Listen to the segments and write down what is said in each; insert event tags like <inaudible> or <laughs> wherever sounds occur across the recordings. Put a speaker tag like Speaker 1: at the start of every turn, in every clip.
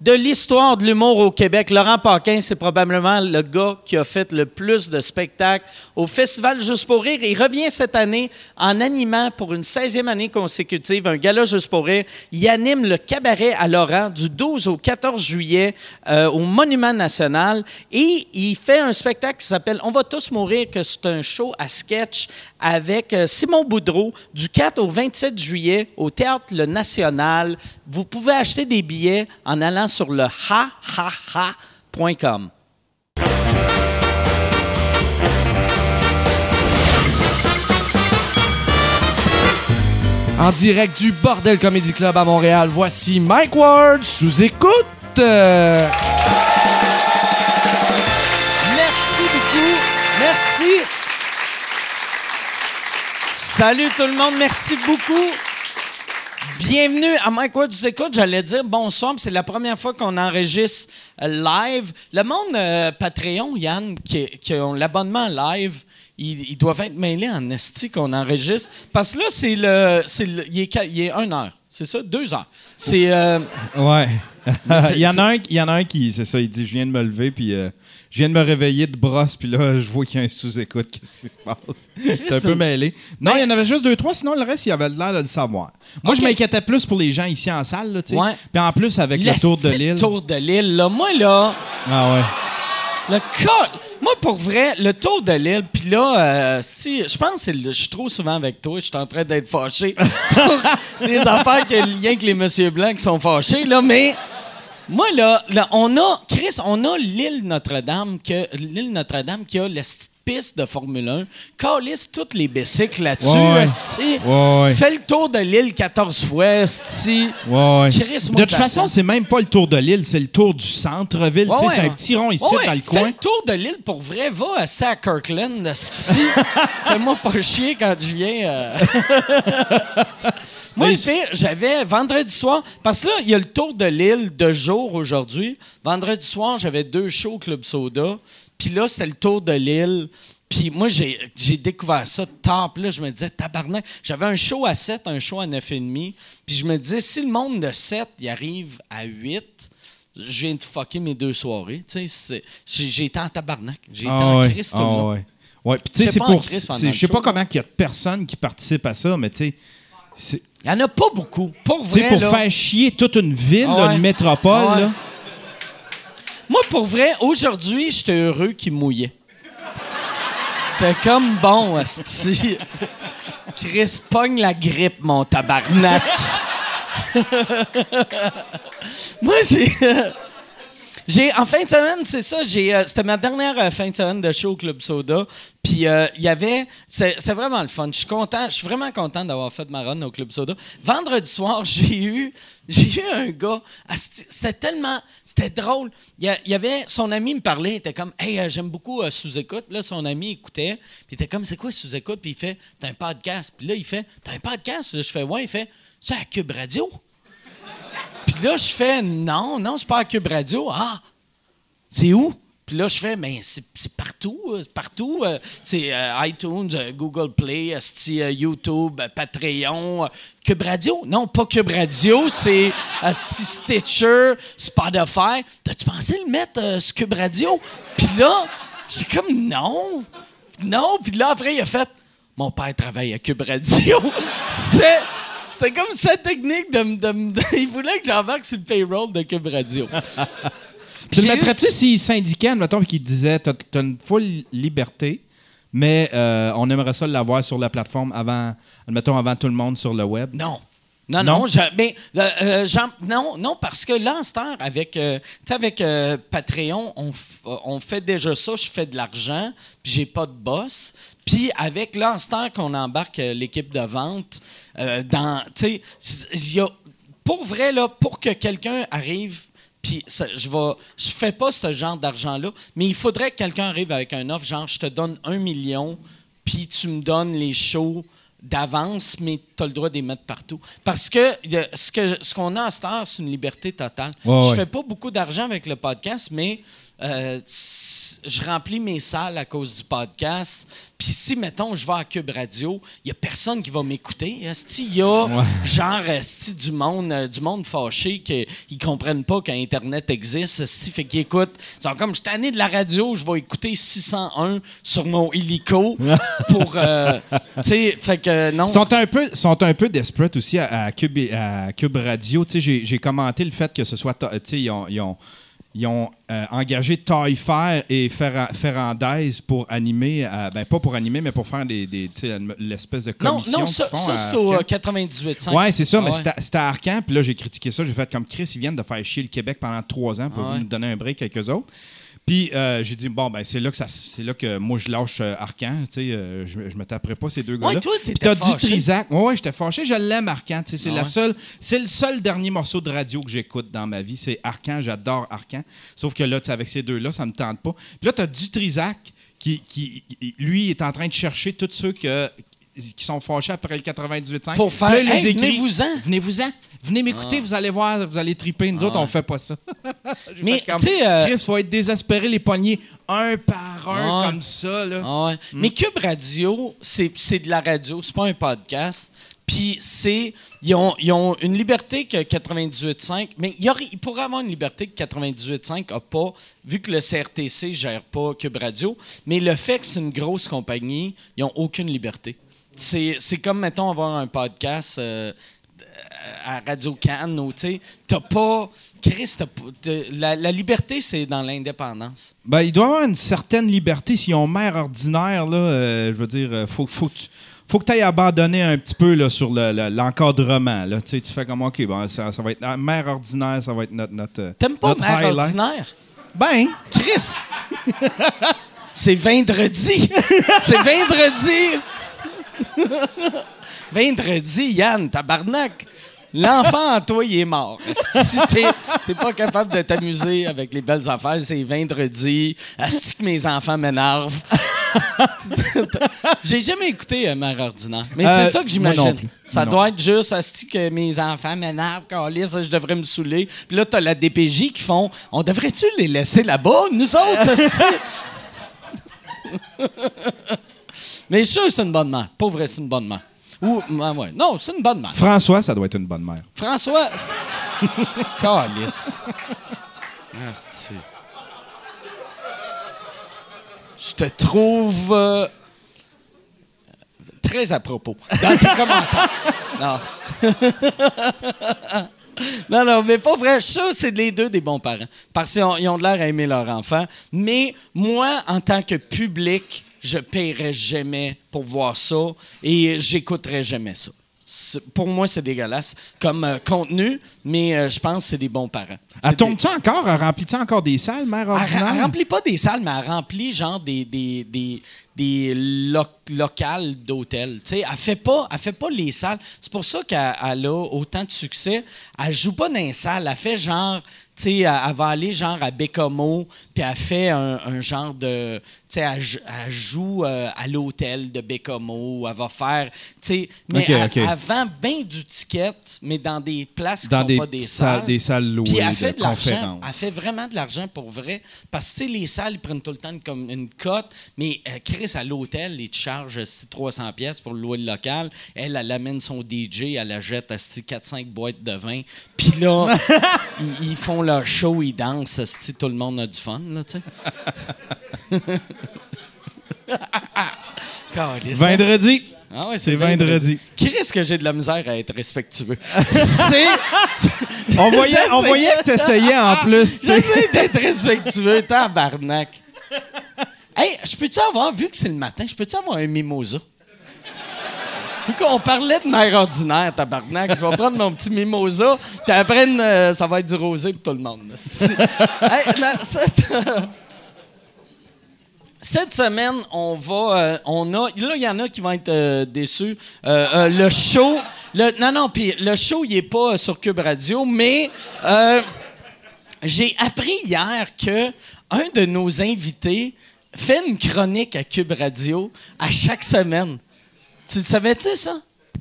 Speaker 1: de l'histoire de l'humour au Québec, Laurent Paquin, c'est probablement le gars qui a fait le plus de spectacles au Festival Juste pour rire. Il revient cette année en animant pour une 16e année consécutive un gala Juste pour rire. Il anime le cabaret à Laurent du 12 au 14 juillet euh, au Monument national et il fait un spectacle qui s'appelle On va tous mourir, que c'est un show à sketch avec euh, Simon Boudreau du 4 au 27 juillet au Théâtre Le National. Vous pouvez acheter des billets en allant sur le ha-ha-ha.com.
Speaker 2: En direct du Bordel Comedy Club à Montréal, voici Mike Ward sous écoute. Euh,
Speaker 1: Merci beaucoup. Merci. Salut tout le monde. Merci beaucoup. Bienvenue à Mike Ward. Tu écoutes, j'allais dire bonsoir, mais c'est la première fois qu'on enregistre euh, live. Le monde euh, Patreon, Yann, qui, qui ont l'abonnement live, ils, ils doivent être mêlés en esti qu'on enregistre. Parce que là, c'est le, c'est le- il, est, qua- il est une heure. C'est ça? Deux heures. C'est... euh, <laughs>
Speaker 3: Ouais.
Speaker 1: c'est-
Speaker 3: il, y en a un, qui- il y en a un qui, c'est ça, il dit Je viens de me lever, puis euh, je viens de me réveiller de brosse, puis là, je vois qu'il y a un sous-écoute. Qu'est-ce qui se passe T'es un peu mêlé. Non, il y en avait juste deux, trois, sinon le reste, il avait l'air de le savoir.
Speaker 1: Ben-
Speaker 3: Moi,
Speaker 1: Ok.
Speaker 3: je m'inquiétais plus pour les gens ici en salle, là, tu sais.
Speaker 1: Ouais.
Speaker 3: Puis en plus, avec le tour de
Speaker 1: l'esti
Speaker 3: l'île.
Speaker 1: tour de l'île, là. Moi, là...
Speaker 3: Ah ouais.
Speaker 1: Le col. Moi, pour vrai, le tour de l'île, puis là, euh, si, je pense que c'est le- je suis trop souvent avec toi, je suis en train d'être fâché <laughs> pour des affaires qui ont le lien que les Monsieur Blancs qui sont fâchés, là, mais moi, là, là, on a, Chris, on a l'île Notre-Dame, que l'île Notre-Dame qui a la petite piste de Formule 1, calisse toutes les bicycles là-dessus,
Speaker 3: Ouais, ouais.
Speaker 1: esti.
Speaker 3: Ouais, ouais.
Speaker 1: Fais le tour de l'île 14 fois, esti.
Speaker 3: Ouais, ouais.
Speaker 1: Chris,
Speaker 3: de
Speaker 1: moi,
Speaker 3: toute façon, c'est même pas le tour de l'île, c'est le tour du centre-ville.
Speaker 1: Ouais,
Speaker 3: tu sais, c'est
Speaker 1: ouais.
Speaker 3: un petit rond ici
Speaker 1: Ouais, ouais.
Speaker 3: dans le
Speaker 1: Fais
Speaker 3: coin.
Speaker 1: le tour de l'île pour vrai. Va à ça à Kirkland, esti.
Speaker 3: <laughs>
Speaker 1: Fais-moi pas chier quand je viens. euh. Moi, le pire, j'avais vendredi soir, parce que là, il y a le tour de l'île de jour aujourd'hui. Vendredi soir, j'avais deux shows au Club Soda. Puis là, c'était le tour de l'île. Puis moi, j'ai j'ai découvert ça tard. Puis là, je me disais, tabarnak, j'avais un show à 7, un show à 9,5. Puis je me disais, si le monde de 7, il arrive à 8, je viens de fucker mes deux soirées. Tu sais, c'est- j'ai j'ai été en tabarnak. J'ai été
Speaker 3: Ah
Speaker 1: en
Speaker 3: ouais,
Speaker 1: crise tout
Speaker 3: ah
Speaker 1: le long.
Speaker 3: ouais. Ouais, puis tu sais,
Speaker 1: J'étais
Speaker 3: c'est
Speaker 1: pas en
Speaker 3: pour.
Speaker 1: crise pendant
Speaker 3: c'est-
Speaker 1: le
Speaker 3: Je sais
Speaker 1: show.
Speaker 3: pas comment il y a de personnes qui participent à ça, mais tu sais. c'est-
Speaker 1: Il n'y en a pas beaucoup. Pour
Speaker 3: Tu
Speaker 1: vrai,
Speaker 3: sais, pour
Speaker 1: là.
Speaker 3: faire chier toute une ville,
Speaker 1: Ah
Speaker 3: là,
Speaker 1: ouais.
Speaker 3: une métropole,
Speaker 1: Ah ouais.
Speaker 3: là.
Speaker 1: Moi, pour vrai, aujourd'hui, j'étais heureux qu'il mouillait. T'es comme bon, Asti. Chris, pogne la grippe, mon tabarnak. Moi, j'ai. J'ai, en fin de semaine, c'est ça, j'ai, euh, c'était ma dernière euh, fin de semaine de show au Club Soda. Puis euh, il y avait. C'est c'est vraiment le fun. Je suis content. Je suis vraiment content d'avoir fait ma run au Club Soda. Vendredi soir, <laughs> j'ai eu. J'ai eu un gars. asti, C'était tellement. C'était drôle. Il y, a- il y avait. Son ami me parlait. Il était comme Hey, euh, j'aime beaucoup euh, Sous-Écoute. Là, son ami écoutait. Puis il était comme C'est quoi Sous-Écoute? Puis il fait T'as un podcast. Puis là, il fait T'as un podcast? Là, je fais Ouais. Il fait C'est à Cube Radio? Puis là, je fais non, non, c'est pas à Cube Radio. Ah, c'est où? Puis là, je fais, mais c'est c'est partout, euh, c'est partout. euh, C'est euh, iTunes, euh, Google Play, esti, euh, YouTube, euh, Patreon, euh, Cube Radio. Non, pas Cube Radio, c'est esti, Stitcher, Spotify. T'as-tu pensé le mettre euh, sur Cube Radio? Puis là, j'ai comme non, non. Puis là, après, il a fait, mon père travaille à Cube Radio. <laughs> C'était. C'était comme sa technique de, me- de me- <laughs> de- Il voulait que j'embarque sur le payroll de Cube Radio.
Speaker 3: Tu le
Speaker 1: J'ai eu-
Speaker 3: mettrais-tu s'il syndiquait, mettons, puis qu'il disait t'as t'as une full liberté, mais euh, on aimerait ça l'avoir sur la plateforme avant, mettons, avant tout le monde sur le web?
Speaker 1: Non. Non, non,
Speaker 3: Non?
Speaker 1: je- mais euh, euh, j'en- non, non, parce que là, en ce temps, avec, euh, tu sais, avec euh, Patreon, on, f- euh, on fait déjà ça, je fais de l'argent, puis j'ai pas de boss. Puis avec là, en ce temps qu'on embarque euh, l'équipe de vente, euh, dans, tu sais, il y a- pour vrai, là, pour que quelqu'un arrive puis ça- je vais, je fais pas ce genre d'argent-là, mais il faudrait que quelqu'un arrive avec un offre, genre je te donne un million, puis tu me donnes les shows d'avance, mais tu as le droit d'y mettre partout. Parce que euh, ce que ce qu'on a à cette heure, c'est une liberté totale.
Speaker 3: Ouais,
Speaker 1: je
Speaker 3: ouais.
Speaker 1: fais pas beaucoup d'argent avec le podcast, mais euh, s- je remplis mes salles à cause du podcast. Puis si, mettons, je vais à Cube Radio, il y a personne qui va m'écouter. Esti, il y a genre esti, du monde euh, du monde fâché qui comprennent pas qu'Internet existe. Esti, fait qu'ils écoutent. Ils sont comme, je suis tanné de la radio, je vais écouter 601 sur mon
Speaker 3: <laughs>
Speaker 1: illico pour... euh, tu sais, fait que euh, non.
Speaker 3: Ils sont un peu, sont un peu desperate aussi à, à Cube, et- à Cube Radio. Tu sais, J'ai j'ai commenté le fait que ce soit. ta- tu sais, Ils ont, ils ont, ils ont, euh, engagé Toy Fair et Ferra- Ferrandez pour animer. euh, ben, pas pour animer, mais pour faire des, des, tu sais, l'anime- l'espèce de
Speaker 1: Non,
Speaker 3: commission.
Speaker 1: non, ça,
Speaker 3: qu'ils font
Speaker 1: ça,
Speaker 3: à
Speaker 1: c'est au euh,
Speaker 3: Arcan.
Speaker 1: 98.5.
Speaker 3: Ouais, c'est ça,
Speaker 1: Ah
Speaker 3: mais
Speaker 1: ouais.
Speaker 3: c'était à- c'était à Arcan. Puis là, j'ai critiqué ça. J'ai fait comme Chris, ils viennent de faire chier le Québec pendant trois ans pour
Speaker 1: Ah ouais.
Speaker 3: nous donner un break avec eux autres. Puis euh, j'ai dit, bon, ben c'est là, que ça s- c'est là que moi, je lâche euh, Arcan. Tu sais, euh, je, je me taperai pas ces deux gars-là.
Speaker 1: toi, t'étais
Speaker 3: Puis t'as
Speaker 1: fâché.
Speaker 3: dit Trisac. Ouais, ouais, j'étais fâché. Je l'aime, Arcan. Tu sais, c'est
Speaker 1: Ah
Speaker 3: la
Speaker 1: ouais.
Speaker 3: seule, c'est le seul dernier morceau de radio que j'écoute dans ma vie. C'est Arcan. J'adore Arcan. Sauf que là, tu sais, avec ces deux-là, ça me tente pas. Puis là, t'as du Trisac qui, qui, lui, est en train de chercher tous ceux que- qui sont fâchés après le 98.5.
Speaker 1: Pour faire,
Speaker 3: Puis là, il
Speaker 1: Hey,
Speaker 3: les écrit,
Speaker 1: venez-vous-en.
Speaker 3: Venez-vous-en. Ah. Venez m'écouter, vous allez voir, vous allez triper. Nous autres, on fait pas ça. <laughs> J'ai
Speaker 1: Mais,
Speaker 3: fait comme,
Speaker 1: tu sais, euh,
Speaker 3: Chris, faut être désespéré, les poignées un par un,
Speaker 1: Ouais.
Speaker 3: comme ça. Là.
Speaker 1: Ah ouais. Mais Cube Radio, c'est c'est de la radio, c'est pas un podcast. Puis c'est. Ils ont, ils ont une liberté que 98.5, mais il, y aurait- il pourrait avoir une liberté que 98.5 n'a pas, vu que le CRTC gère pas Cube Radio. Mais le fait que c'est une grosse compagnie, ils n'ont aucune liberté. C'est c'est comme, mettons, avoir un podcast. euh, à Radio Cannes, ou, tu sais, t'as pas. Chris, t'as pas- t'as- la, la liberté, c'est dans l'indépendance.
Speaker 3: Ben, il doit y avoir une certaine liberté. S'ils ont mère ordinaire, là, euh, je veux dire, euh, faut, faut que tu. Faut que tu ailles abandonner un petit peu là, sur le- le- l'encadrement. là. tu sais, tu fais comme, OK, bon, ça, ça va être ah, mère ordinaire, ça va être notre. notre euh,
Speaker 1: T'aimes pas
Speaker 3: notre
Speaker 1: Mère
Speaker 3: highlight.
Speaker 1: ordinaire?
Speaker 3: Ben,
Speaker 1: Chris! C'est
Speaker 3: <laughs>
Speaker 1: vendredi! C'est vendredi! vendredi, Yann, tabarnak! L'enfant en toi, il est mort. Si t'es, t'es pas capable de t'amuser avec les belles affaires, c'est vendredi. Asti que mes enfants
Speaker 3: <laughs>
Speaker 1: m'énervent. J'ai jamais écouté euh, Mère ordinaire. Mais
Speaker 3: Euh,
Speaker 1: c'est ça que
Speaker 3: moi non
Speaker 1: j'imagine.
Speaker 3: plus.
Speaker 1: Ça
Speaker 3: Non.
Speaker 1: doit être juste asti que mes enfants m'énervent, câlisse, je devrais me saouler. Puis là, t'as la DPJ qui font On devrait-tu les laisser là-bas, nous autres, asti? Mais je suis sûr que c'est une bonne mère. Pauvre, c'est une bonne mère. Ou, ouais, ouais. Non, c'est une bonne mère.
Speaker 3: François, ça doit être une bonne mère.
Speaker 1: François. Calice. Asti. Je te trouve euh, très à propos dans tes commentaires. Non. <laughs> Non, non, mais pas vrai. Ça, c'est les deux des bons parents. Parce qu'ils ont, ils ont de l'air à aimer leur enfant. Mais moi, en tant que public, je paierais jamais pour voir ça et j'écouterais jamais ça. C'est- Pour moi, c'est dégueulasse comme euh, contenu, mais euh, je pense que c'est des bons parents.
Speaker 3: Elle
Speaker 1: C'est des-
Speaker 3: tourne-tu encore? Elle remplit-tu encore des salles, mère
Speaker 1: elle,
Speaker 3: ordinaire?
Speaker 1: ra- elle remplit pas des salles, mais elle remplit genre des, des, des, des lo- locales d'hôtels. Tu sais, Elle fait pas, elle fait pas les salles. C'est pour ça qu'elle elle a autant de succès. Elle joue pas dans les salles. Elle fait genre, tu sais, elle, elle va aller genre à Bécomo, puis elle fait un, un genre de, tu sais, elle, jou- elle joue euh, à l'hôtel de Bécomo. Elle va faire, tu sais, mais
Speaker 3: Ok,
Speaker 1: elle,
Speaker 3: ok.
Speaker 1: elle vend bien du ticket, mais dans des places qui
Speaker 3: Dans
Speaker 1: sont
Speaker 3: des
Speaker 1: pas des
Speaker 3: petites salles-
Speaker 1: salles.
Speaker 3: des salles
Speaker 1: Puis
Speaker 3: louées
Speaker 1: elle
Speaker 3: de
Speaker 1: fait de l'argent.
Speaker 3: conférences.
Speaker 1: Elle fait vraiment de l'argent pour vrai. Parce que, tu sais, les salles, ils prennent tout le temps comme une cote. Mais euh, Chris, à l'hôtel, ils te chargent euh, si, 300 pièces pour louer le local. Elle, elle amène son DJ, elle la jette à 4-5 boîtes de vin. Puis
Speaker 3: <laughs>
Speaker 1: là, ils, ils font leur show, ils dansent. euh, Si tout le monde a du fun, là, tu sais.
Speaker 3: <laughs>
Speaker 1: Caliste.
Speaker 3: Vendredi.
Speaker 1: Ah ouais,
Speaker 3: C'est vendredi.
Speaker 1: Chris, que j'ai de la misère à être
Speaker 3: <laughs>
Speaker 1: respectueux. C'est...
Speaker 3: On voyait, on
Speaker 1: J'essaie.
Speaker 3: voyait que t'essayais en plus. tu sais.
Speaker 1: J'essaie d'être respectueux, tabarnak. Hey, je peux-tu avoir, vu que c'est le matin, je peux-tu avoir un mimosa? Vu qu'on parlait de mère ordinaire, tabarnak, je vais prendre mon petit mimosa, puis après, une, euh, ça va être du rosé pour tout le monde. là. C'est- Hey, non, ça, ça- Cette semaine, on va, euh, on a, là, il y en a qui vont être euh, déçus. Euh, euh, le show, le- non, non, puis le show, il est pas euh, sur Cube Radio, mais euh, j'ai appris hier que un de nos invités
Speaker 3: <laughs>
Speaker 1: fait une chronique à Cube Radio à chaque semaine. Tu le savais-tu, ça?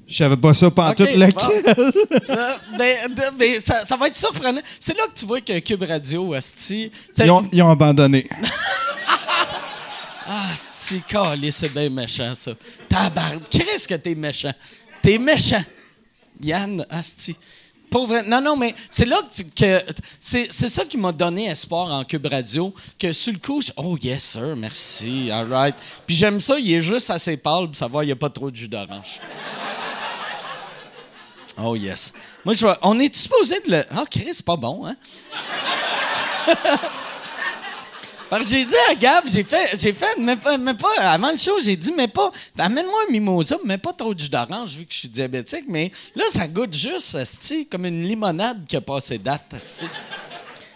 Speaker 3: Je savais pas ça pendant
Speaker 1: Ok,
Speaker 3: toute laquelle.
Speaker 1: bon. Euh, ben, ben, ben, ça, ça va être surprenant. C'est là que tu vois que Cube Radio, Asti.
Speaker 3: Ils, ont, ils ont abandonné.
Speaker 1: Ah, Asti, calé, c'est bien méchant, ça. Tabarde. Qu'est-ce que t'es méchant? T'es méchant. Yann, Asti. Pauvre. Non, non, mais c'est là que. tu- que- c'est, c'est ça qui m'a donné espoir en Cube Radio, que sur le coup, je. Oh, yes, sir, merci, all right. Puis j'aime ça, il est juste assez pâle pour savoir qu'il n'y a pas trop de jus d'orange. Oh yes. Moi, je vois. On est supposé de le. Ah, Chris, c'est pas bon, hein? Parce que j'ai dit à Gab, j'ai fait, j'ai fait, mais pas, mais pas- avant le show, j'ai dit, mais pas, amène-moi un mimosa, mais pas trop de jus d'orange, vu que je suis diabétique, mais là, ça goûte juste, asti, comme une limonade qui a passé date, asti.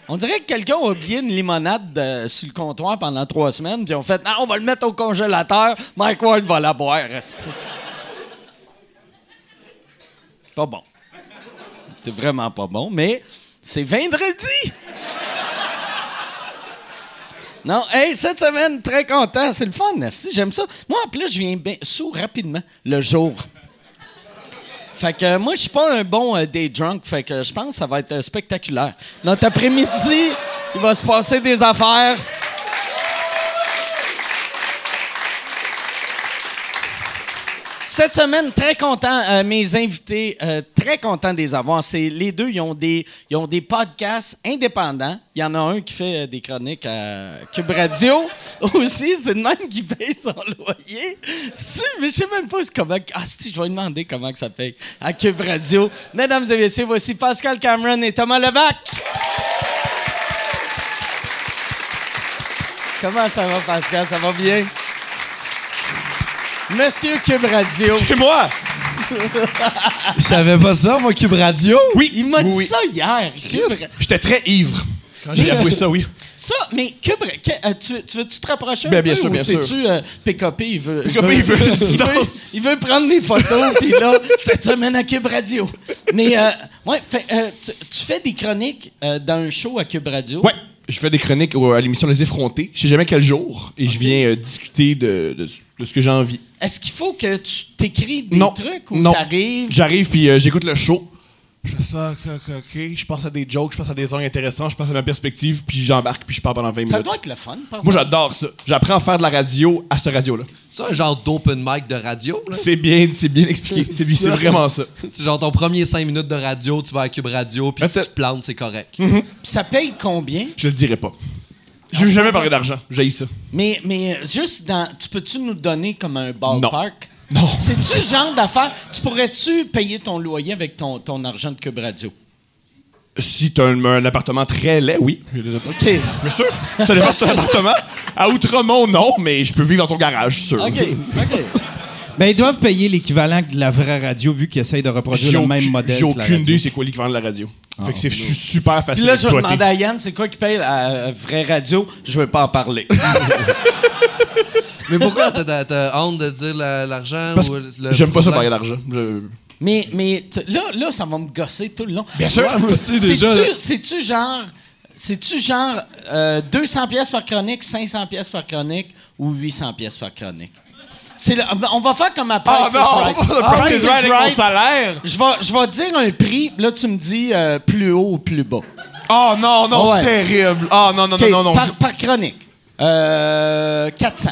Speaker 1: On dirait que quelqu'un a oublié une limonade euh, sur le comptoir pendant trois semaines, puis on fait, ah, on va le mettre au congélateur, Mike Ward va la boire, asti. Pas bon. C'est vraiment pas bon, mais c'est vendredi! Non, hey, cette semaine, très content. C'est le fun, merci. J'aime ça. Moi, en plus, je viens bien sous rapidement le jour. Fait que euh, moi, je suis pas un bon euh, day drunk. Fait que euh, je pense que ça va être euh, spectaculaire. Notre après-midi, il va se passer des affaires. Cette semaine, très content, euh, mes invités, euh, très content de les avoir. C'est, les deux, ils ont, des, ils ont des podcasts indépendants. Il y en a un qui fait euh, des chroniques à Cube Radio <laughs> aussi. C'est le même qui paye son loyer. Si, mais je sais même pas c'est comment. Ah, si, je vais lui demander comment que ça paye à Cube Radio. Mesdames et messieurs, voici Pascal Cameron et Thomas Levac. Comment ça va, Pascal? Ça va bien? Monsieur Cube Radio.
Speaker 4: C'est moi! Je savais pas ça, moi, Cube Radio? Oui!
Speaker 1: Il m'a dit
Speaker 4: oui.
Speaker 1: ça hier. Cube,
Speaker 4: J'étais très ivre. J'ai avoué ça, oui.
Speaker 1: ça, mais Cube, que- euh, tu, tu veux-tu te rapprocher un
Speaker 4: Ben,
Speaker 1: peu
Speaker 4: bien sûr,
Speaker 1: ou
Speaker 4: bien sûr.
Speaker 1: c'est-tu euh, PKP, il veut...
Speaker 4: PKP, il veut
Speaker 1: <laughs>
Speaker 4: une
Speaker 1: il,
Speaker 4: distance.
Speaker 1: veut, il veut prendre des photos, puis là, cette semaine à Cube Radio. Mais, euh, ouais, fait, euh, tu, tu fais des chroniques euh, dans un show à Cube Radio.
Speaker 4: Ouais. Je fais des chroniques au- à l'émission Les Effrontés. Je sais jamais quel jour. Et je viens euh, discuter de, de- de ce que j'ai envie.
Speaker 1: Est-ce qu'il faut que tu t'écris des
Speaker 4: non.
Speaker 1: trucs ou
Speaker 4: non.
Speaker 1: t'arrives...
Speaker 4: J'arrive puis euh, j'écoute le show. Je fais ça, ok, ok, ok. Je pense à des jokes, je pense à des angles intéressants, je pense à ma perspective, puis j'embarque, puis je pars pendant 20 minutes.
Speaker 1: Ça doit être le fun, par exemple.
Speaker 4: Moi, j'adore ça. J'apprends à faire de la radio à cette radio-là.
Speaker 5: C'est un genre d'open mic de radio,
Speaker 4: <laughs>
Speaker 5: là.
Speaker 4: C'est bien, c'est bien expliqué. C'est c'est vraiment ça.
Speaker 5: C'est genre ton premier 5 minutes de radio, tu vas à Cube Radio, puis
Speaker 4: Ben,
Speaker 5: tu
Speaker 4: c'est-
Speaker 5: te plantes,
Speaker 4: <laughs>
Speaker 5: c'est correct.
Speaker 1: Puis ça paye combien?
Speaker 4: Je le dirai pas. Je veux jamais parler d'argent. J'ai ça.
Speaker 1: Mais, mais euh, juste dans. Tu peux-tu nous donner comme un ballpark?
Speaker 4: Non. Non.
Speaker 1: <laughs> C'est-tu le genre d'affaire? Tu pourrais-tu payer ton loyer avec ton, ton argent de Cube Radio?
Speaker 4: Si t'as un, un appartement très laid, oui.
Speaker 1: OK.
Speaker 4: Bien sûr, ça dépend de ton appartement. À Outremont, non, mais je peux vivre dans ton garage, sûr.
Speaker 1: OK.
Speaker 4: <laughs>
Speaker 1: OK.
Speaker 4: Ah,
Speaker 3: Ben, ils doivent payer l'équivalent de la vraie radio vu qu'ils essayent de reproduire
Speaker 4: J'ai
Speaker 3: le
Speaker 4: aucune-
Speaker 3: même modèle.
Speaker 4: J'ai
Speaker 3: que la
Speaker 4: aucune
Speaker 3: radio. Ah,
Speaker 4: idée c'est quoi l'équivalent de la radio. fait que c'est- je suis super
Speaker 1: Puis
Speaker 4: facile
Speaker 1: là,
Speaker 4: à
Speaker 1: je vais
Speaker 4: exploiter.
Speaker 1: demander à Yann, c'est quoi qui paye la euh, vraie radio? Je veux pas en
Speaker 4: <laughs>
Speaker 1: parler.
Speaker 5: Mais pourquoi t'as- t'as t'as honte de dire la- l'argent
Speaker 4: Parce
Speaker 5: ou
Speaker 4: que
Speaker 5: le-
Speaker 4: J'aime pas ça
Speaker 5: le-
Speaker 4: parler d'argent. Je-
Speaker 1: mais mais tu- là, là, ça va me gosser tout le long.
Speaker 4: Bien sûr, moi aussi, déjà.
Speaker 1: C'est-tu- C'est-tu genre. C'est-tu genre euh, 200 pièces par chronique, 500 pièces par chronique ou 800 pièces par chronique? C'est le- on va faire comme à Price is
Speaker 4: Ah non,
Speaker 1: Right.
Speaker 4: le
Speaker 1: Ah,
Speaker 4: price
Speaker 1: Price
Speaker 4: is
Speaker 1: is
Speaker 4: right avec mon
Speaker 1: Right.
Speaker 4: salaire.
Speaker 1: Je vais, je vais te dire un prix, là tu me dis euh, plus haut ou plus bas.
Speaker 4: Oh non, non,
Speaker 1: Ouais.
Speaker 4: c'est terrible. Ah non, non,
Speaker 1: Ok,
Speaker 4: non, non, non.
Speaker 1: par, par chronique. Euh, 400.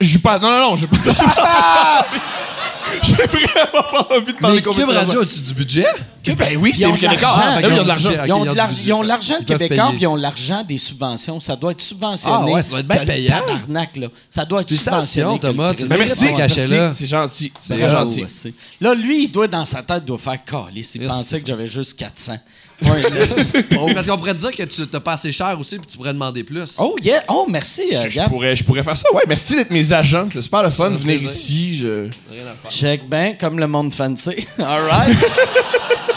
Speaker 4: Je je pas. Non, non, non, je <laughs> J'ai vraiment pas envie de parler
Speaker 5: Mais Cube
Speaker 4: complètement.
Speaker 5: Radio, as-tu
Speaker 4: <laughs>
Speaker 5: du budget?
Speaker 4: Ben oui, c'est
Speaker 1: ont
Speaker 4: le
Speaker 1: de
Speaker 4: Québécois.
Speaker 1: l'argent.
Speaker 4: Ah, ben, Ils ont de l'argent.
Speaker 5: Ok,
Speaker 1: Ils ont, de
Speaker 5: ils ont
Speaker 1: l'ar-
Speaker 5: du budget.
Speaker 1: ils ont l'argent
Speaker 5: Ils peuvent
Speaker 1: québécois,
Speaker 5: payer.
Speaker 1: puis ils ont l'argent des subventions. Ça doit être subventionné.
Speaker 5: Ah ouais, ça doit être bien
Speaker 1: Que le
Speaker 5: payant.
Speaker 1: Tabarnak, là. Ça doit être
Speaker 5: Des
Speaker 1: subventionné.
Speaker 5: sanctions,
Speaker 1: que le
Speaker 5: Thomas,
Speaker 1: Christ.
Speaker 5: tu
Speaker 4: Mais
Speaker 5: sais.
Speaker 4: Ben merci,
Speaker 5: Bon, cachez-le.
Speaker 4: merci, c'est gentil, c'est
Speaker 5: Ah,
Speaker 4: très gentil.
Speaker 1: Ouais, c'est- Là, lui, il doit, dans sa tête, doit faire caler. Il
Speaker 5: Merci.
Speaker 1: pensait que j'avais juste 400. Pas un
Speaker 5: <laughs>
Speaker 1: esti de
Speaker 4: Oh.
Speaker 1: pauvre.
Speaker 5: Parce qu'on pourrait te dire que tu t'as pas assez cher aussi, puis tu pourrais demander plus.
Speaker 1: Oh, yeah. Oh, merci, euh,
Speaker 4: Je- Je
Speaker 1: Gab.
Speaker 4: pourrais, je pourrais faire ça, ouais. Merci d'être mes agents. C'est super le fun de
Speaker 5: fait
Speaker 4: venir
Speaker 5: plaisir.
Speaker 4: ici. Je...
Speaker 5: Rien à faire.
Speaker 1: Check ben, comme le monde fancy. <laughs> All right.
Speaker 5: <laughs>
Speaker 1: oh,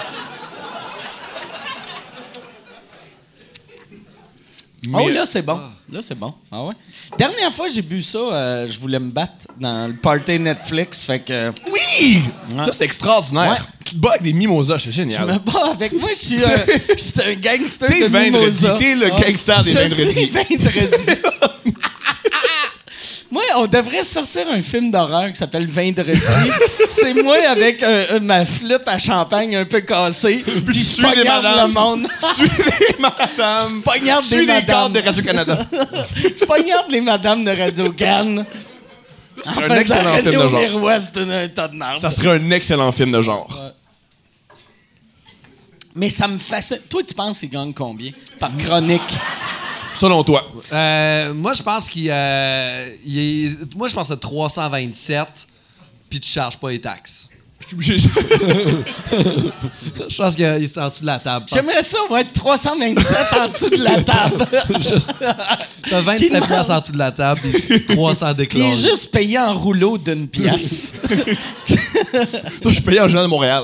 Speaker 4: Mais-
Speaker 1: Oh, là, c'est bon. Là, c'est bon. Ah ouais? Dernière fois, j'ai bu ça, euh, je voulais me battre dans le party Netflix. Fait que euh,
Speaker 4: Oui!
Speaker 1: Ouais.
Speaker 4: Ça, c'est extraordinaire.
Speaker 1: Ouais.
Speaker 4: Tu te bats avec des mimosas, c'est
Speaker 1: je me
Speaker 4: génial.
Speaker 1: bats avec moi. Je suis un, je suis un gangster
Speaker 4: T'es
Speaker 1: de mimosa.
Speaker 4: vendredi, t'es le
Speaker 1: Ah,
Speaker 4: <laughs> gangster des
Speaker 1: Je suis vendredi. moi, on devrait sortir un film d'horreur qui s'appelle Vendredi. c'est moi avec euh, euh, ma flûte à champagne un peu cassée. Puis je
Speaker 4: suis des
Speaker 1: poignarde le
Speaker 4: madames.
Speaker 1: monde.
Speaker 4: Madame.
Speaker 1: Je poignarde
Speaker 4: Je
Speaker 1: des
Speaker 4: suis des
Speaker 1: madames.
Speaker 4: gardes de Radio-Canada.
Speaker 1: <laughs> Je poignarde les madames de Radio-Can.
Speaker 4: un excellent film de genre.
Speaker 1: un tas de merde.
Speaker 4: Ça serait un excellent film de genre.
Speaker 1: Mais ça me fascine. Toi, tu penses qu'il gagne combien? Par chronique.
Speaker 4: Selon toi.
Speaker 5: Euh, moi, je pense qu'il euh, il est- Moi, je pense que 327, puis tu charges pas les taxes.
Speaker 4: Je suis obligé. <laughs>
Speaker 5: Je pense qu'il est en dessous de la table. Je pense-
Speaker 1: J'aimerais ça, on va être 327 en dessous de <laughs> la table.
Speaker 5: T'as 27 places en dessous de la table, puis 300
Speaker 1: Puis il
Speaker 5: déclarés.
Speaker 1: est juste payé en rouleau d'une
Speaker 4: <laughs>
Speaker 1: pièce.
Speaker 4: Toi, je suis payé en Journal de Montréal.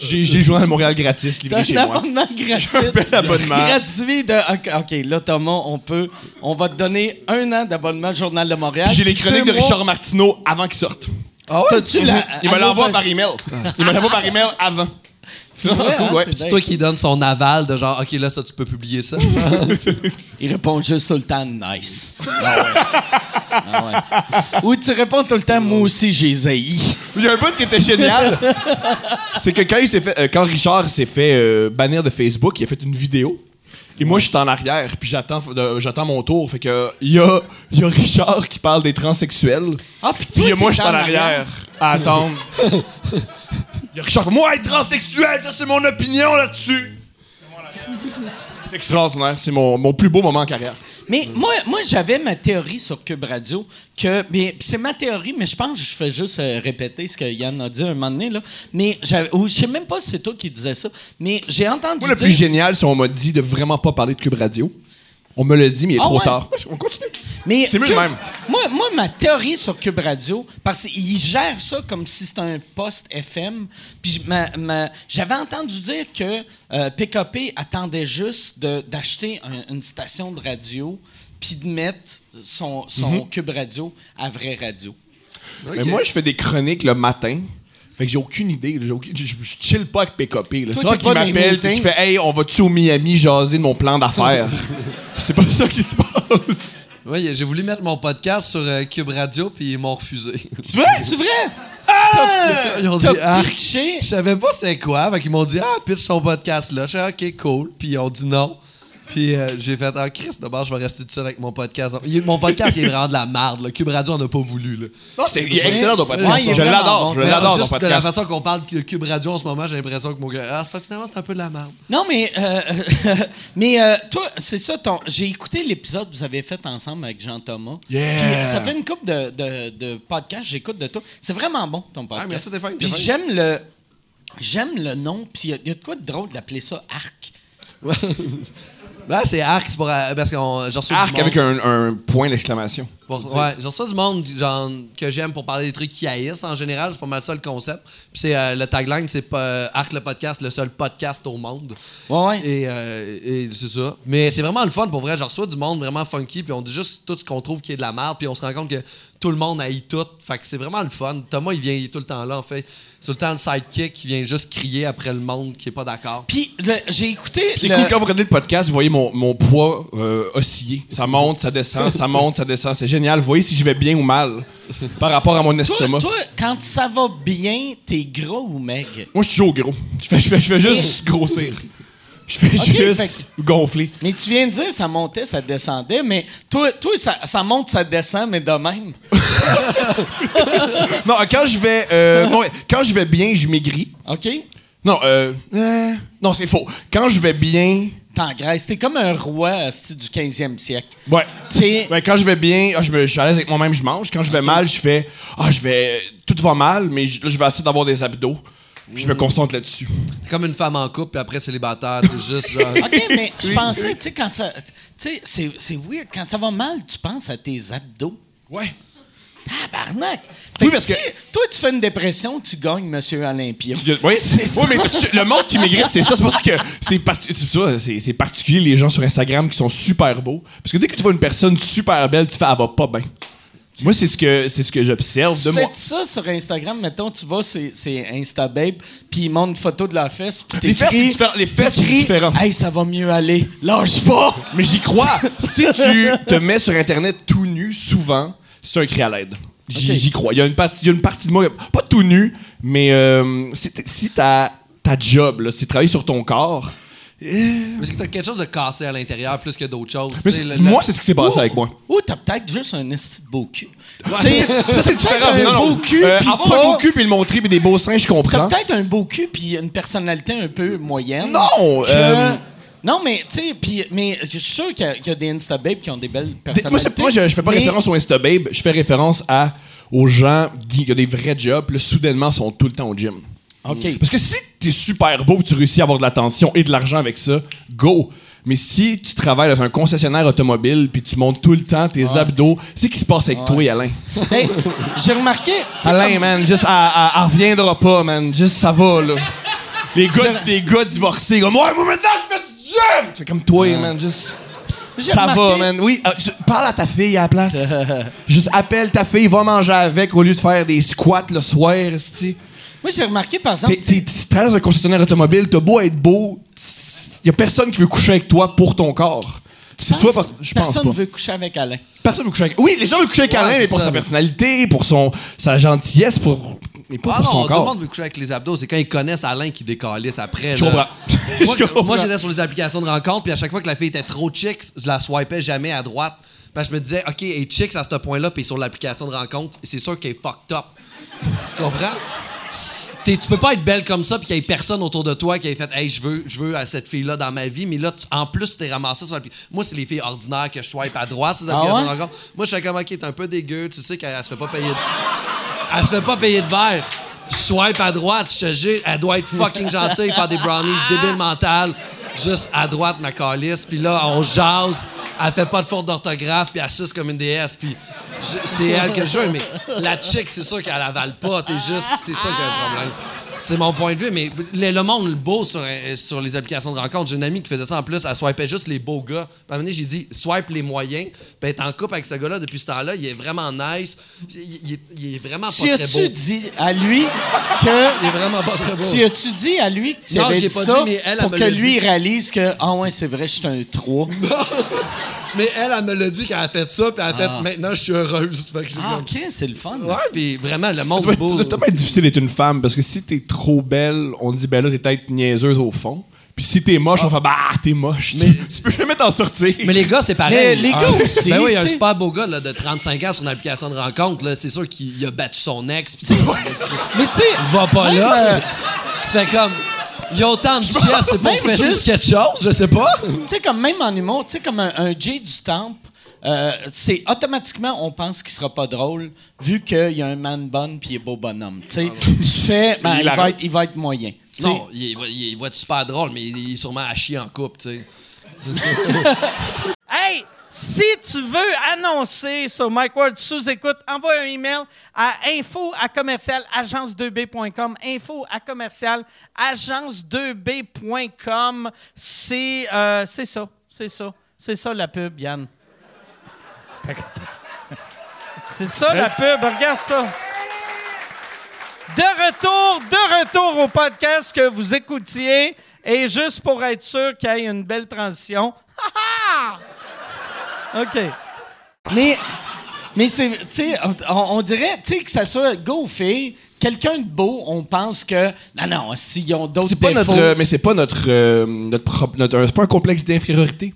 Speaker 4: J'ai j'ai le Journal de Montréal gratis,
Speaker 1: T'as
Speaker 4: livré
Speaker 1: un
Speaker 4: chez moi.
Speaker 1: abonnement gratuit.
Speaker 4: bel abonnement.
Speaker 1: Gratuit de. OK, ok, là, Thomas, on peut. On va te donner un an d'abonnement au Journal de Montréal.
Speaker 4: Puis J'ai les
Speaker 1: puis
Speaker 4: chroniques
Speaker 1: deux
Speaker 4: de
Speaker 1: mois-
Speaker 4: Richard Martineau avant qu'ils sortent.
Speaker 5: Ah
Speaker 1: T'as-tu la. ben,
Speaker 4: Il me l'envoie par email.
Speaker 1: Ah.
Speaker 4: Il me l'envoie par email avant.
Speaker 1: C'est vrai, hein?
Speaker 4: Ouais,
Speaker 1: C'est
Speaker 5: Puis c'est
Speaker 1: dingue.
Speaker 5: toi qui donne son aval de genre, OK, là, ça, tu peux publier ça.
Speaker 1: Il répond juste tout le temps nice. Ah ouais. Ah ouais. Ou tu réponds tout le temps moi aussi j'ai zaï.
Speaker 4: Il y a un bout qui était génial. C'est que quand, il s'est fait, euh, quand Richard s'est fait euh, bannir de Facebook, il a fait une vidéo. Et moi, je suis en arrière, puis j'attends, euh, j'attends mon tour. Fait que il y a, il y a Richard qui parle des transsexuels.
Speaker 1: Ah puis
Speaker 4: Puis
Speaker 1: toi,
Speaker 4: moi,
Speaker 1: t'es
Speaker 4: je suis en arrière à attendre. Il y a Richard, moi, être transsexuel, ça, c'est mon opinion là-dessus. C'est extraordinaire. C'est mon, mon plus beau moment en carrière.
Speaker 1: Mais moi, moi j'avais ma théorie sur Cube Radio, que mais pis c'est ma théorie, mais je pense que je fais juste euh, répéter ce que Yann a dit un moment donné. Là. Mais j'avais- ou je sais même pas si c'est toi qui disais ça, mais j'ai entendu
Speaker 4: Moi, le
Speaker 1: dire...
Speaker 4: plus génial, c'est on m'a dit de vraiment pas parler de Cube Radio. On me l'a dit, mais il est
Speaker 1: Ah
Speaker 4: trop
Speaker 1: ouais?
Speaker 4: tard. On continue.
Speaker 1: Mais
Speaker 4: C'est mieux
Speaker 1: Cube-
Speaker 4: de même.
Speaker 1: Moi, moi, ma théorie sur Cube Radio, parce qu'ils gèrent ça comme si c'était un poste FM. Puis ma- ma- j'avais entendu dire que euh, PKP attendait juste de- d'acheter un- une station de radio puis de mettre son, son
Speaker 4: Mm-hmm.
Speaker 1: Cube Radio à vraie radio.
Speaker 4: Mais moi, je fais des chroniques le matin. Fait que j'ai aucune idée. là. J'ai aucune- Je, je chill pas avec PKP. là.
Speaker 1: Toi,
Speaker 4: C'est rare
Speaker 1: t'es
Speaker 4: qu'il
Speaker 1: pas dans les
Speaker 4: m'appelle et
Speaker 1: meetings.
Speaker 4: qu'il fait Hey, on va-tu au Miami jaser de mon plan d'affaires C'est pas ça qui se passe.
Speaker 5: Oui, j'ai voulu mettre mon podcast sur euh, Cube Radio, puis ils m'ont refusé. <laughs>
Speaker 1: C'est vrai? C'est vrai?
Speaker 5: Ils ont dit,
Speaker 1: T'as
Speaker 5: ah,
Speaker 1: pitché?
Speaker 5: je savais pas c'est quoi. Fait qu'ils m'ont dit, ah, pitch ton podcast là. J'ai dit, OK, cool. Puis ils ont dit non. Puis euh, j'ai fait, ah, Chris, d'abord, je vais rester tout seul avec mon podcast. Il- Mon podcast, il est vraiment de la merde. là. Cube Radio, on n'a pas voulu. Là.
Speaker 4: Non, c'est il est excellent ton podcast.
Speaker 1: Ouais, il est
Speaker 4: je
Speaker 1: vraiment
Speaker 4: l'adore.
Speaker 1: bon.
Speaker 4: je
Speaker 5: Mais
Speaker 4: l'adore ton
Speaker 5: juste de la
Speaker 4: podcast.
Speaker 5: façon qu'on parle de Cube Radio en ce moment, j'ai l'impression que mon gars, ah, fait, finalement, c'est un peu de la merde.
Speaker 1: Non, mais, euh, <laughs> mais euh, toi, c'est ça, ton, j'ai écouté l'épisode que vous avez fait ensemble avec Jean-Thomas.
Speaker 4: Yeah.
Speaker 1: Puis euh, ça fait une couple de, de, de podcasts, que j'écoute de toi. C'est vraiment bon, ton podcast.
Speaker 5: Ah, merci, Stéphane,
Speaker 1: Puis
Speaker 5: Stéphane.
Speaker 1: j'aime le, j'aime le nom, puis il y a- il y, a de quoi de drôle d'appeler ça Arc.
Speaker 5: Ouais. <laughs> Ben, c'est Arc, c'est pour. euh, Parce qu'on. j'ai reçu
Speaker 4: <laughs>
Speaker 5: du
Speaker 4: Arc
Speaker 5: monde.
Speaker 4: avec un, un point d'exclamation.
Speaker 5: Pour- ouais, genre ça du monde genre, que j'aime pour parler des trucs qui haïssent. En général, c'est pas mal ça le concept. Puis c'est euh, le tagline, c'est pas euh, Arc le podcast, le seul podcast au monde.
Speaker 1: Ouais, ouais.
Speaker 5: Et, euh, et c'est ça. Mais c'est vraiment le fun pour vrai. Genre reçois du monde vraiment funky, puis on dit juste tout ce qu'on trouve qui est de la merde, puis on se rend compte que tout le monde haït tout. Fait que c'est vraiment le fun. Thomas, il vient il est tout le temps là, en fait. C'est tout le temps le sidekick qui vient juste crier après le monde qui est pas d'accord.
Speaker 1: Puis le- j'ai écouté.
Speaker 4: C'est
Speaker 1: le-
Speaker 4: cool quand vous regardez le podcast, vous voyez mon, mon poids euh, osciller. Ça monte, ça descend, ça monte, ça descend. C'est génial. Vous voyez si je vais bien ou mal par rapport à mon estomac.
Speaker 1: toi, toi, quand ça va bien, t'es gros ou maigre?
Speaker 4: Moi, je suis toujours gros. Je fais, je fais, je fais juste grossir. Je fais
Speaker 1: Ok,
Speaker 4: juste gonfler.
Speaker 1: Mais tu viens de dire ça montait, ça descendait, mais toi, toi ça, ça monte, ça descend, mais de même.
Speaker 4: Non, quand je vais, euh, non, quand je vais bien, je maigris.
Speaker 1: OK?
Speaker 4: Non, euh, euh, non, c'est faux. Quand je vais bien,
Speaker 1: T'engraisses. T'es comme un roi asti, du 15e siècle.
Speaker 4: ouais.
Speaker 1: T'es-
Speaker 4: Ouais, quand je vais bien, ah, je, me, je suis à l'aise avec moi-même, je mange. Quand je vais mal, je fais, ah, je vais, tout va mal, mais je, là, je vais essayer d'avoir des abdos. Puis je me concentre là-dessus.
Speaker 5: C'est Comme une femme en couple, puis après célibataire, t'es juste genre.
Speaker 1: OK,
Speaker 4: <laughs>
Speaker 1: mais je pensais, tu sais, quand ça. Tu sais, c'est, c'est weird. Quand ça va mal, tu penses à tes abdos.
Speaker 4: Ouais.
Speaker 1: Tabarnak!
Speaker 4: Oui,
Speaker 1: Fait que
Speaker 4: parce
Speaker 1: si
Speaker 4: que-
Speaker 1: toi, tu fais une dépression, tu gagnes Monsieur Olympia.
Speaker 4: Oui, oui
Speaker 1: <laughs> C'est ça.
Speaker 4: mais tu- le monde qui maigrit, c'est ça. C'est pour ça que c'est parti- c'est ça, c'est- c'est particulier les gens sur Instagram qui sont super beaux. Parce que dès que tu vois une personne super belle, tu fais elle va pas bien. Moi, c'est ce que c'est ce que j'observe de
Speaker 1: Tu
Speaker 4: moi.
Speaker 1: fais ça sur Instagram, mettons, tu vas, c'est, c'est InstaBabe, puis ils montrent une photo de la fesse, puis
Speaker 4: Les fesses, c'est
Speaker 1: t'écris...
Speaker 4: diffé- les fesses, c'est
Speaker 1: t'écris,
Speaker 4: différent.
Speaker 1: Hey, ça va mieux aller, lâche pas! <laughs>
Speaker 4: Mais j'y crois. si tu te mets sur internet tout nu souvent, c'est un cri à l'aide. J'y j'y crois. Il y, a une partie, il y a une partie de moi, pas tout nu, mais euh, si t- si ta, ta job, là, c'est de travailler sur ton corps.
Speaker 5: Mais c'est que t'as quelque chose de cassé à l'intérieur plus que d'autres choses.
Speaker 4: Mais
Speaker 5: tu sais,
Speaker 4: c'est-
Speaker 5: le- le-
Speaker 4: moi, c'est ce qui s'est passé
Speaker 1: Ou-
Speaker 4: avec moi.
Speaker 1: Ou t'as peut-être juste un esti de beau cul. Tu sais,
Speaker 4: <laughs> Ça, c'est
Speaker 1: peut-être
Speaker 4: différent.
Speaker 1: Un
Speaker 4: Non, non.
Speaker 1: beau cul,
Speaker 4: Euh,
Speaker 1: puis
Speaker 4: avoir
Speaker 1: pas-
Speaker 4: un beau cul hein? puis le montrer puis des beaux seins, je
Speaker 1: T'as
Speaker 4: comprends.
Speaker 1: peut-être un beau cul puis une personnalité un peu moyenne.
Speaker 4: Non,
Speaker 1: que-
Speaker 4: euh,
Speaker 1: Non, mais tu sais, puis- mais je suis sûr qu'il y a- qu'il y a des Instababes qui ont des belles
Speaker 4: Des-
Speaker 1: personnalités.
Speaker 4: Moi, c'est- moi, je, je fais pas
Speaker 1: mais-
Speaker 4: référence au InstaBabe, je fais référence à aux gens qui ont des vrais jobs, puis là, soudainement, sont tout le temps au gym. <laughs>
Speaker 1: OK.
Speaker 4: Parce que si t'es super beau, tu réussis à avoir de l'attention et de l'argent avec ça, go. Mais si tu travailles dans un concessionnaire automobile puis tu montes tout le temps tes abdos, c'est ce qui se passe avec toi, Alain.
Speaker 1: Hey, j'ai remarqué. tu sais,
Speaker 4: Alain,
Speaker 1: comme-
Speaker 4: Ah, man, juste, elle, elle- elle reviendra pas, man. Juste, ça va, là. Les gars, les gars divorcés, comme, ouais, moi, maintenant, je fais du gym! C'est comme toi, man, juste.
Speaker 1: J'ai
Speaker 4: Ça va,
Speaker 1: remarqué-
Speaker 4: man. Oui, euh, tu- parle à ta fille à la <laughs> place. Juste appelle ta fille, va manger avec au lieu de faire des squats le soir, esti.
Speaker 1: Moi, j'ai remarqué, par exemple.
Speaker 4: T'es- t'es- Tu travailles dans un concessionnaire automobile, t'as beau être beau, y a personne qui veut coucher avec toi pour ton corps. C'est toi, par- je pense
Speaker 1: personne
Speaker 4: pas.
Speaker 1: veut coucher avec Alain.
Speaker 4: Personne veut coucher avec. Oui, les gens veulent coucher avec
Speaker 5: Ouais,
Speaker 4: Alain,
Speaker 5: c'est
Speaker 4: mais pour
Speaker 5: ça,
Speaker 4: sa
Speaker 5: mais-
Speaker 4: personnalité, pour son sa gentillesse, pour mais pas
Speaker 5: Ah
Speaker 4: pour
Speaker 5: non,
Speaker 4: son
Speaker 5: tout le
Speaker 4: corps.
Speaker 5: monde veut coucher avec les abdos. C'est quand ils connaissent Alain qui décalisse après.
Speaker 4: Je
Speaker 5: là.
Speaker 4: comprends.
Speaker 5: <laughs> Moi,
Speaker 4: Je comprends.
Speaker 5: moi, j'étais sur les applications de rencontre, puis à chaque fois que la fille était trop chic, je la swipais jamais à droite. Parce que je me disais, OK, elle est chic à ce point-là, puis sur l'application de rencontre, c'est sûr qu'elle est fucked up. Tu comprends? T'es- tu peux pas être belle comme ça, puis qu'il y ait personne autour de toi qui ait fait, hey, je veux, je veux à cette fille-là dans ma vie, mais là, tu- en plus, tu t'es ramassé sur l'application. Moi, c'est les filles ordinaires que je swipe à droite,
Speaker 4: Ah
Speaker 5: ces applications de
Speaker 1: ouais?
Speaker 5: rencontre. Moi, je suis comme, OK, t'es un peu dégueu, tu sais qu'elle se fait pas payer. de- Elle se fait pas payer de verre. Je swipe à droite, je te jure, elle doit être fucking gentille, faire des brownies, débile mental. Juste à droite, ma calice, puis là, on jase, elle fait pas de faute d'orthographe, puis elle suce comme une déesse, puis je- c'est elle que je veux, mais la chick, c'est sûr qu'elle avale pas, t'es juste, c'est ça qui a un problème. C'est mon point de vue, mais le, le monde le beau sur, euh, sur les applications de rencontre, j'ai une amie qui faisait ça en plus, elle swipait juste les beaux gars. Puis à un moment donné, j'ai dit, swipe les moyens, puis être en couple avec ce gars-là depuis ce temps-là, il est vraiment nice, il, il est- il est vraiment
Speaker 1: Tu
Speaker 5: Ah, pas très
Speaker 1: as-tu
Speaker 5: beau.
Speaker 1: dit à lui que.
Speaker 5: Il est vraiment pas très beau.
Speaker 1: Tu as-tu dit à lui que tu
Speaker 5: Non,
Speaker 1: avais
Speaker 5: j'ai
Speaker 1: dit
Speaker 5: pas
Speaker 1: ça
Speaker 5: dit, mais elle, elle
Speaker 1: pour
Speaker 5: me
Speaker 1: que
Speaker 5: l'a
Speaker 1: lui
Speaker 5: dit.
Speaker 1: réalise que, ah ouais, c'est vrai, je suis un
Speaker 5: <laughs>
Speaker 1: 3.
Speaker 5: Mais elle, elle me l'a dit qu'elle a fait ça, puis elle a fait maintenant je suis heureuse. Fait que j'ai
Speaker 1: Ah,
Speaker 5: comme-
Speaker 1: ok, c'est le fun.
Speaker 5: Ouais, puis vraiment, le
Speaker 4: Ça
Speaker 5: monde
Speaker 4: doit être-
Speaker 5: beau.
Speaker 4: ça doit être difficile d'être une femme parce que si t'es trop belle, on dit ben là t'es peut-être niaiseuse au fond. Puis si t'es moche, on fait bah t'es moche. Tu- <laughs> Tu, peux jamais t'en sortir.
Speaker 5: Mais les gars, c'est pareil.
Speaker 1: Ah. Mais les gars aussi,
Speaker 5: Ben oui, il y a un
Speaker 1: tu sais.
Speaker 5: super beau gars là, de 35 ans sur une application de rencontre. là, C'est sûr qu'il il a battu son ex. Pis tu sais,
Speaker 1: Mais tu sais.
Speaker 5: va pas
Speaker 1: même,
Speaker 5: là.
Speaker 1: euh,
Speaker 5: Tu fais comme. Il y a autant de chiens, c'est pour
Speaker 1: même
Speaker 5: faire
Speaker 1: juste-
Speaker 5: juste quelque chose, je sais pas.
Speaker 1: tu sais, comme même en humour, tu sais, comme un, un Jay du Temple, euh, c'est automatiquement, on pense qu'il sera pas drôle, vu qu'il y a un man bun puis il est beau bonhomme. Tu
Speaker 5: Ah
Speaker 1: sais, tu fais, ben,
Speaker 4: Il
Speaker 1: il, va
Speaker 4: l'arrête.
Speaker 1: être, il va être moyen. Tu sais,
Speaker 5: Non, il, est- il va être super drôle, mais il est sûrement à chier en couple, tu sais.
Speaker 6: Hey, si tu veux annoncer sur Mike Ward sous écoute, envoie un email à info à commercial agence2b.com. Info à commercial agence2b.com. C'est euh, c'est ça, c'est ça, c'est ça la pub, Yann. C'était comme ça. C'est ça la pub, regarde ça. De retour, de retour au podcast que vous écoutiez. Et juste pour être sûr qu'il y ait une belle transition. OK.
Speaker 1: Mais, mais c'est, tu sais, on, on dirait, tu sais, que ça soit go fille, quelqu'un de beau, on pense que, non, non, s'ils ont d'autres
Speaker 4: C'est pas
Speaker 1: défauts,
Speaker 4: notre, euh, mais c'est pas notre, euh, notre, prop- notre- euh, c'est pas un complexe d'infériorité.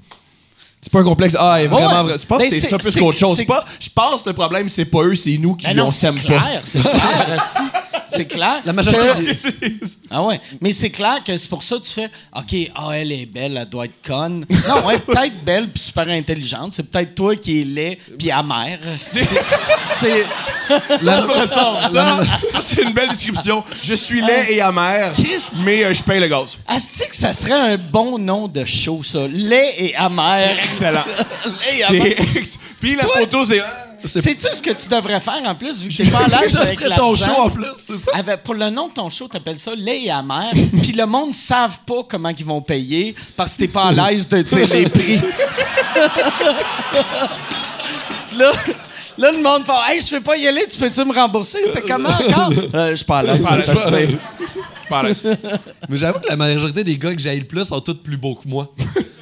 Speaker 4: C'est pas un complexe. Ah, elle est vraiment.
Speaker 1: Ouais.
Speaker 4: vraie. Je pense
Speaker 1: Ben,
Speaker 4: que c'est
Speaker 1: c'est-
Speaker 4: ça plus
Speaker 1: c'est-
Speaker 4: qu'autre chose.
Speaker 1: c'est-
Speaker 4: C'est pas- Je pense que le problème c'est pas eux, c'est nous qui
Speaker 1: Ben non,
Speaker 4: on
Speaker 1: c'est
Speaker 4: s'aime pas.
Speaker 1: clair, c'est clair, <laughs> esti. c'est clair.
Speaker 4: <laughs>
Speaker 5: La majorité
Speaker 1: que- Ah ouais, mais c'est clair que c'est pour ça que tu fais OK, ah elle est belle, elle doit être conne. Non, elle est peut-être belle puis super intelligente, c'est peut-être toi qui es laid puis amère. C'est c'est-
Speaker 4: Ça me ressemble. Ça, ça, c'est une belle description. Je suis
Speaker 1: Euh,
Speaker 4: laid et amer,
Speaker 1: Christ.
Speaker 4: mais euh, je paye le gaz.
Speaker 1: Asti que ça serait un bon nom de show ça, laid et amère.
Speaker 4: Excellent.
Speaker 1: laid et
Speaker 4: C'est-
Speaker 1: amère.
Speaker 4: Puis la
Speaker 1: Toi-
Speaker 4: photo c'est.
Speaker 1: C'est tout ce que tu devrais faire en plus vu que t'es pas à
Speaker 4: <laughs>
Speaker 1: l'aise avec
Speaker 5: Après ton
Speaker 1: l'accent.
Speaker 5: show en plus, c'est ça?
Speaker 1: Avec- pour le nom de ton show, t'appelles ça lait et <laughs> amer. Puis le monde ne savent pas comment ils vont payer parce que t'es pas à l'aise de dire les prix. <laughs> là, là, le monde fait Hey, je peux pas y aller, tu peux-tu me rembourser? C'était comment encore? Euh, je suis pas à l'aise.
Speaker 4: Je parle-
Speaker 1: de te le
Speaker 4: je
Speaker 1: dire.
Speaker 4: parle- je parle-
Speaker 5: Mais j'avoue que la majorité des gars que j'aille le plus sont tous plus beaux que moi.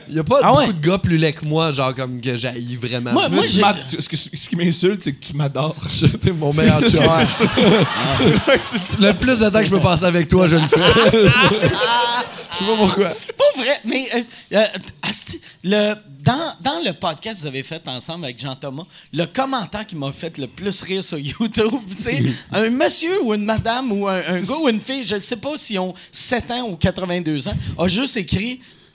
Speaker 5: Il y a pas
Speaker 1: Ah
Speaker 5: beaucoup
Speaker 1: ouais?
Speaker 5: de gars plus laid que moi, genre comme que j'haïs vraiment.
Speaker 1: Moi-
Speaker 4: Moi,
Speaker 1: j'ai-
Speaker 4: ce, que- ce qui m'insulte, c'est que tu m'adores.
Speaker 5: T'es mon meilleur chum. le plus de temps que je peux passer avec toi, je le fais. Je sais pas pourquoi.
Speaker 1: Pas vrai, mais euh, euh, asti, le, dans, dans le podcast que vous avez fait ensemble avec Jean-Thomas, le commentaire qui m'a fait le plus rire sur <laughs> YouTube,
Speaker 4: <laughs>
Speaker 1: c'est un monsieur ou une madame ou un, un gars ou une fille, je ne sais pas si on 7 ans ou 82 ans, a juste écrit.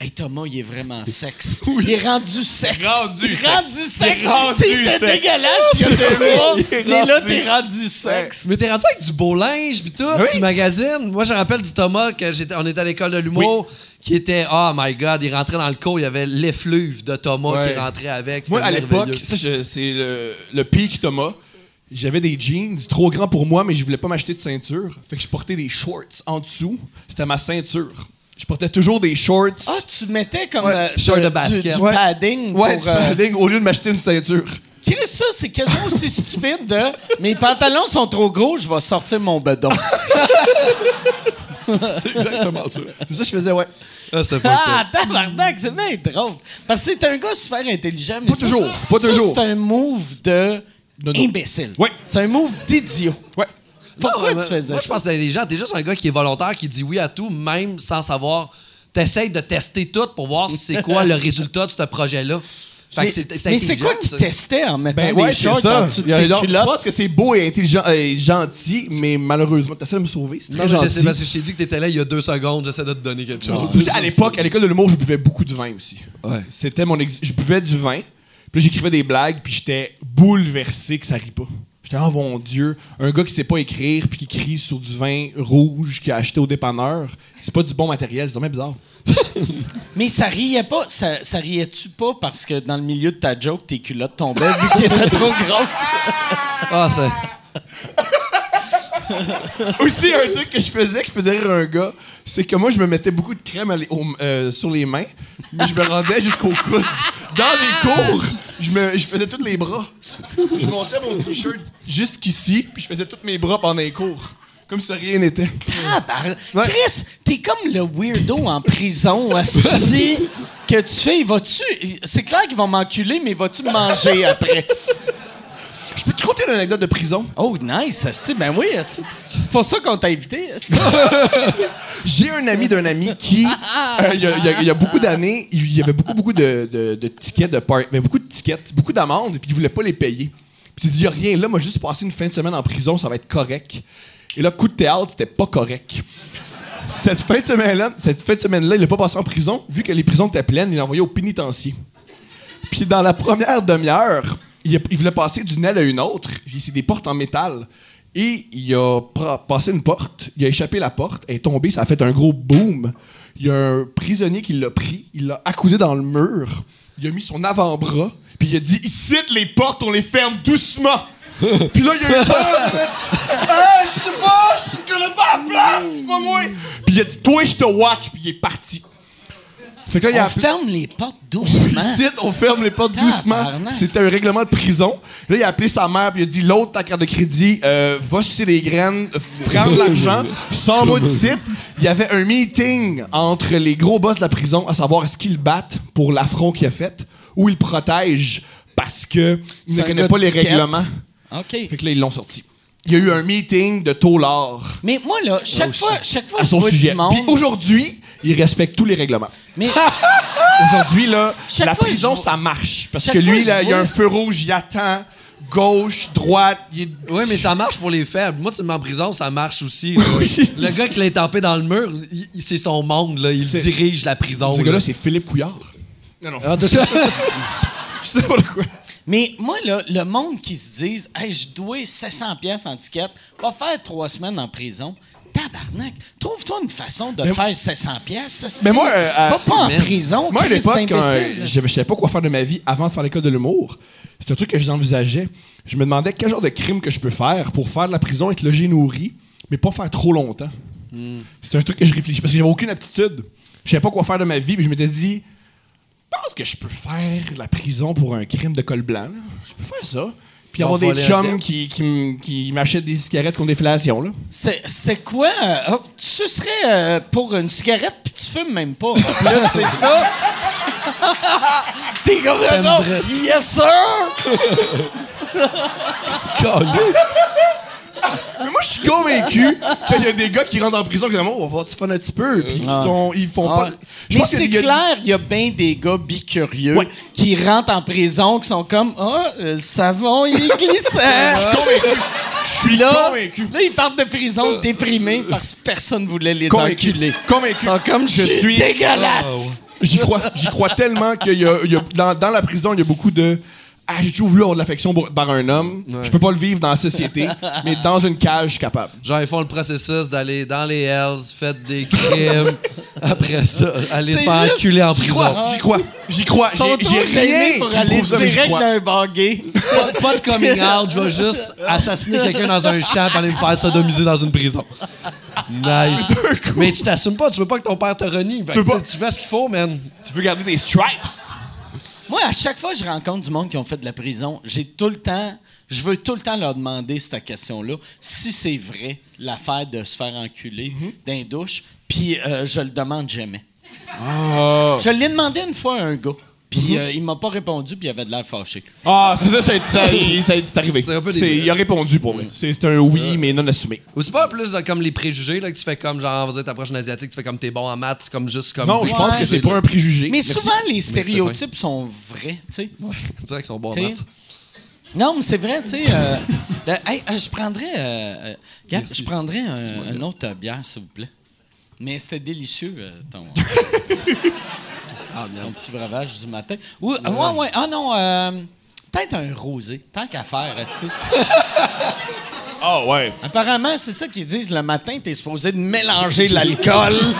Speaker 1: Hey Thomas, il est vraiment
Speaker 4: <laughs>
Speaker 1: sexe. Il est rendu sexe.
Speaker 4: Rendu sexe.
Speaker 1: rendu sexe.
Speaker 4: Il est rendu
Speaker 1: T'étais
Speaker 4: sexe.
Speaker 1: dégueulasse il y a deux mois,
Speaker 4: <laughs> Il est
Speaker 1: mais là,
Speaker 4: rendu-
Speaker 1: t'es rendu sexe.
Speaker 5: Mais t'es rendu avec du beau linge pis tout, tu magasines. Moi, je me rappelle du Thomas que j'étais, on était à l'école de l'humour, qui était oh my god, il rentrait dans le cours, il y avait l'effluve de Thomas
Speaker 4: Ouais.
Speaker 5: qui rentrait avec.
Speaker 4: Moi,
Speaker 5: C'était
Speaker 4: à l'époque,
Speaker 5: merveilleux.
Speaker 4: ça, je- c'est le, le pic Thomas. J'avais des jeans trop grands pour moi, mais je voulais pas m'acheter de ceinture. Fait que je portais des shorts en dessous. C'était ma ceinture. Je portais toujours des shorts.
Speaker 1: Ah, tu mettais comme
Speaker 5: Ouais,
Speaker 1: euh,
Speaker 5: short de
Speaker 1: du-
Speaker 5: basket.
Speaker 1: du,
Speaker 5: Ouais.
Speaker 1: padding
Speaker 4: ouais,
Speaker 1: pour,
Speaker 4: du
Speaker 1: euh,
Speaker 4: padding, <laughs> au lieu de m'acheter une ceinture.
Speaker 1: Chris, ça, c'est quasiment aussi stupide de mes pantalons sont trop gros, je vais sortir mon
Speaker 5: <laughs>
Speaker 1: bedon.
Speaker 5: Ah,
Speaker 4: C'est exactement ça.
Speaker 5: C'est ça que je faisais, ouais. Ah, c'était fucked up.
Speaker 1: ah, tabarnak, c'est bien drôle. Parce que c'est un gars super intelligent, mais
Speaker 4: Pas
Speaker 1: ça,
Speaker 4: toujours,
Speaker 1: ça-
Speaker 4: pas
Speaker 1: ça,
Speaker 4: toujours.
Speaker 1: c'est un move de
Speaker 4: De-
Speaker 1: imbécile.
Speaker 4: Ouais.
Speaker 1: C'est un move d'idiot.
Speaker 4: Ouais.
Speaker 1: Pourquoi
Speaker 5: Non,
Speaker 1: tu
Speaker 5: mais
Speaker 1: faisais
Speaker 5: Moi, je
Speaker 1: ça?
Speaker 5: pense que les gens, t'es juste un gars qui est volontaire, qui dit oui à tout, même sans savoir. T'essayes de tester tout pour voir c'est quoi le résultat de ce projet-là. Fait
Speaker 1: Mais,
Speaker 5: que c'est-
Speaker 1: mais c'est quoi
Speaker 5: intelligent,
Speaker 1: qui
Speaker 5: ça.
Speaker 1: testait en mettant
Speaker 4: Ben
Speaker 1: des
Speaker 4: ouais, c'est
Speaker 1: shorts en
Speaker 4: ça.
Speaker 1: dessous de
Speaker 4: Il y a
Speaker 1: ses
Speaker 4: un autre- Je
Speaker 1: culottes?
Speaker 4: pense que c'est beau et intelligent euh, et gentil, mais malheureusement, t'essaies de me sauver. C'est
Speaker 5: Non,
Speaker 4: très
Speaker 5: mais je sais,
Speaker 4: gentil.
Speaker 5: parce que je t'ai dit que t'étais là il y a deux secondes, j'essaie de te donner quelque chose.
Speaker 4: Tu sais, à l'époque, à l'école de l'humour, je buvais beaucoup du vin aussi.
Speaker 5: Ouais.
Speaker 4: C'était mon ex- Je buvais du vin, puis là, j'écrivais des blagues, puis j'étais bouleversé que ça rit pas. J'étais, oh mon Dieu, un gars qui sait pas écrire, puis qui crie sur du vin rouge qu'il a acheté au dépanneur, c'est pas du bon matériel, c'est dommage bizarre.
Speaker 1: Mais ça riait pas, ça, ça riait-tu pas parce que dans le milieu de ta joke, tes culottes tombaient vu qu'elles étaient trop grosses?
Speaker 5: Ah, c'est.
Speaker 4: Aussi, un truc que je faisais qui faisait rire un gars, c'est que moi, je me mettais beaucoup de crème à les- au- euh, sur les mains, mais je me rendais jusqu'au coude. Dans les cours, je, me, je faisais tous les bras. Je montais mon t-shirt jusqu'ici, puis je faisais tous mes bras pendant les cours. Comme si rien n'était.
Speaker 1: Tabarnak. Chris, t'es comme le weirdo en prison, asti,
Speaker 4: <laughs>
Speaker 1: que tu fais, il va-tu... C'est clair qu'ils vont m'enculer, mais vas-tu me manger après?
Speaker 4: Je peux te raconter une anecdote de prison?
Speaker 1: Oh, nice, asti, ben oui, asti. C'est pour ça qu'on t'a invité, asti.
Speaker 4: J'ai un ami d'un ami qui, euh, il y, a- il y a- il y a beaucoup d'années, il y avait beaucoup, beaucoup de, de- de tickets de par- mais beaucoup de tickets, beaucoup d'amendes, puis il voulait pas les payer. Puis il s'est dit, y a rien là, moi, juste passer une fin de semaine en prison, ça va être correct. Et là, coup de théâtre, c'était pas correct. Cette fin de semaine-là, cette fin de semaine-là, il l'a pas passé en prison. Vu que les prisons étaient pleines, il l'a envoyé au pénitencier. Puis dans la première demi-heure, il, a- il voulait passer d'une aile à une autre. Puis C'est des portes en métal. Et il a pra- passé une porte, il a échappé la porte, elle est tombée, ça a fait un gros boom. Il y a un prisonnier qui l'a pris, il l'a accoudé dans le mur, il a mis son avant-bras, puis il a dit Ici, les portes, on les ferme doucement Puis là, il a eu peur, il a dit, Ah, je sais pas, je connais pas la place, c'est pas moi Puis il a dit Toi, je te watch, puis il est parti. Fait que là, il a
Speaker 1: On ferme les portes
Speaker 4: <laughs>
Speaker 1: doucement.
Speaker 4: Suicide, on ferme les portes doucement.
Speaker 1: Tabarnak.
Speaker 4: C'était un règlement de prison. Là, il a appelé sa mère, puis il a dit L'autre, ta carte de crédit, euh, va sucer des graines, euh, prends de l'argent, sans moi de site. Il y avait un meeting entre les gros boss de la prison, à savoir est-ce qu'ils le battent pour l'affront qu'il a fait ou ils le protègent parce qu'ils
Speaker 1: C'est
Speaker 4: ne
Speaker 1: un gars
Speaker 4: connaissent pas
Speaker 1: de
Speaker 4: les
Speaker 1: ticket.
Speaker 4: règlements.
Speaker 1: OK.
Speaker 4: Fait que là, ils l'ont sorti. Il y a eu un meeting de taux l'or
Speaker 1: Mais moi, là, chaque fois, chaque fois,
Speaker 4: Oh, à
Speaker 1: je
Speaker 4: son
Speaker 1: vois
Speaker 4: sujet.
Speaker 1: du monde...
Speaker 4: Puis aujourd'hui, il respecte tous les règlements. <laughs>
Speaker 1: Mais
Speaker 4: Aujourd'hui, là,
Speaker 1: Chaque
Speaker 4: la
Speaker 1: fois,
Speaker 4: prison,
Speaker 1: je vois-
Speaker 4: ça marche. Parce
Speaker 1: Chaque
Speaker 4: que
Speaker 1: fois,
Speaker 4: lui,
Speaker 1: je
Speaker 4: là, il y a
Speaker 1: vois-
Speaker 4: un feu rouge, il attend. Gauche, droite, il est...
Speaker 5: Oui, mais ça marche pour les faibles. Moi, tu me mets en prison, ça marche aussi. là. <laughs> Le gars qui l'a tapé dans le mur, il- il- c'est son monde, là. Il
Speaker 4: C'est-
Speaker 5: dirige la prison.
Speaker 4: Ce gars-là,
Speaker 5: Ah là.
Speaker 4: c'est Philippe Couillard. Non, non.
Speaker 5: Ah, t'as ça?
Speaker 4: <laughs> Je sais pas de quoi.
Speaker 1: Mais moi, là, le monde qui se disent « Hey, je dois 700 pièces en ticket, va faire trois semaines en prison. » Tabarnak, trouve-toi une façon de faire 700 pièces.
Speaker 4: Mais moi, euh, à-
Speaker 1: pas, pas en
Speaker 5: man.
Speaker 1: prison.
Speaker 4: Moi, à
Speaker 1: Christ,
Speaker 4: l'époque, quand euh,
Speaker 1: imbécile.
Speaker 4: je je savais pas quoi faire de ma vie avant de faire l'école de l'humour, c'est un truc que j'envisageais. Je me demandais quel genre de crime que je peux faire pour faire de la prison, être logé, nourri, mais pas faire trop longtemps.
Speaker 1: Hmm.
Speaker 4: C'est un truc que je réfléchis parce que j'avais aucune aptitude. Je savais pas quoi faire de ma vie, puis je m'étais dit, je pense que je peux faire de la prison pour un crime de col blanc. là. Je peux faire ça. Puis
Speaker 5: Bon,
Speaker 4: avoir des
Speaker 5: voler un
Speaker 4: chums
Speaker 5: bec.
Speaker 4: qui, qui m- qui m'achètent des cigarettes contre déflation. Là.
Speaker 1: C'est- C'était quoi? euh,
Speaker 4: <laughs>
Speaker 1: oh, tu serais pour une cigarette puis tu fumes même pas. Là, c'est ça. <laughs> T'es comme le
Speaker 5: T'aimerais.
Speaker 1: nom. Yes, sir!
Speaker 4: <laughs> Mais moi, je suis convaincu qu'il y a des gars qui rentrent en prison qui disent Oh, on va te fun un petit peu. Puis ils, sont, ils font pas. Ah, Je
Speaker 1: Mais
Speaker 4: pense
Speaker 1: Ah. c'est
Speaker 4: qu'il y a-
Speaker 1: clair, il y a bien des gars bicurieux qui rentrent en prison, qui sont comme Ah, euh, le savon, il est glissant!
Speaker 4: <laughs> Je suis convaincu. Je suis
Speaker 1: là,
Speaker 4: convaincu. Euh,
Speaker 1: là, ils partent de prison déprimés parce que personne voulait les enculer.
Speaker 4: Convaincu. Convaincu.
Speaker 1: Ils sont comme je
Speaker 4: J'y
Speaker 1: suis
Speaker 4: suis- Ah,
Speaker 1: dégueulasse!
Speaker 4: J'y crois, j'y crois tellement qu'il y a, il y a- dans, dans la prison, il y a beaucoup de. Ah, j'ai toujours voulu avoir de l'affection pour- par un homme. Je peux pas le vivre dans la société, mais dans une cage, je suis capable.
Speaker 5: Genre, ils font le processus d'aller dans les hells, faites des
Speaker 4: <laughs>
Speaker 5: crimes. Après ça, aller se
Speaker 1: C'est
Speaker 5: faire
Speaker 1: juste-
Speaker 5: enculer en
Speaker 4: J'y
Speaker 5: prison.
Speaker 4: crois, j'y crois, j'y crois.
Speaker 1: Ils sont
Speaker 4: J'ai-
Speaker 1: trop
Speaker 4: J'ai
Speaker 1: gênés
Speaker 4: rien
Speaker 1: pour
Speaker 4: qui
Speaker 1: aller
Speaker 4: prouve ça, mais j'y
Speaker 1: direct
Speaker 4: crois.
Speaker 1: d'un bar gay.
Speaker 5: Pas, pas de coming
Speaker 1: <laughs>
Speaker 5: out, je vais juste assassiner quelqu'un dans un champ pour aller me faire sodomiser dans une prison.
Speaker 4: <laughs>
Speaker 5: Nice. Mais tu t'assumes pas, tu veux pas que ton père te renie. Fait que,
Speaker 4: veux pas.
Speaker 5: tu sais, tu fais ce qu'il faut, man.
Speaker 4: Tu veux garder des stripes?
Speaker 1: Moi, à chaque fois que je rencontre du monde qui ont fait de la prison, j'ai tout le temps, je veux tout le temps leur demander cette question-là, si c'est vrai l'affaire de se faire enculer
Speaker 4: Mhm.
Speaker 1: d'un douche, puis euh, je le demande jamais.
Speaker 4: Ah.
Speaker 1: Je l'ai demandé une fois à un gars,
Speaker 4: Mhm.
Speaker 1: puis euh, il m'a pas répondu, puis il avait de l'air fâché.
Speaker 4: Ah, c'est ça, c'est- ça- ça- c'est arrivé.
Speaker 5: C'est un peu des-
Speaker 4: C'est- Il a répondu pour vrai. C'est c'est un oui, mais non assumé.
Speaker 5: Ou c'est pas plus euh, comme les préjugés là, que tu fais comme genre, vous êtes approche un asiatique, tu fais comme t'es bon en maths, c'est comme juste comme.
Speaker 4: Non, Ah, je pense que c'est pas un préjugé.
Speaker 1: Mais
Speaker 4: Merci.
Speaker 1: souvent, les stéréotypes sont vrais, tu sais.
Speaker 5: Tu dirais qu'ils sont bons en
Speaker 1: T'sais.
Speaker 5: maths.
Speaker 1: Non, mais c'est vrai, tu sais. euh, de- hey, euh, je prendrais, euh, euh, Gab, je prendrais un- une autre euh, bière, s'il vous plaît. Mais c'était délicieux, euh,
Speaker 4: <laughs>
Speaker 1: ton, ton petit breuvage du matin. Ou, ah, ouais, ouais. Ah non, euh, peut-être un rosé, tant qu'à faire, assez.
Speaker 4: Ah, ouais.
Speaker 1: Apparemment, c'est ça qu'ils disent le matin, t'es supposé de mélanger
Speaker 4: Ah,
Speaker 1: l'alcool.
Speaker 5: <laughs>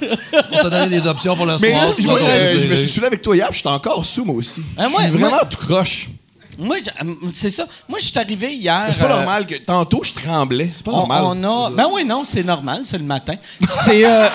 Speaker 5: Pour te donner des options pour le
Speaker 4: Mais
Speaker 5: soir.
Speaker 4: je,
Speaker 5: tu
Speaker 4: moi,
Speaker 5: vas
Speaker 4: euh,
Speaker 5: réaliser.
Speaker 4: je me suis soulé avec toi hier, puis j'étais encore sous, moi aussi.
Speaker 1: Ah,
Speaker 4: je
Speaker 1: ouais,
Speaker 4: suis vraiment
Speaker 1: moi-
Speaker 4: tout croche.
Speaker 1: Moi, je- euh, c'est ça. Moi, je suis arrivé hier.
Speaker 4: C'est pas
Speaker 1: euh,
Speaker 4: normal que. Tantôt, je tremblais. C'est pas
Speaker 1: On,
Speaker 4: normal.
Speaker 1: on a. Ben oui, non, c'est normal, c'est le matin. C'est. euh,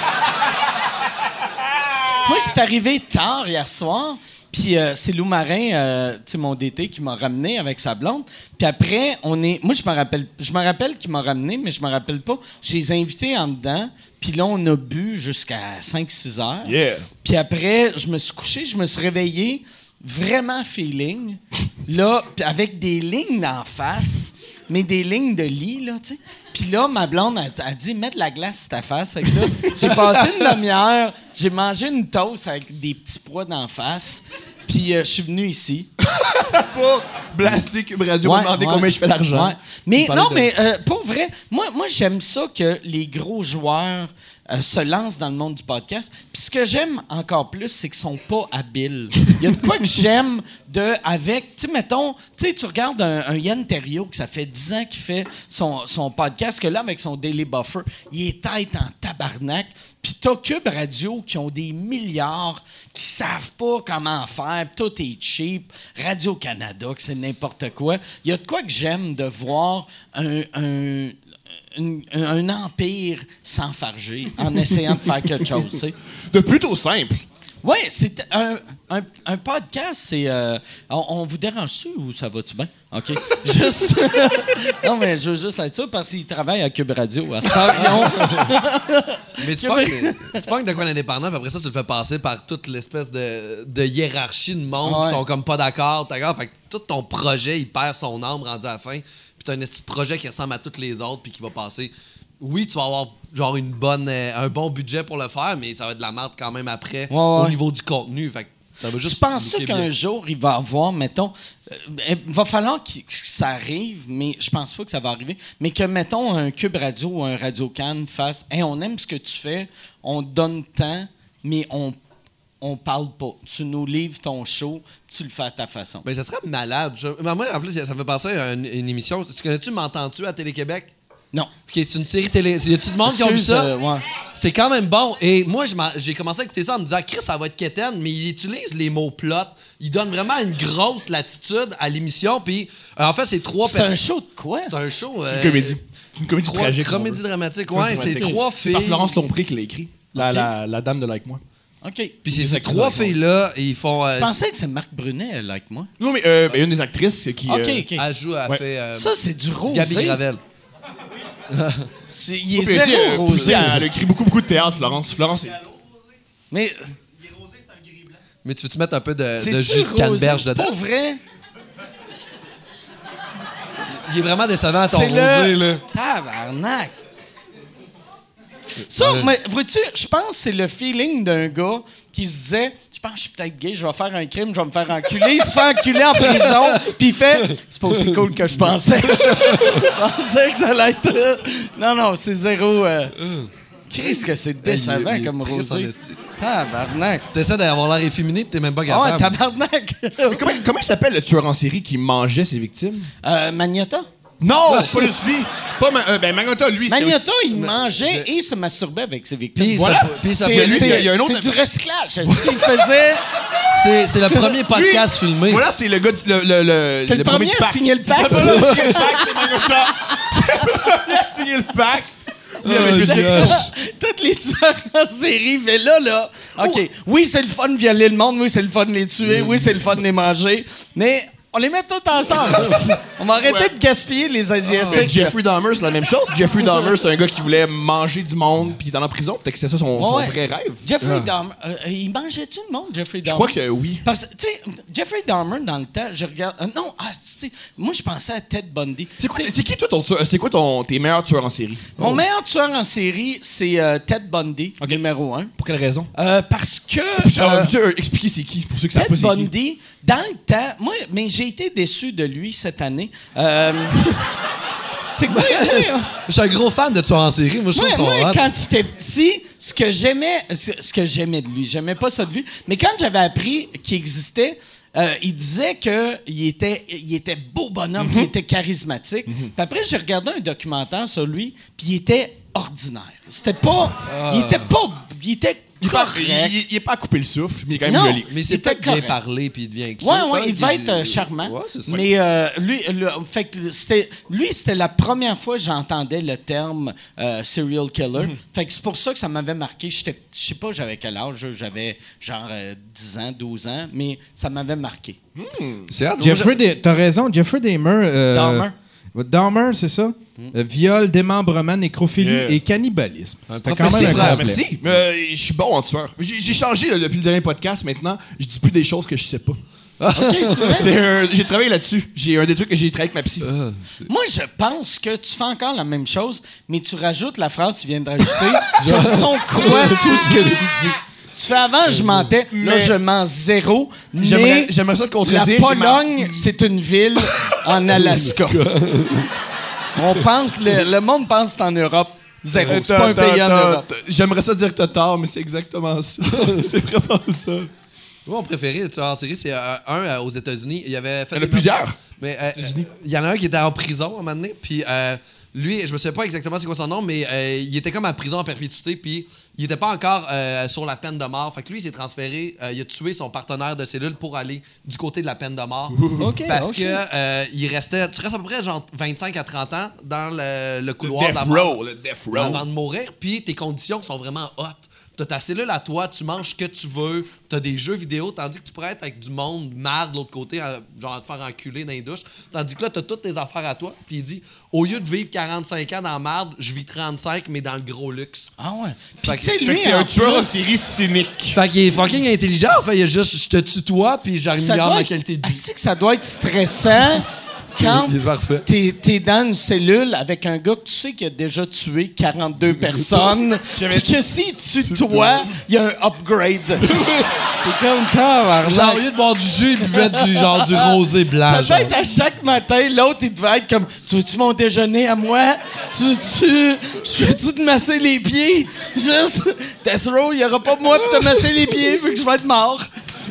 Speaker 1: Moi, je suis arrivé tard hier soir, puis euh, c'est Lou Marin, euh, tu sais, mon DT, qui m'a ramené avec sa blonde. Puis après, on est. Moi, je me rappelle, je me rappelle qu'il m'a ramené, mais je me rappelle pas. Je les ai invités en dedans, puis là, on a bu jusqu'à 5-6 heures.
Speaker 4: Yeah.
Speaker 1: Puis après, je me suis couché, je me suis réveillé vraiment feeling. Là, pis avec des lignes d'en face, mais des lignes de lit, là, tu sais. Puis là, ma blonde a, dit Mets de la glace sur ta face. Fait que là, j'ai passé une demi-heure, j'ai mangé une toast avec des petits pois d'en face. Puis euh, je suis venu ici.
Speaker 4: pas blaster Cube Radio,
Speaker 1: Ouais,
Speaker 4: me demander
Speaker 1: ouais.
Speaker 4: combien je fais d'argent.
Speaker 1: Ouais. Mais
Speaker 4: Tu me
Speaker 1: non,
Speaker 4: parlais
Speaker 1: mais euh, pour vrai, moi, moi j'aime ça que les gros joueurs euh, se lancent dans le monde du podcast. Puis ce que j'aime encore plus, c'est qu'ils sont pas habiles. Il y a de quoi que j'aime de avec, tu sais, mettons, tu sais, tu regardes un, un Yann Terriot que ça fait 10 ans qu'il fait son, son podcast, que là, avec son Daily Buffer, il est tête en tabarnak. Puis t'as Cube Radio qui ont des milliards, qui savent pas comment faire, puis tout est cheap. Radio-Canada, que c'est n'importe quoi. Il y a de quoi que j'aime de voir un, un, un- un empire s'enfarger en essayant de faire quelque chose, tu sais.
Speaker 4: De plutôt simple.
Speaker 1: Oui, c'est un, un- un podcast, c'est. euh, on, on vous dérange-tu ou ça va-tu bien? OK. <laughs> Juste. non, mais je veux juste être sûr parce qu'ils travaillent à Cube Radio. À cette heure, ils ont-
Speaker 5: Mais tu
Speaker 1: Que-
Speaker 5: penses, que- tu penses de quoi l'indépendant, puis après ça, tu le fais passer par toute l'espèce de, de hiérarchie de monde
Speaker 1: Ouais.
Speaker 5: qui sont comme pas d'accord, t'as d'accord. Fait que tout ton projet, il perd son âme rendu à la fin. Puis t'as un petit projet qui ressemble à tous les autres, puis qui va passer. Oui, tu vas avoir genre une bonne, euh, un bon budget pour le faire, mais ça va être de la merde quand même après
Speaker 1: Ouais, ouais.
Speaker 5: au niveau du contenu. Fait que ça va
Speaker 1: Tu
Speaker 5: juste.
Speaker 1: penses
Speaker 5: niquer
Speaker 1: qu'un
Speaker 5: bien.
Speaker 1: jour, il va avoir, mettons, euh, il va falloir qu'il- que ça arrive, mais je pense pas que ça va arriver, mais que, mettons, un Cube Radio ou un Radio Cannes fasse Hey, on aime ce que tu fais, on te donne le temps, mais on, on parle pas. Tu nous livres ton show, tu le fais à ta façon.
Speaker 5: Ben, ça serait malade. Je- mais moi, en plus, ça me fait penser à une, une émission. Tu connais-tu M'entends-tu à Télé-Québec?
Speaker 1: non.
Speaker 5: Qui est une série télé. Y a-tu du monde qui a vu
Speaker 1: Excuse,
Speaker 5: ça?
Speaker 1: euh, ouais.
Speaker 5: C'est quand même bon. Et moi, je m'en- j'ai commencé à écouter ça en me disant, Chris, ça va être quétaine, mais il utilise les mots plot. Il donne vraiment une grosse latitude à l'émission. Puis, euh, en fait, c'est trois
Speaker 1: C'est un
Speaker 5: personnes.
Speaker 1: show de quoi?
Speaker 5: C'est un show. euh,
Speaker 4: Une comédie. Une comédie
Speaker 5: Trois
Speaker 4: tragique.
Speaker 5: comédies
Speaker 4: on veut.
Speaker 5: dramatiques,
Speaker 4: Comédie
Speaker 5: ouais. C'est
Speaker 4: dramatique.
Speaker 5: trois
Speaker 4: par
Speaker 5: filles.
Speaker 4: Florence Lompré qui l'a écrit. La,
Speaker 1: Ok.
Speaker 4: la, la dame de Like Moi.
Speaker 1: OK.
Speaker 5: Puis, c'est ces
Speaker 4: Exactement.
Speaker 5: trois filles-là, et ils font. euh,
Speaker 1: Je pensais que c'est Marc Brunet, like moi.
Speaker 4: Non, mais euh, ben, une des actrices qui.
Speaker 1: OK,
Speaker 4: euh,
Speaker 1: OK.
Speaker 5: Elle joue, elle
Speaker 4: Ouais.
Speaker 5: fait. euh,
Speaker 1: ça, c'est du rosé.
Speaker 5: Gabi Gravel.
Speaker 1: C'est- Il est
Speaker 4: puis aussi,
Speaker 1: zéro
Speaker 4: euh, puis
Speaker 1: rosé.
Speaker 4: aussi, elle a écrit beaucoup, beaucoup de théâtre, Florence. Florence, est-
Speaker 1: Mais
Speaker 5: Mais tu veux-tu mettre un peu de, Euh,
Speaker 1: C'est-tu
Speaker 5: de jus de
Speaker 1: rosé?
Speaker 5: canneberge dedans?
Speaker 1: Pour vrai?
Speaker 5: Il est vraiment décevant ton
Speaker 1: C'est
Speaker 5: rosé,
Speaker 1: le...
Speaker 5: là.
Speaker 1: Tabarnak! Ça,
Speaker 5: Ouais.
Speaker 1: mais vois-tu, je pense que c'est le feeling d'un gars qui se disait Je pense que je suis peut-être gay, je vais faire un crime, je vais me faire enculer. Il se fait enculer en prison, puis il fait C'est pas aussi cool que je pensais. <laughs> je pensais que ça allait être. euh, Non, non, c'est zéro. euh, Qu'est-ce que c'est décevant
Speaker 5: Il- il est
Speaker 1: comme
Speaker 5: triste en
Speaker 1: rosé?
Speaker 5: esti.
Speaker 1: Tabarnak!
Speaker 5: T'essaies d'avoir l'air efféminé, pis t'es même pas
Speaker 1: Ah ouais,
Speaker 5: capable. <laughs>
Speaker 1: tabarnak!
Speaker 4: Comment, comment il s'appelle le tueur en série qui mangeait ses victimes?
Speaker 1: Euh, Magnata?
Speaker 4: Non, pas juste lui. Pas Ma- euh, ben Magnata, lui. c'était
Speaker 1: Magnata, il mangeait et se masturbait avec ses victimes.
Speaker 5: Puis
Speaker 1: voilà.
Speaker 5: ça- puis ça
Speaker 1: C'est-
Speaker 5: fait- lui,
Speaker 1: c'est-
Speaker 4: il y a- il y a un autre-
Speaker 1: C'est du recyclage. Est-ce qu'il faisait.
Speaker 5: C'est c'est
Speaker 1: <laughs>
Speaker 5: le premier
Speaker 4: aussi- Lui-
Speaker 5: podcast filmé.
Speaker 4: Voilà, c'est le gars du. Le, le- le-
Speaker 1: C'est le, premier
Speaker 4: du
Speaker 1: à
Speaker 4: pacte.
Speaker 1: signer le pacte.
Speaker 4: signer le pacte. Oui,
Speaker 3: Oh,
Speaker 4: avec
Speaker 1: <laughs>
Speaker 4: le-
Speaker 1: Toutes les tueurs en série, mais là, là. OK. Oui, c'est le fun de violer le monde. Oui, c'est le fun de les tuer. Oui, c'est le fun de les manger. Mais on les met tous
Speaker 4: <laughs>
Speaker 1: ensemble. on va arrêter de gaspiller les
Speaker 4: Ah, Fait que
Speaker 1: Asiatiques.
Speaker 4: Jeffrey Dahmer, <laughs> c'est la même chose. Jeffrey Dahmer, c'est un gars qui voulait manger du monde puis il est en prison. Peut-être que c'est ça son, son
Speaker 1: Ouais.
Speaker 4: vrai rêve. Ah.
Speaker 1: Jeffrey Dahmer. euh, il mangeait-tu le monde, Jeffrey Dahmer?
Speaker 4: Je crois que oui.
Speaker 1: Parce que, tu sais, Jeffrey Dahmer, dans le temps, je regarde. euh, non, ah, tu sais, moi, je pensais à Ted Bundy.
Speaker 4: C'est quoi, c'est qui toi ton tueur- C'est quoi ton, tes meilleurs tueurs en série?
Speaker 1: Mon meilleur tueur en série, c'est euh, Ted Bundy, numéro un.
Speaker 4: Pour quelle raison?
Speaker 1: Euh, parce que.
Speaker 4: <laughs> Ah,
Speaker 1: euh,
Speaker 4: veux-tu, euh, expliquer c'est qui pour ceux qui savent pas
Speaker 1: Ted
Speaker 4: c'est qui.
Speaker 1: Bundy, dans le temps, moi, mais j'ai été déçu de lui cette année.
Speaker 4: <laughs>
Speaker 1: Euh, c'est que moi, moi,
Speaker 5: Je suis un gros fan de toi en série. Moi, je trouve
Speaker 1: moi,
Speaker 5: ça
Speaker 1: moi,
Speaker 5: hot.
Speaker 1: quand j'étais petit, ce que j'aimais, ce, ce que j'aimais de lui, j'aimais pas ça de lui, mais quand j'avais appris qu'il existait, euh, il disait que il était, il était beau bonhomme,
Speaker 4: Mhm.
Speaker 1: puis il était charismatique. Puis après, j'ai regardé un documentaire sur lui, puis il était ordinaire. C'était pas, il était pas, il était
Speaker 4: Il est, pas, il,
Speaker 1: correct.
Speaker 4: il- il est pas à couper le souffle, mais il est quand même
Speaker 1: Non.
Speaker 4: joli.
Speaker 5: Mais c'est
Speaker 1: Il était
Speaker 5: peut-être bien
Speaker 1: correct.
Speaker 5: parlé, puis il devient cute,
Speaker 1: Ouais, ouais,
Speaker 5: hein,
Speaker 1: il va
Speaker 5: puis-
Speaker 1: être euh, charmant.
Speaker 5: Ouais, c'est ça.
Speaker 1: Mais euh, lui, le- fait que c'était, lui, c'était la première fois que j'entendais le terme euh, serial killer.
Speaker 5: Mm-hmm.
Speaker 1: Fait que c'est pour ça que ça m'avait marqué. J'étais- Je sais pas j'avais quel âge, j'avais genre euh, 10 ans, 12 ans, mais ça m'avait
Speaker 5: <laughs>
Speaker 1: marqué.
Speaker 5: C'est hot.
Speaker 3: Jeffrey, Da- t'as raison, Jeffrey Dahmer. euh,
Speaker 1: Dahmer.
Speaker 3: Dahmer, c'est ça.
Speaker 4: Hmm.
Speaker 3: Euh, viol, démembrement, nécrophilie
Speaker 4: Yeah.
Speaker 3: et cannibalisme. C'était quand
Speaker 5: professeur,
Speaker 3: même un
Speaker 4: Ah,
Speaker 5: frère,
Speaker 3: complet.
Speaker 4: merci. Mais, euh, je suis bon en tueur. J'ai j'ai changé là, depuis le dernier podcast. Maintenant, je dis plus des choses que je sais pas.
Speaker 1: OK, c'est vrai?
Speaker 4: C'est un- j'ai travaillé là-dessus. J'ai un des trucs que j'ai travaillé avec ma psy.
Speaker 1: Ah. Moi, je pense que tu fais encore la même chose, mais tu rajoutes la phrase que tu viens de rajouter, <laughs> comme si on croit tout ce que tu Euh, dis. Tu fais avant, je mentais, là,
Speaker 4: Mais-
Speaker 1: je mens zéro, mais
Speaker 4: J'aimerais j'aimerais ça te
Speaker 1: la
Speaker 4: contredire. mais ma-
Speaker 1: Pologne, c'est une ville
Speaker 4: <laughs>
Speaker 1: en Alaska. On pense, le, le monde pense que c'est en Europe. Zéro.
Speaker 4: Euh,
Speaker 1: C'est pas un
Speaker 4: t'as-
Speaker 1: pays en
Speaker 4: t'as-
Speaker 1: Europe.
Speaker 4: t'as- J'aimerais ça dire que t'as tort, mais c'est
Speaker 1: <laughs>
Speaker 4: exactement ça. c'est vraiment ça.
Speaker 5: Moi, mon préféré, tu vois, en série, c'est euh, un euh, aux États-Unis. Il avait fait.
Speaker 4: Il y en a
Speaker 5: des-
Speaker 4: plusieurs.
Speaker 5: Mais euh, euh, il y en a un qui était en prison à un moment donné. Puis euh, lui, je me souviens pas exactement c'est quoi son nom, mais euh, il était comme en prison en perpétuité. Puis il était pas encore euh, sur la peine de mort. Fait que lui, il s'est transféré. euh, il a tué son partenaire de cellule pour aller du côté de la peine de mort.
Speaker 1: Ok,
Speaker 5: parce
Speaker 1: oh
Speaker 5: que
Speaker 1: shit.
Speaker 5: euh, il restait. Tu restes à peu près genre 25 à 30 ans dans le, le couloir de
Speaker 4: Death
Speaker 5: la mort
Speaker 4: Row, le Death Row.
Speaker 5: avant de mourir, puis tes conditions sont vraiment hautes. T'as ta cellule à toi, tu manges ce que tu veux, t'as des jeux vidéo, tandis que tu pourrais être avec du monde marre de l'autre côté, euh, genre à te faire enculer dans les douches. Tandis que là, t'as toutes tes affaires à toi, puis il dit au lieu de vivre 45 ans dans la marde, je vis 35, mais dans le gros luxe.
Speaker 1: Ah ouais. Puis
Speaker 5: Fait que-
Speaker 1: tu sais, lui, en plus,
Speaker 4: série cynique.
Speaker 5: Fait qu'il est fucking intelligent, fait il est juste je te tutoie, puis
Speaker 1: ça
Speaker 5: j'améliore
Speaker 1: doit
Speaker 5: ma
Speaker 1: être-
Speaker 5: qualité de
Speaker 1: Ah,
Speaker 5: vie.
Speaker 1: c'est que ça doit être
Speaker 5: <laughs>
Speaker 1: stressant quand
Speaker 5: il est parfait.
Speaker 1: t'es es dans une cellule avec un gars que tu sais qui a déjà tué
Speaker 5: <laughs>
Speaker 1: 42 personnes, puis que si tu toi, il y a un
Speaker 5: <laughs>
Speaker 1: upgrade. T'es comme
Speaker 5: Genre,
Speaker 1: tabarnak.
Speaker 5: au lieu de boire du jus, il buvait du, genre, du rosé blanc.
Speaker 1: Ah, Ça
Speaker 5: genre.
Speaker 1: devait être à chaque matin, l'autre, il devait être comme Tu veux-tu mon déjeuner à moi Tu veux-tu. Je veux-tu te masser les pieds Juste, Death Row, il n'y aura pas moi pour te masser les pieds vu que je vais être mort.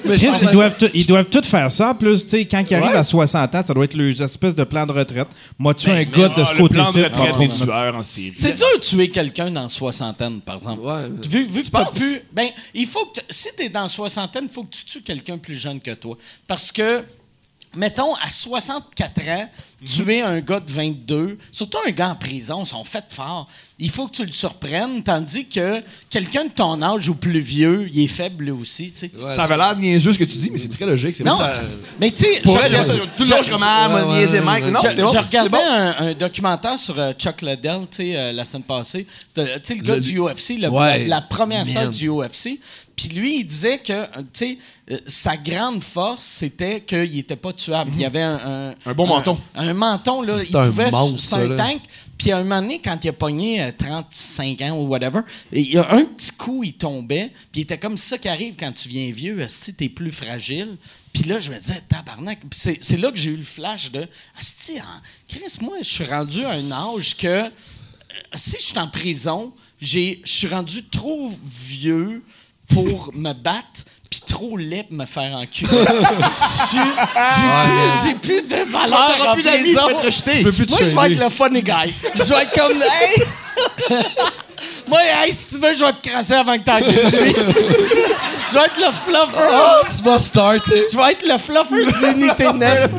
Speaker 5: Mais je
Speaker 3: Chris,
Speaker 5: pense
Speaker 3: ils
Speaker 5: que-
Speaker 3: doivent, tout- ils doivent tout faire ça. En plus, tu sais, quand ils arrivent
Speaker 5: Ouais.
Speaker 3: à 60 ans, ça doit être leur espèce de plan de retraite. Moi, tu es un gars de ce
Speaker 4: Ah, le plan
Speaker 3: côté-ci.
Speaker 4: de retraite
Speaker 3: Ah,
Speaker 4: des
Speaker 3: bon.
Speaker 4: tueurs en série.
Speaker 1: C'est dur de tuer quelqu'un dans la soixantaine, par exemple.
Speaker 5: Ouais.
Speaker 1: Vu, vu que t'as pu. Ben, il faut que. t- Si t'es dans la soixantaine, il faut que tu tues quelqu'un plus jeune que toi. Parce que. Mettons, à 64 ans,
Speaker 4: Mhm.
Speaker 1: tuer un gars de 22, surtout un gars en prison, ils sont faits fort. Il faut que tu le surprennes, tandis que quelqu'un de ton âge ou plus vieux, il est faible lui aussi, tu sais.
Speaker 4: Ça avait l'air niaiseux ce que tu dis, mais c'est très logique. c'est
Speaker 1: Non,
Speaker 4: vrai.
Speaker 1: mais tu sais,
Speaker 4: Pour
Speaker 1: je
Speaker 4: elle,
Speaker 1: regarde-
Speaker 4: ça- tout le long, je suis comme, ah,
Speaker 5: Ouais,
Speaker 4: mon
Speaker 5: ouais,
Speaker 4: niaiser
Speaker 5: ouais,
Speaker 4: Mike.
Speaker 5: ouais.
Speaker 4: Non,
Speaker 1: je,
Speaker 4: c'est bon.
Speaker 1: je
Speaker 4: c'est
Speaker 1: regardais
Speaker 4: bon.
Speaker 1: un, un documentaire sur euh, Chuck Liddell, tu sais, euh, la semaine passée. C'était, euh, Tu sais, le gars du UFC, le-
Speaker 5: Ouais.
Speaker 1: la, la première star
Speaker 5: Man.
Speaker 1: du UFC. Puis lui, il disait que, euh, tu sais, euh, sa grande force, c'était qu'il était pas tuable.
Speaker 4: Mhm.
Speaker 1: Il avait un...
Speaker 4: Un bon menton.
Speaker 1: Un menton, là. Il
Speaker 5: un
Speaker 1: pouvait... s-
Speaker 5: monstre,
Speaker 1: C'est un
Speaker 5: là.
Speaker 1: tank. Puis à un moment donné, quand il a pogné euh, 35 ans ou whatever, il y a un petit coup, il tombait. Puis il était comme ça qui arrive quand tu viens vieux, si t'es plus fragile. Puis là, je me disais, tabarnak. Puis c'est c'est là que j'ai eu le flash de, asti, hein, Chris, moi, je suis rendu à un âge que euh, si je suis en prison, j'ai- je suis rendu trop vieux pour me battre. Puis trop laid pour me faire enculer.
Speaker 5: <laughs>
Speaker 1: Je suis- J'ai plus, j'ai plus de valeur en prison.
Speaker 4: Tu peux plus te
Speaker 1: Moi, je vais
Speaker 4: soigner.
Speaker 1: être le funny guy. Je vais être comme. Hey! <laughs> Moi, hey, si tu veux, je vais te crasser avant que t'encules lui. <laughs> je vais être le fluffer.
Speaker 5: tu vas starter.
Speaker 1: Je vais être le fluffer de l'unité 9.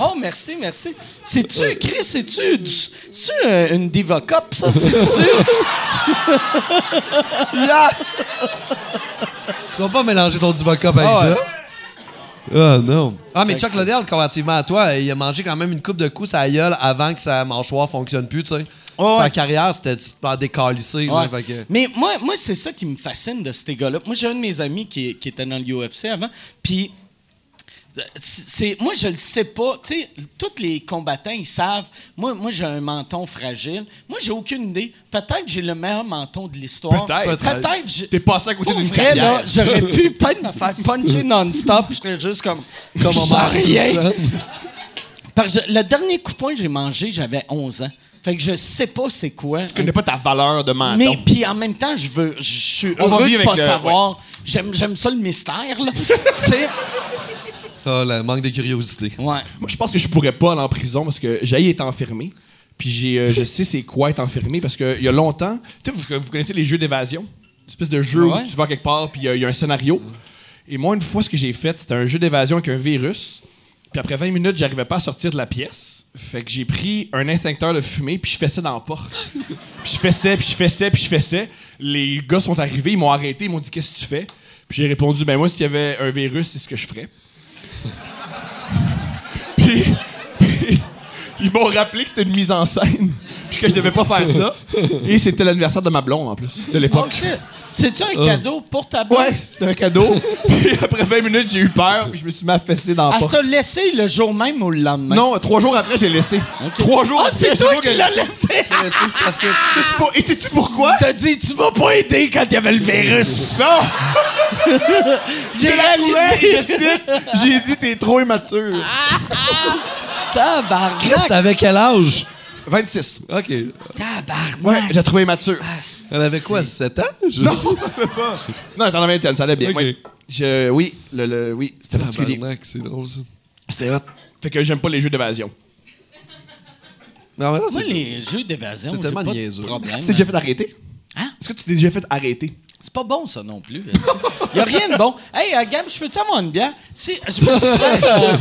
Speaker 1: Oh, merci, merci. C'est-tu, Chris, c'est-tu du- c'est-tu euh, une Diva Cup, ça? C'est-tu?
Speaker 5: Tu vas pas mélanger ton Divocop avec ça. Ah non. Ah, mais Chuck Liddell, comparativement à toi, il a mangé quand même une coupe de coups à la gueule avant que sa mâchoire fonctionne plus, tu sais. Sa
Speaker 1: ouais.
Speaker 5: carrière, c'était pas décalissé. là,
Speaker 1: Ouais.
Speaker 5: fait que-
Speaker 1: Mais moi, moi c'est ça qui me fascine de ces gars-là. Moi, j'ai un de mes amis qui, qui était dans l'UFC avant, puis euh, c'est moi je le sais pas tu sais tous les combattants ils savent moi moi j'ai un menton fragile moi j'ai aucune idée peut-être j'ai le meilleur menton de l'histoire
Speaker 4: Peut-être.
Speaker 1: peut-être j'ai-
Speaker 4: T'es passé à côté
Speaker 1: Pour
Speaker 4: d'une
Speaker 1: vrai, là,
Speaker 4: carrière.
Speaker 1: j'aurais pu peut-être me faire puncher non-stop je serais juste
Speaker 4: <laughs>
Speaker 1: comme comme on rien Parce que le dernier coup de poing que j'ai mangé j'avais 11 ans fait que je sais pas c'est quoi
Speaker 4: Tu connais pas ta valeur de menton.
Speaker 1: mais puis en même temps, je veux, je suis
Speaker 4: Ah, On va
Speaker 1: heureux de
Speaker 4: vivre
Speaker 1: pas
Speaker 4: avec le-
Speaker 1: savoir. J'aime, j'aime ça le mystère
Speaker 4: <laughs>
Speaker 1: là. tu sais,
Speaker 5: Ah, le manque de curiosité.
Speaker 1: ouais.
Speaker 4: Moi, je pense que je pourrais pas aller en prison parce que j'ai été enfermé. Puis j'ai, euh, je sais c'est quoi être enfermé parce qu'il y a longtemps. Tu sais, vous, vous connaissez les jeux d'évasion? Une espèce de jeu
Speaker 1: Ouais.
Speaker 4: où tu vas quelque part puis euh, il y a- il y, a un scénario. Et moi, une fois, ce que j'ai fait, c'était un jeu d'évasion avec un virus. Puis après 20 minutes, j'arrivais pas à sortir de la pièce. Fait que j'ai pris un instincteur de fumée puis je fessais dans la porte. puis je fessais, puis je fessais, puis je fessais. Les gars sont arrivés, ils m'ont arrêté, ils m'ont dit Qu'est-ce que tu fais? Puis j'ai répondu Ben moi, s'il y avait un virus, c'est ce que je ferais. Puis, puis ils m'ont rappelé que c'était une mise en scène. Puis que je devais pas faire ça. Et c'était l'anniversaire de ma blonde en plus, de l'époque.
Speaker 1: C'est-tu un cadeau pour ta blonde?
Speaker 4: Euh. Ouais, c'était un cadeau. Puis après 20 minutes, j'ai eu peur, puis je me suis mis à fesser dans la
Speaker 1: Elle
Speaker 4: porte.
Speaker 1: t'a laissé le jour même ou le lendemain?
Speaker 4: Non, trois jours après, j'ai laissé. Trois jours
Speaker 1: Ah,
Speaker 4: après,
Speaker 1: c'est
Speaker 4: j'ai
Speaker 1: toi
Speaker 4: dit
Speaker 1: qui
Speaker 4: que-
Speaker 1: l'as laissé!
Speaker 5: Parce que
Speaker 4: C'est pas- Et sais-tu pourquoi?
Speaker 1: T'as dit, tu m'as pas aidé quand il y avait le virus!
Speaker 4: <laughs> Non!
Speaker 1: <laughs> J'ai
Speaker 4: Je la trouvais,
Speaker 1: réalisé!
Speaker 4: je cite, j'ai dit t'es trop immature.
Speaker 1: <laughs> Tabarnak!
Speaker 5: t'avais quel âge?
Speaker 4: 26.
Speaker 5: OK.
Speaker 4: Ouais,
Speaker 1: Tabarnak!
Speaker 4: j'ai trouvé immature.
Speaker 5: Elle avait quoi, 17 ans? Je-
Speaker 4: Non, non, t'en avais 21, ça allait bien.
Speaker 5: Ok.
Speaker 4: Oui, Je- oui, le, le- oui c'était particulier.
Speaker 5: Tabarnak, c'est drôle, ça.
Speaker 4: C'était hot. Fait que j'aime pas les jeux d'évasion.
Speaker 5: Non, mais ça,
Speaker 1: Moi,
Speaker 5: c'est-
Speaker 1: les jeux d'évasion,
Speaker 5: C'est
Speaker 1: j'ai
Speaker 5: tellement
Speaker 1: pas
Speaker 5: niaiseux.
Speaker 1: de problème.
Speaker 4: Tu t'es déjà fait arrêter?
Speaker 1: Hein?
Speaker 4: Est-ce que tu t'es déjà fait arrêter?
Speaker 1: C'est pas bon, ça non plus. <laughs> Il y a rien de bon. Hey, euh, Gab, je peux-tu avoir une bière? Si, je me suis fait, euh,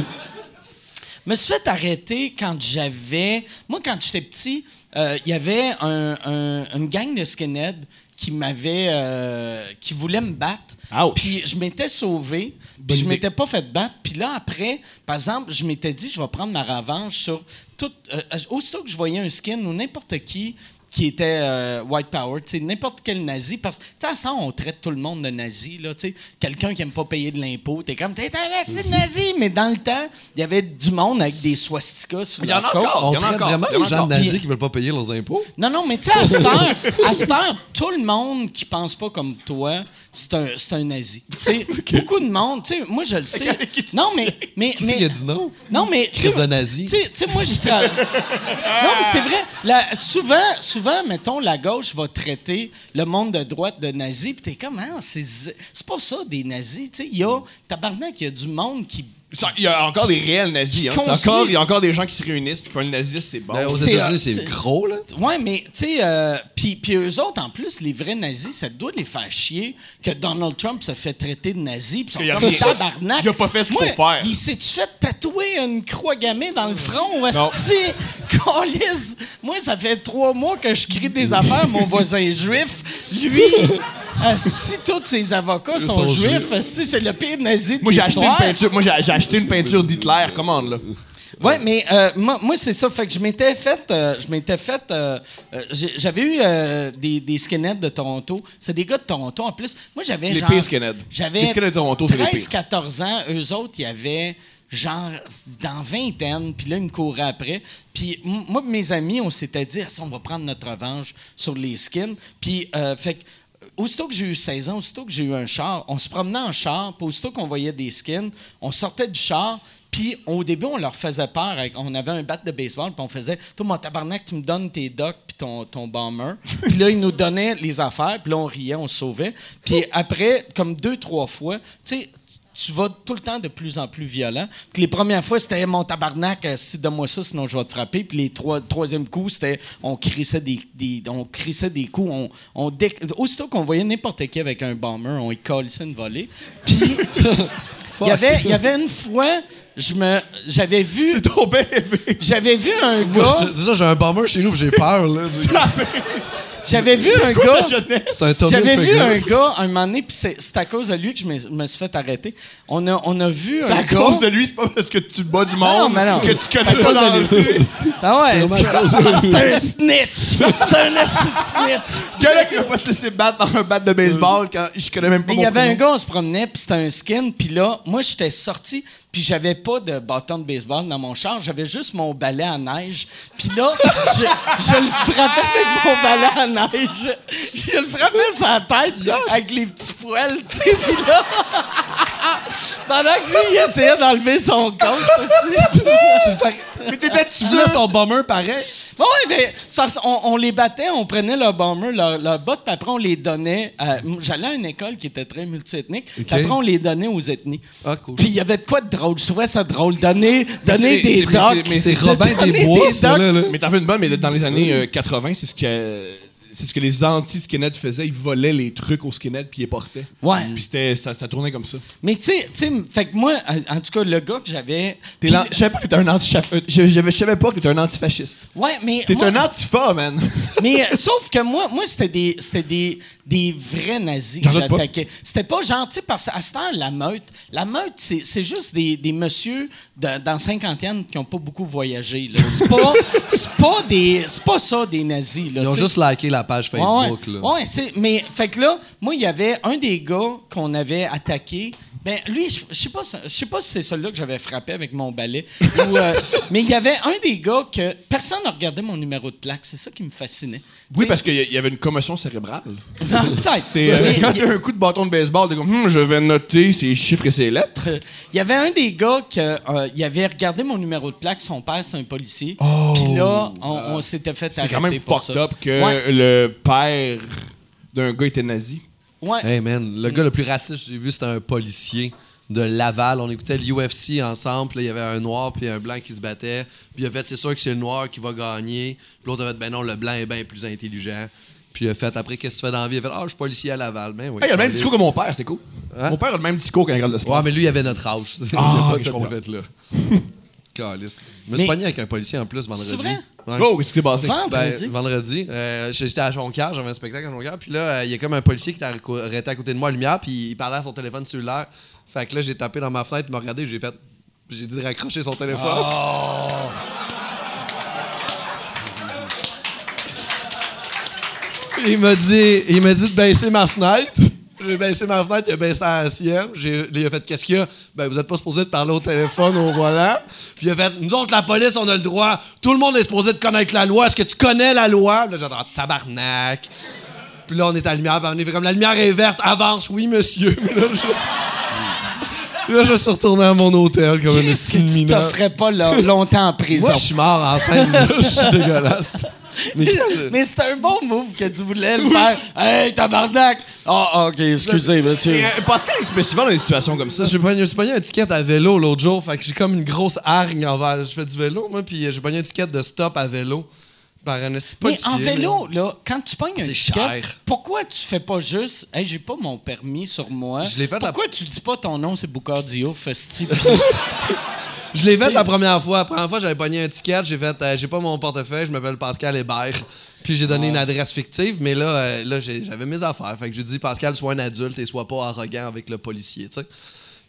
Speaker 1: me suis fait arrêter quand j'avais. Moi, quand j'étais petit, euh, il y avait un- un- une gang de skinheads qui m'avait. euh, qui voulait me battre.
Speaker 4: Ouch.
Speaker 1: Puis je m'étais sauvé. Puis je m'étais pas fait battre. Puis là, après, par exemple, je m'étais dit, je vais prendre ma revanche sur tout. euh, aussitôt que je voyais un skin ou n'importe qui qui était euh, white power, tu sais, n'importe quel nazi, parce que, tu sais, à ça, on traite tout le monde de nazi, là, tu sais, quelqu'un qui aime pas payer de l'impôt, t'es comme, t'es un nazi, nazi, mais dans le temps, il y avait du monde avec des swastikas sur
Speaker 4: Il y en
Speaker 1: leur
Speaker 4: a
Speaker 1: côte.
Speaker 4: encore.
Speaker 5: On
Speaker 4: Il y en a
Speaker 5: traite
Speaker 4: encore,
Speaker 5: vraiment
Speaker 4: il y en a
Speaker 5: les gens
Speaker 4: encore.
Speaker 5: nazis
Speaker 1: Il-
Speaker 5: qui veulent pas payer leurs impôts?
Speaker 1: Non, non, mais tu sais, à cette heure, à cette heure, tout le monde qui pense pas comme toi, c'est un, c'est un nazi. Tu
Speaker 5: <laughs>
Speaker 1: sais, beaucoup de monde, tu sais, moi, je le sais. Non, mais... mais,
Speaker 5: Qui
Speaker 1: mais
Speaker 5: c'est qui a dit non?
Speaker 1: non, mais. tu sais-
Speaker 5: de nazi.
Speaker 1: Tu sais- tu sais, moi, je travaille. non, mais c'est vrai. La- souvent, souvent, mettons, la gauche va traiter le monde de droite de nazi, puis t'es comme, ah, c'est z- c'est pas ça, des nazis. Tu sais, il y a. Tabarnak, il y a du monde qui.
Speaker 4: Ça, Il y a encore des réels nazis. Hein. C'est
Speaker 1: Construit.
Speaker 4: encore- il y a encore des gens qui se réunissent puis qui font le nazisme, c'est bon.
Speaker 5: Ben, aux
Speaker 1: c'est-
Speaker 5: États-Unis,
Speaker 1: c'est-
Speaker 5: c'est gros, là.
Speaker 1: Ouais, mais, tu sais, euh, puis puis eux autres, en plus, les vrais nazis, ça doit les faire chier que Donald Trump se fait traiter de nazi, puis ils
Speaker 4: qu'il
Speaker 1: sont
Speaker 4: a
Speaker 1: comme
Speaker 4: rien-
Speaker 1: tabarnak.
Speaker 4: il a pas fait ce qu'il
Speaker 1: Moi,
Speaker 4: faut faire.
Speaker 1: Il s'est-tu fait tatouer une croix gammée dans le front, <laughs>
Speaker 4: Non.
Speaker 1: esti? Calisse! Moi, ça fait trois mois que je crie des affaires, mon voisin est juif.
Speaker 4: <laughs>
Speaker 1: Lui, esti, tous ses avocats sont,
Speaker 5: sont
Speaker 1: juifs, esti, c'est le pire nazi de
Speaker 4: Moi, j'ai acheté une
Speaker 1: l'histoire. <laughs>
Speaker 4: peinture. Moi, j'ai j'ai acheté une peinture d'Hitler. Commande, là.
Speaker 1: Ouais, mais euh, moi, moi, c'est ça. Fait que je m'étais fait, euh, je m'étais fait, euh, euh, j'ai- j'avais eu euh, des, des skinheads de Toronto. C'est des gars de Toronto en plus. Moi, j'avais
Speaker 4: Les
Speaker 1: genre.
Speaker 4: pires skinheads.
Speaker 1: J'avais.
Speaker 4: Les skinheads de Toronto, c'est les pires.
Speaker 1: 13-14 ans, eux autres, il y avait genre dans vingtaine, puis là, ils me couraient après. Puis m- moi et mes amis, on s'était dit, Ah, ça, on va prendre notre revanche sur les skins. Puis, euh, fait que, aussitôt que j'ai eu 16 ans, aussitôt que j'ai eu un char, on se promenait en char, puis aussitôt qu'on voyait des skins, on sortait du char, puis au début, on leur faisait peur. avec- on avait un bat de baseball, puis on faisait Toi, mon tabarnak, tu me donnes tes docks, puis ton, ton bomber. puis là, ils nous donnaient les affaires, puis là, on riait, on se sauvait. Puis après, comme deux, trois fois, tu sais, tu vas tout le temps de plus en plus violent. Puis les premières fois, c'était mon tabarnak, euh, si donne-moi ça, sinon je vais te frapper. Puis les trois, troisième coup, c'était on crissait des, des- on crissait des coups. On, on dé- Aussitôt qu'on voyait n'importe qui avec un bomber, on y collait une volée.
Speaker 4: <laughs>
Speaker 1: Puis il y avait, il y avait une fois, je me, j'avais vu,
Speaker 4: Ton bébé.
Speaker 1: j'avais vu un
Speaker 5: Moi,
Speaker 1: gars,
Speaker 5: c'est- c'est ça, j'ai un bomber chez nous, puis j'ai peur, là.
Speaker 1: j'avais vu un gars.
Speaker 5: C'est un Tommy
Speaker 1: J'avais vu
Speaker 5: Hilfiger.
Speaker 1: un gars un moment donné, puis c'est c'est à cause de lui que je me, me suis fait arrêter. On a, on a vu un
Speaker 4: C'est à
Speaker 1: gars.
Speaker 4: cause de lui, c'est pas parce que tu bats du
Speaker 1: Ah non,
Speaker 4: monde
Speaker 1: mais non.
Speaker 4: que tu connais pas dans le
Speaker 1: Ah ouais, c'est c'est un snitch. C'est un esti de snitch.
Speaker 4: Gars-là qui va pas te laisser battre dans un bat de baseball quand je connais même pas
Speaker 1: Mais il
Speaker 4: mon
Speaker 1: y avait
Speaker 4: prénom.
Speaker 1: un gars, on se promenait, puis c'était un skin, puis là, moi, j'étais sorti, puis j'avais pas de bâton de baseball dans mon char, j'avais juste mon balai à neige. Puis là, je, je le frappais avec mon balai à neige. Je le frappais sa tête avec les petits poils, tu sais, puis là... <laughs> Pendant que lui, il essayait d'enlever son compte aussi.
Speaker 4: Mais t'étais-tu
Speaker 5: Tu voulais son bomber pareil?
Speaker 1: Bon, ouais, mais ça res- on, on les battait, on prenait leur bomber, leur, leur botte, puis après, on les donnait. à- m- J'allais à une école qui était très multiethnique, puis après, on les donnait aux ethnies.
Speaker 5: Ah, cool.
Speaker 1: Puis il y avait de quoi de drôle. Je trouvais ça drôle. Donner, donner
Speaker 4: c'est-
Speaker 1: des
Speaker 4: c'est- c'est-
Speaker 1: docs.
Speaker 4: mais
Speaker 5: c'est
Speaker 1: de
Speaker 5: Robin des
Speaker 1: donner
Speaker 5: Bois,
Speaker 1: docs.
Speaker 5: ça, là, là.
Speaker 4: Mais t'en fais une bonne, mais dans les années euh, 80, c'est ce que euh, c'est ce que les anti-skinheads faisaient. Ils volaient les trucs aux skinheads puis ils les portaient.
Speaker 1: Ouais.
Speaker 4: Puis c'était, ça, ça tournait comme ça.
Speaker 1: Mais tu sais- tu sais, fait que moi, en- en tout cas, le gars que j'avais.
Speaker 4: T'es
Speaker 1: Puis-
Speaker 4: l'an- Je savais pas que t'étais un anti euh, je, je- je savais pas que t'étais un antifasciste.
Speaker 1: Ouais, mais.
Speaker 4: T'es
Speaker 1: moi-
Speaker 4: un antifa, man.
Speaker 1: Mais euh, sauf que moi, moi c'était des, c'était des, des vrais nazis que
Speaker 4: J'en doute pas.
Speaker 1: j'attaquais. C'était pas gentil parce qu'à ce temps, la meute, la meute, c'est, c'est juste des, des messieurs de- dans cinquantaine qui ont pas beaucoup voyagé. là. C'est pas, <laughs> c'est pas des, c'est pas ça des nazis. là,
Speaker 5: Ils ont
Speaker 1: tu sais.
Speaker 5: juste liké la page Facebook,
Speaker 1: Ouais, ouais.
Speaker 5: là.
Speaker 1: Ouais, c'est- mais fait que là, moi, il y avait un des gars qu'on avait attaqué. Ben, lui, je- je sais pas, si- je sais pas si c'est celui-là que j'avais frappé avec mon balai. ou, euh, <laughs> mais il y avait un des gars que personne ne regardait mon numéro de plaque. C'est ça qui me fascinait.
Speaker 4: Oui, parce qu'il y a- il y avait une commotion cérébrale.
Speaker 1: Non, peut-être.
Speaker 4: Et, euh,
Speaker 1: Mais <laughs>
Speaker 4: quand
Speaker 1: il y-
Speaker 4: t'as un coup de bâton de baseball, t'es comme, Hum, je vais noter ces chiffres et ces lettres.
Speaker 1: <laughs> Il y avait un des gars qui avait regardé mon numéro de plaque. Son père, c'est un policier.
Speaker 5: Oh.
Speaker 1: Puis là, on, on s'était fait
Speaker 4: C'est
Speaker 1: arrêter
Speaker 4: quand même
Speaker 1: pour
Speaker 4: fucked
Speaker 1: ça.
Speaker 4: up que
Speaker 1: Ouais,
Speaker 4: le père d'un gars était nazi.
Speaker 1: ouais.
Speaker 5: Hey man, le gars le plus raciste que j'ai vu, c'était un policier de Laval. On écoutait l'UFC ensemble. puis là, Il y avait un noir puis un blanc qui se battaient. Puis il a fait, c'est sûr que c'est le noir qui va gagner. Puis l'autre a fait, ben non, le blanc est bien plus intelligent. Puis il a fait, après, qu'est-ce que tu fais dans la vie? Il a fait, ah, je suis policier à Laval. Ben oui.
Speaker 4: Hey, il a le même
Speaker 5: police.
Speaker 4: discours que mon père, c'est cool.
Speaker 5: Hein?
Speaker 4: Mon père a le même discours quand il regarde le sport.
Speaker 5: Ouais, mais lui, il avait notre âge.
Speaker 4: Ah,
Speaker 5: <laughs> il
Speaker 4: je
Speaker 5: a pas
Speaker 4: comprends.
Speaker 5: cette défaite-là. Caliste. Je me
Speaker 1: Mais-
Speaker 5: suis pogné avec un policier en plus vendredi.
Speaker 1: C'est vrai?
Speaker 5: Ouais.
Speaker 4: Oh, qu'est-ce qui s'est passé?
Speaker 5: Ben,
Speaker 1: Vendredi.
Speaker 5: vendredi, euh, j'étais à Jonquière, j'avais un spectacle à Jonquière, puis là, euh, il y a comme un policier qui était arrêté arrêté à côté de moi à lumière, puis il parlait à son téléphone cellulaire. Fait que là, j'ai tapé dans ma fenêtre, il m'a regardé, j'ai fait. puis J'ai dit de raccrocher son téléphone. Il m'a dit, il m'a dit de baisser ma fenêtre. J'ai baissé ma fenêtre, il a baissé la sienne. J'ai, il a fait Qu'est-ce qu'il y a Ben, vous êtes pas supposé de parler au téléphone au volant. Puis il a fait Nous autres, la police, on a le droit. Tout le monde est supposé de connaître la loi. Est-ce que tu connais la loi Puis Là, j'ai dit Ah, Tabarnak. Puis là, on est à la lumière. Puis on est fait comme La lumière est verte, avance. Oui, monsieur. <laughs> Mais là, je. Puis Là, je suis retourné à mon hôtel comme une
Speaker 1: Qu'est-ce que tu
Speaker 5: mineur.
Speaker 1: t'offrais pas là, longtemps en prison?
Speaker 5: Moi, je suis mort en scène. là. Je suis dégueulasse.
Speaker 1: <laughs>
Speaker 5: Mais
Speaker 1: Mais- Mais c'est un bon move que tu voulais le faire. Hey, tabarnak! Ah, ah, OK, excusez, monsieur.
Speaker 4: Et, euh, Pascal, il se met souvent dans des situations comme ça.
Speaker 5: Ça, j'ai pogné, j'ai pogné un ticket à vélo l'autre jour, fait que j'ai comme une grosse hargne envers. Je fais du vélo, moi, puis euh, j'ai pogné un ticket de stop à vélo par un esti de
Speaker 1: Mais
Speaker 5: policier,
Speaker 1: en
Speaker 5: là.
Speaker 1: vélo, là, quand tu pognes un
Speaker 5: C'est
Speaker 1: ticket,
Speaker 5: cher.
Speaker 1: pourquoi tu fais pas juste « Hey, j'ai pas mon permis sur moi. »
Speaker 5: Je l'ai fait la-
Speaker 1: Pourquoi tu dis pas ton nom, c'est Boucard Diouf, Festi?
Speaker 5: Je l'ai fait la première fois. La première fois, j'avais pogné un ticket, j'ai fait, euh, j'ai pas mon portefeuille, je m'appelle Pascal Hébert. Puis j'ai donné une adresse fictive, mais là, euh, là j'ai- j'avais mes affaires. Fait que j'ai dit, Pascal, sois un adulte et sois pas arrogant avec le policier, tu sais.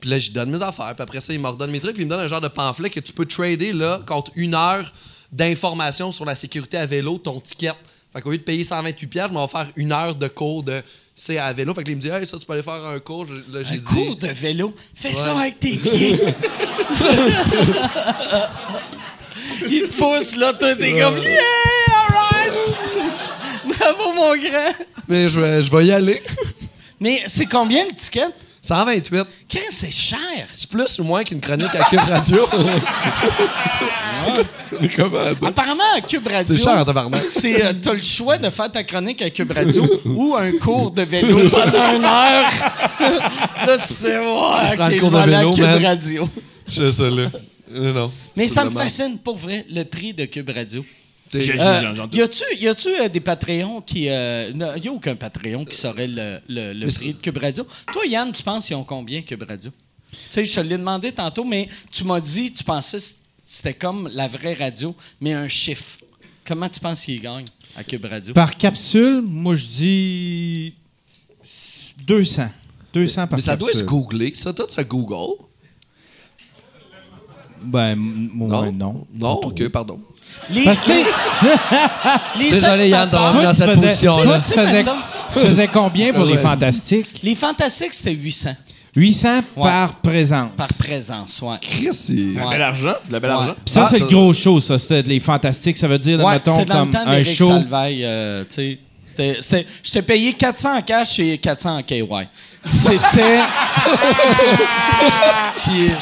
Speaker 5: Puis là, je donne mes affaires. Puis après ça, il me redonne mes trucs. Puis il me donne un genre de pamphlet que tu peux trader là, contre une heure d'informations sur la sécurité à vélo, de ton ticket. Fait qu'au lieu de payer 128$, piastres, je m'en vais faire une heure de cours de c'est à vélo. Fait que là, il me dit, hey, ça, tu peux aller faire un cours. Je- Là, j'ai
Speaker 1: Un
Speaker 5: dit.
Speaker 1: cours de vélo. Fais ça
Speaker 5: Ouais.
Speaker 1: avec tes pieds. <laughs> Il te pousse, là, toi, t'es comme « Yeah, alright! Bravo, mon grand!
Speaker 5: Mais je vais, je vais y aller. » <laughs>
Speaker 1: Mais c'est combien le ticket?
Speaker 5: 128.
Speaker 1: Chris, c'est cher.
Speaker 5: C'est plus ou moins qu'une chronique à Cube Radio.
Speaker 1: Apparemment, à Cube Radio...
Speaker 5: C'est cher en tabarnak.
Speaker 1: C'est, euh, t'as le choix de faire ta chronique à Cube Radio <laughs> ou un cours de vélo pendant une heure. <laughs> là, tu sais,
Speaker 5: Tu
Speaker 1: ouais,
Speaker 5: prends le
Speaker 1: ok,
Speaker 5: cours de
Speaker 1: voilà,
Speaker 5: vélo,
Speaker 1: Cube
Speaker 5: man.
Speaker 1: Radio.
Speaker 5: <laughs> je sais ça, là. Euh, Non.
Speaker 1: Mais
Speaker 5: C'est
Speaker 1: ça me
Speaker 5: dommage.
Speaker 1: fascine, pour vrai, le prix de Cube Radio.
Speaker 5: T'es-
Speaker 1: Euh, y a-tu, y a-tu euh, des Patreons qui. Euh, non, y a aucun Patreon qui saurait le, le- le prix de Cube Radio. Toi, Yann, tu penses qu'ils ont combien Cube Radio? Tu sais, je te l'ai demandé tantôt, mais tu m'as dit, tu pensais que c'était comme la vraie radio, mais un chiffre. Comment tu penses qu'ils gagnent à Cube Radio?
Speaker 3: Par capsule, moi, je dis 200. 200 par
Speaker 5: Mais ça doit
Speaker 3: capsule.
Speaker 5: se googler, ça. Tout ça Google.
Speaker 3: Ben, m-
Speaker 5: Non.
Speaker 3: ouais, non.
Speaker 5: Non, ok, pardon.
Speaker 1: Les,
Speaker 3: Parce que, tu sais,
Speaker 1: <laughs> les
Speaker 5: Désolé, Yann,
Speaker 1: animateurs-
Speaker 5: dans
Speaker 3: toi, tu
Speaker 5: cette
Speaker 3: faisais, toi,
Speaker 5: position-là.
Speaker 3: tu faisais,
Speaker 1: Attends.
Speaker 3: tu faisais combien pour les
Speaker 5: Ouais.
Speaker 3: fantastiques?
Speaker 1: Les fantastiques, c'était 800
Speaker 3: 800
Speaker 1: Ouais.
Speaker 3: par présence.
Speaker 1: par présence, ouais.
Speaker 5: Chris, c'est.
Speaker 1: Ouais.
Speaker 4: Bel argent, de la belle
Speaker 1: Ouais.
Speaker 4: argent.
Speaker 3: Puis ça,
Speaker 5: Ah,
Speaker 3: c'est
Speaker 5: ça-
Speaker 3: le gros show, ça. C'était les fantastiques. Ça veut dire,
Speaker 1: Ouais,
Speaker 3: mettons,
Speaker 1: c'est dans
Speaker 3: comme
Speaker 1: le temps
Speaker 3: un
Speaker 1: d'Éric
Speaker 3: show.
Speaker 1: Salvaille, euh, tu sais. C'était, c'était- je t'ai payé 400 en cash et 400 en KY.
Speaker 4: <laughs>
Speaker 1: C'était... Puis, euh,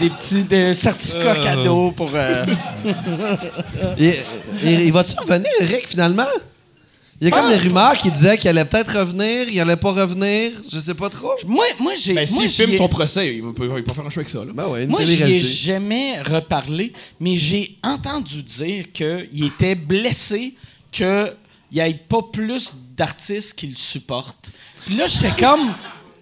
Speaker 1: des petits des certificats cadeaux pour... euh,
Speaker 5: Et, et- et va-tu revenir, Eric, finalement? Il y a comme des rumeurs qui disaient qu'il allait peut-être revenir, il allait pas revenir, je sais pas trop.
Speaker 1: Moi, moi, j'ai...
Speaker 4: Ben,
Speaker 1: moi,
Speaker 4: s'il
Speaker 1: j'y
Speaker 4: filme
Speaker 1: ai-
Speaker 4: son procès, il va pas il va pas faire un choix avec ça. là.
Speaker 5: Ben ouais, une
Speaker 1: Moi, j'y ai
Speaker 5: télé-réalité.
Speaker 1: jamais reparlé, mais j'ai entendu dire qu'il était blessé qu'il n'y ait pas plus d'artistes qui le supportent. Puis là, j'étais comme,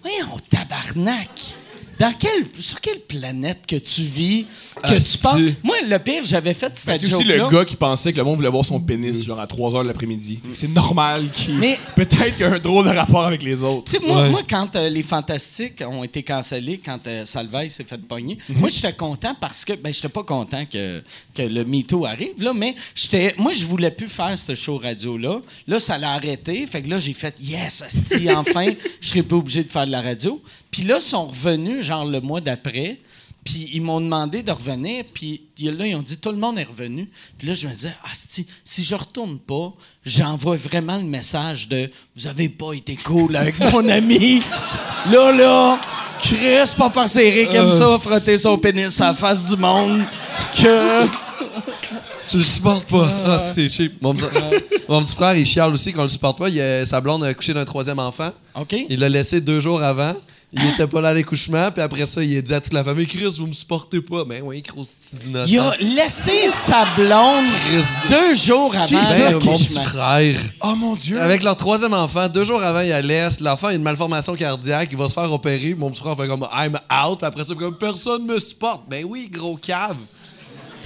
Speaker 1: voyons, tabarnak! Dans quelle, sur quelle planète que tu vis, que tu
Speaker 4: Asti.
Speaker 1: parles? Moi, le pire, j'avais fait
Speaker 4: Ben,
Speaker 1: cette
Speaker 4: C'est aussi
Speaker 1: joke-là.
Speaker 4: le gars qui pensait que le monde voulait voir son pénis, genre à 3 h de l'après-midi. C'est normal qu'il.
Speaker 1: Mais-
Speaker 4: Peut-être qu'il y a un drôle de rapport avec les autres.
Speaker 1: Tu sais, moi, moi, quand euh, les Fantastiques ont été cancellés, quand euh, Salveille s'est fait pogner, moi, j'étais content parce que, ben, j'étais pas content que, que le mytho arrive, là, mais j'étais, moi, je voulais plus faire ce show radio-là. Là, ça l'a arrêté. Fait que là, j'ai fait, yes, asti, enfin, je serais pas obligé de faire de la radio. Puis là, ils sont revenus, genre, le mois d'après. Puis ils m'ont demandé de revenir, puis y- là, ils ont dit tout le monde est revenu. Puis là, je me disais, ah, si, si je retourne pas, j'envoie vraiment le message de vous avez pas été cool avec
Speaker 5: <laughs>
Speaker 1: mon ami. Là, là, Chris, pas parce qu'Éric aime
Speaker 5: Euh,
Speaker 1: ça, frotter son pénis à la face du monde, que.
Speaker 5: Tu le supportes pas. Ah, c'était cheap. Mon, petit- mon petit frère, il chiale aussi qu'on le supporte pas. Il, a- sa blonde a couché d'un troisième enfant.
Speaker 1: OK?
Speaker 5: Il l'a laissé deux jours avant. Il était pas là à l'écouchement, puis après ça, il a dit à toute la famille Chris, vous me supportez pas. Ben oui, Chris, c'est innocent.
Speaker 1: Il a laissé sa blonde
Speaker 5: Chris de-
Speaker 1: deux jours avant.
Speaker 5: Ben,
Speaker 1: le
Speaker 5: mon petit
Speaker 1: couchement.
Speaker 5: frère.
Speaker 4: Oh mon dieu!
Speaker 5: Avec leur troisième enfant, deux jours avant, il la laisse. L'enfant a une malformation cardiaque, il va se faire opérer. Mon petit frère fait comme I'm out. Puis après ça, il fait comme personne me supporte. Ben oui, gros cave.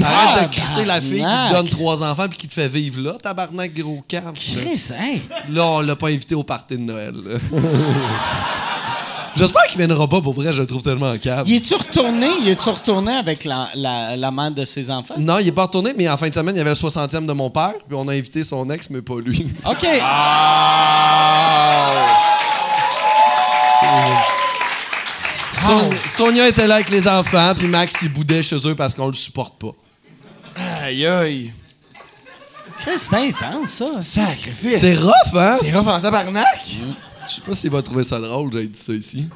Speaker 5: Arrête de crisser la fille qui te donne trois enfants puis qui te fait vivre là, tabarnak, gros cave.
Speaker 1: Chris, hey!
Speaker 5: Là, on l'a pas invité au party de Noël. là. <laughs> J'espère qu'il viendra pas pour vrai, je le trouve tellement en cave.
Speaker 1: Il est-tu retourné? Il est-tu retourné avec la, la, la mère de ses enfants?
Speaker 5: Non, il est pas retourné, mais en fin de semaine, il y avait le 60e de mon père, puis on a invité son ex, mais pas lui.
Speaker 1: OK.
Speaker 4: Ah!
Speaker 5: Son- Sonia était là avec les enfants, puis Max, il boudait chez eux parce qu'on le supporte pas.
Speaker 4: Aïe aïe!
Speaker 1: Chris, c'est intense, ça.
Speaker 4: Sacrifice!
Speaker 5: C'est rough, hein?
Speaker 4: C'est rough en tabarnak!
Speaker 5: Je sais pas s'il va trouver ça drôle, j'ai dit
Speaker 1: <laughs>
Speaker 5: ça ici.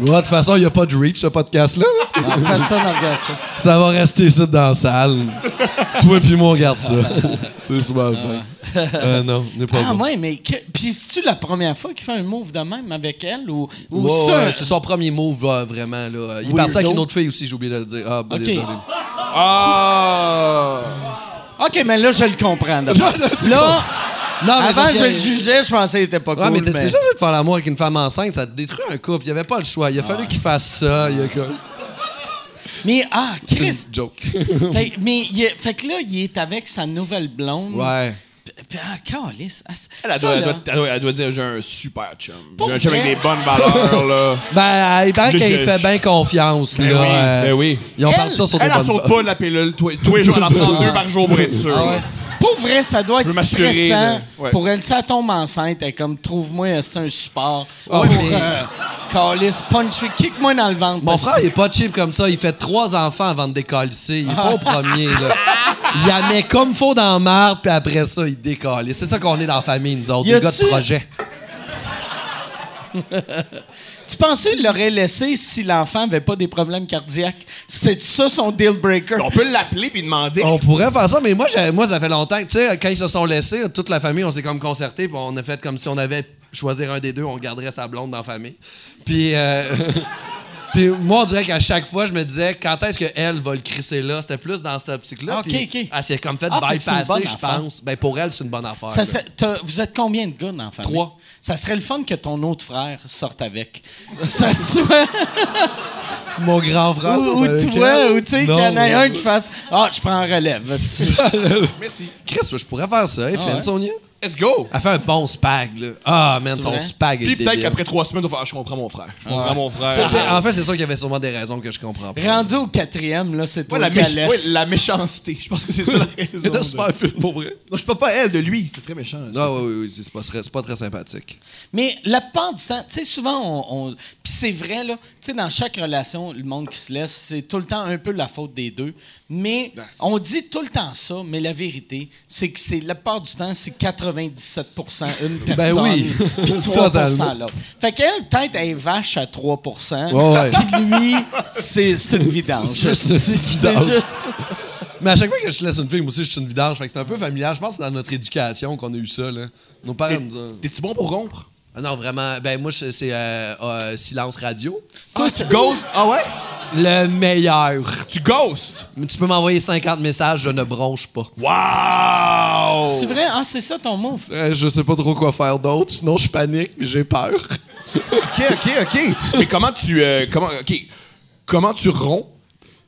Speaker 5: Ouais, de toute façon, il n'y a pas de reach, ce podcast-là. là.
Speaker 1: Ah, Personne ne regarde ça.
Speaker 5: Ça va rester ici dans la salle. Toi puis moi, on
Speaker 1: <laughs>
Speaker 5: garde ça. C'est super fin. Euh, non, n'est pas
Speaker 1: Ah,
Speaker 5: bon.
Speaker 1: ouais, mais. que- Puis, c'est-tu la première fois qu'il fait un move de même avec elle ou. ou
Speaker 5: Ouais,
Speaker 1: c'est
Speaker 5: ouais,
Speaker 1: un-
Speaker 5: c'est son premier move, là, vraiment. Là. Il est parti avec une autre fille aussi, j'ai oublié de le dire. Ah, bah,
Speaker 1: Ok.
Speaker 5: désolé.
Speaker 4: Ah!
Speaker 1: Ok, mais là, je le comprends. d'abord. Là,
Speaker 5: Non, Ah, mais
Speaker 1: avant,
Speaker 5: parce
Speaker 1: je
Speaker 5: que-
Speaker 1: le jugeais, je pensais qu'il était pas
Speaker 5: Ouais, mais
Speaker 1: cool.
Speaker 5: t'as
Speaker 1: mais-
Speaker 5: déjà essayé de faire l'amour avec une femme enceinte, ça te détruit un couple. Il n'y avait pas le choix. Il a fallu qu'il fasse ça. Il y a comme-
Speaker 1: Mais, ah,
Speaker 5: C'est <laughs>
Speaker 1: Chris.
Speaker 5: une joke.
Speaker 1: fait, mais, il est- fait que là, il est avec sa nouvelle blonde.
Speaker 5: ouais.
Speaker 1: Puis, ah, calice. Ah, c-
Speaker 4: Elle, elle
Speaker 1: ça,
Speaker 4: doit, elle
Speaker 1: là.
Speaker 4: doit- elle doit- elle doit dire j'ai un super chum.
Speaker 1: Pour
Speaker 4: J'ai un chum
Speaker 1: vrai?
Speaker 4: avec des bonnes valeurs,
Speaker 5: <laughs>
Speaker 4: là.
Speaker 5: Ben, il paraît
Speaker 4: Je-
Speaker 5: qu'il
Speaker 4: je-
Speaker 5: fait
Speaker 4: je-
Speaker 5: bien confiance, là. euh,
Speaker 4: Ben oui.
Speaker 5: Ils ont
Speaker 1: Elle-
Speaker 5: parti ça sur des
Speaker 4: Elle, elle
Speaker 5: bonnes
Speaker 4: saute
Speaker 5: bases.
Speaker 4: pas de la pilule. Tous
Speaker 5: <laughs>
Speaker 4: tous les jours, elle en prend deux par jour pour être sûre.
Speaker 1: Ah ouais. Pour vrai, ça doit être
Speaker 4: veux m'assurer,
Speaker 1: stressant.
Speaker 4: de- ouais.
Speaker 1: Pour elle, ça tombe enceinte. Elle est comme, trouve-moi euh, c'est un support.
Speaker 4: Ah
Speaker 5: Ouais,
Speaker 1: pour
Speaker 5: mais-
Speaker 1: euh, calice, punch, kick-moi dans le ventre.
Speaker 5: Mon
Speaker 1: parce-
Speaker 5: frère, il est pas cheap comme ça. Il fait trois enfants avant de décalisser. Il est pas au premier, là. Il la met comme faut dans la marde, puis après ça, il décalisse. C'est ça qu'on est dans la famille, nous autres,
Speaker 1: Y
Speaker 5: des gars de
Speaker 1: a-tu-
Speaker 5: projet.
Speaker 1: Tu pensais qu'il l'aurait laissé si l'enfant avait pas des problèmes cardiaques? C'était ça son deal breaker?
Speaker 4: On peut l'appeler puis demander.
Speaker 5: On pourrait faire ça, mais moi, j'ai- moi ça fait longtemps. que, Tu sais, quand ils se sont laissés, toute la famille, on s'est comme concerté, puis on a fait comme si on avait choisir un des deux, on garderait sa blonde dans la famille. Puis, euh, <laughs> puis moi, on dirait qu'à chaque fois, je me disais, quand est-ce qu'elle va le crisser là? C'était plus dans cette optique-là.
Speaker 1: Ah, Ok,
Speaker 5: puis
Speaker 1: ok.
Speaker 5: Elle s'est comme fait
Speaker 1: Ah, fait que c'est une bonne
Speaker 5: bypasser, je
Speaker 1: affaire.
Speaker 5: pense. Ben, pour elle, c'est une bonne affaire.
Speaker 1: Ça
Speaker 5: là.
Speaker 1: serait- t'as- vous êtes combien de gars dans la famille?
Speaker 5: Trois.
Speaker 1: Ça serait le fun que ton autre frère sorte avec. ça
Speaker 5: <laughs>
Speaker 1: soit.
Speaker 5: Mon grand frère.
Speaker 1: ou,
Speaker 5: c'est
Speaker 1: ou
Speaker 5: pas avec
Speaker 1: toi,
Speaker 5: elle.
Speaker 1: ou tu sais, qu'il y
Speaker 5: Non,
Speaker 1: en a
Speaker 5: ouais.
Speaker 1: un qui fasse Ah, je prends en relève. si.
Speaker 5: Chris, moi, je pourrais faire ça, hein, Finn,
Speaker 1: Ah, ouais?
Speaker 5: Sonia?
Speaker 4: Let's go.
Speaker 5: Elle fait un bon spag, là. Ah, man,
Speaker 1: C'est
Speaker 5: son
Speaker 1: vrai?
Speaker 5: spag est
Speaker 4: Puis peut-être
Speaker 5: débile.
Speaker 4: qu'après trois semaines, on va faire, je comprends mon frère. Je comprends mon frère. Ah.
Speaker 5: Ça, c'est- En fait, c'est sûr qu'il y avait sûrement des raisons que je comprends pas.
Speaker 1: Rendu au quatrième, là, c'est
Speaker 4: Ouais,
Speaker 1: toi
Speaker 4: la,
Speaker 1: qui la
Speaker 4: méch-
Speaker 1: laisse.
Speaker 4: ouais, la méchanceté. Je pense que c'est ça
Speaker 5: <laughs>
Speaker 4: la raison.
Speaker 5: C'était un super
Speaker 4: film, pour vrai. Non, je parle pas elle, de lui. C'est très méchant. ça.
Speaker 5: Ah oui, oui, oui, c'est pas, c'est pas très sympathique.
Speaker 1: Mais la plupart du temps, tu sais, souvent, on. on- Puis c'est vrai, là, tu sais, dans chaque relation, le monde qui se laisse, c'est tout le temps un peu la faute des deux. Mais
Speaker 5: Ben,
Speaker 1: on dit tout le temps ça, mais la vérité, c'est que c'est la plupart du temps, c'est 97 une personne.
Speaker 5: Ben oui.
Speaker 1: Puis
Speaker 5: <laughs>
Speaker 1: 3
Speaker 5: Totalement.
Speaker 1: l'autre. Fait qu'elle, peut-être, elle est vache à 3
Speaker 5: Ouais, ouais.
Speaker 1: Puis lui, c'est c'est une vidange.
Speaker 5: C'est juste une
Speaker 1: C'est- c'est
Speaker 5: vidange.
Speaker 1: juste-
Speaker 5: Mais à chaque fois que je laisse une fille, moi aussi, je suis une vidange. Fait que c'est un peu familial. Je pense que c'est dans notre éducation qu'on a eu ça, là. Nos parents nous disent.
Speaker 4: T'es-tu bon pour rompre?
Speaker 5: Ah non, vraiment. Ben, moi, je- c'est euh, euh, silence radio.
Speaker 1: Toi,
Speaker 4: tu
Speaker 1: c'est-
Speaker 4: ghostes? Ah ouais?
Speaker 5: Le meilleur.
Speaker 4: Tu ghostes?
Speaker 5: Mais Tu peux m'envoyer 50 messages, je ne bronche pas.
Speaker 4: Wow!
Speaker 1: C'est vrai, ah, c'est ça ton move.
Speaker 5: Euh, je sais pas trop quoi faire d'autre, sinon je panique puis j'ai peur.
Speaker 4: OK, OK, OK. Mais comment tu... euh, comment, OK. Comment tu romps?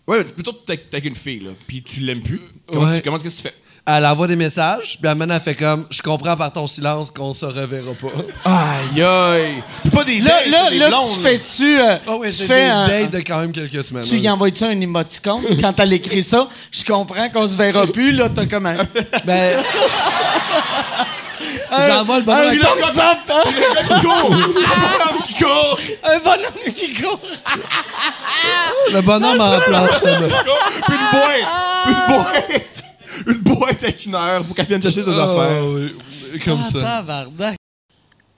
Speaker 4: Ouais, plutôt que t'es t'es avec une fille, là, puis tu l'aimes plus. Comment,
Speaker 5: Ouais.
Speaker 4: tu, comment qu'est-ce que tu fais?
Speaker 5: Elle envoie des messages, puis elle mène, elle fait comme Je comprends par ton silence qu'on se reverra pas.
Speaker 4: Aïe, aïe. Puis pas des
Speaker 1: Là,
Speaker 4: dates,
Speaker 1: là,
Speaker 4: des
Speaker 1: là,
Speaker 4: blondes,
Speaker 1: tu <laughs> fais-tu. euh,
Speaker 5: Ah ouais,
Speaker 1: tu
Speaker 5: c'est
Speaker 1: fais
Speaker 5: des
Speaker 1: un-
Speaker 5: dates de quand même quelques semaines.
Speaker 1: Tu y envoies-tu un émoticône? <laughs> Quand elle écrit ça, je comprends qu'on se verra plus, là, t'as comme <laughs> un...
Speaker 5: Ben. J'envoie le
Speaker 1: un,
Speaker 5: bonheur.
Speaker 1: bonhomme qui sort-
Speaker 4: Le gars qui court! Le gars qui court!
Speaker 1: un bonhomme qui court!
Speaker 5: Le bonhomme en planche.
Speaker 4: Puis une
Speaker 1: Ah,
Speaker 4: boîte! Une boîte! Une boîte avec une heure pour qu'elle vienne chercher ses
Speaker 1: Ah.
Speaker 4: affaires.
Speaker 5: Comme
Speaker 6: Ah,
Speaker 5: ça.
Speaker 1: Tabarnak.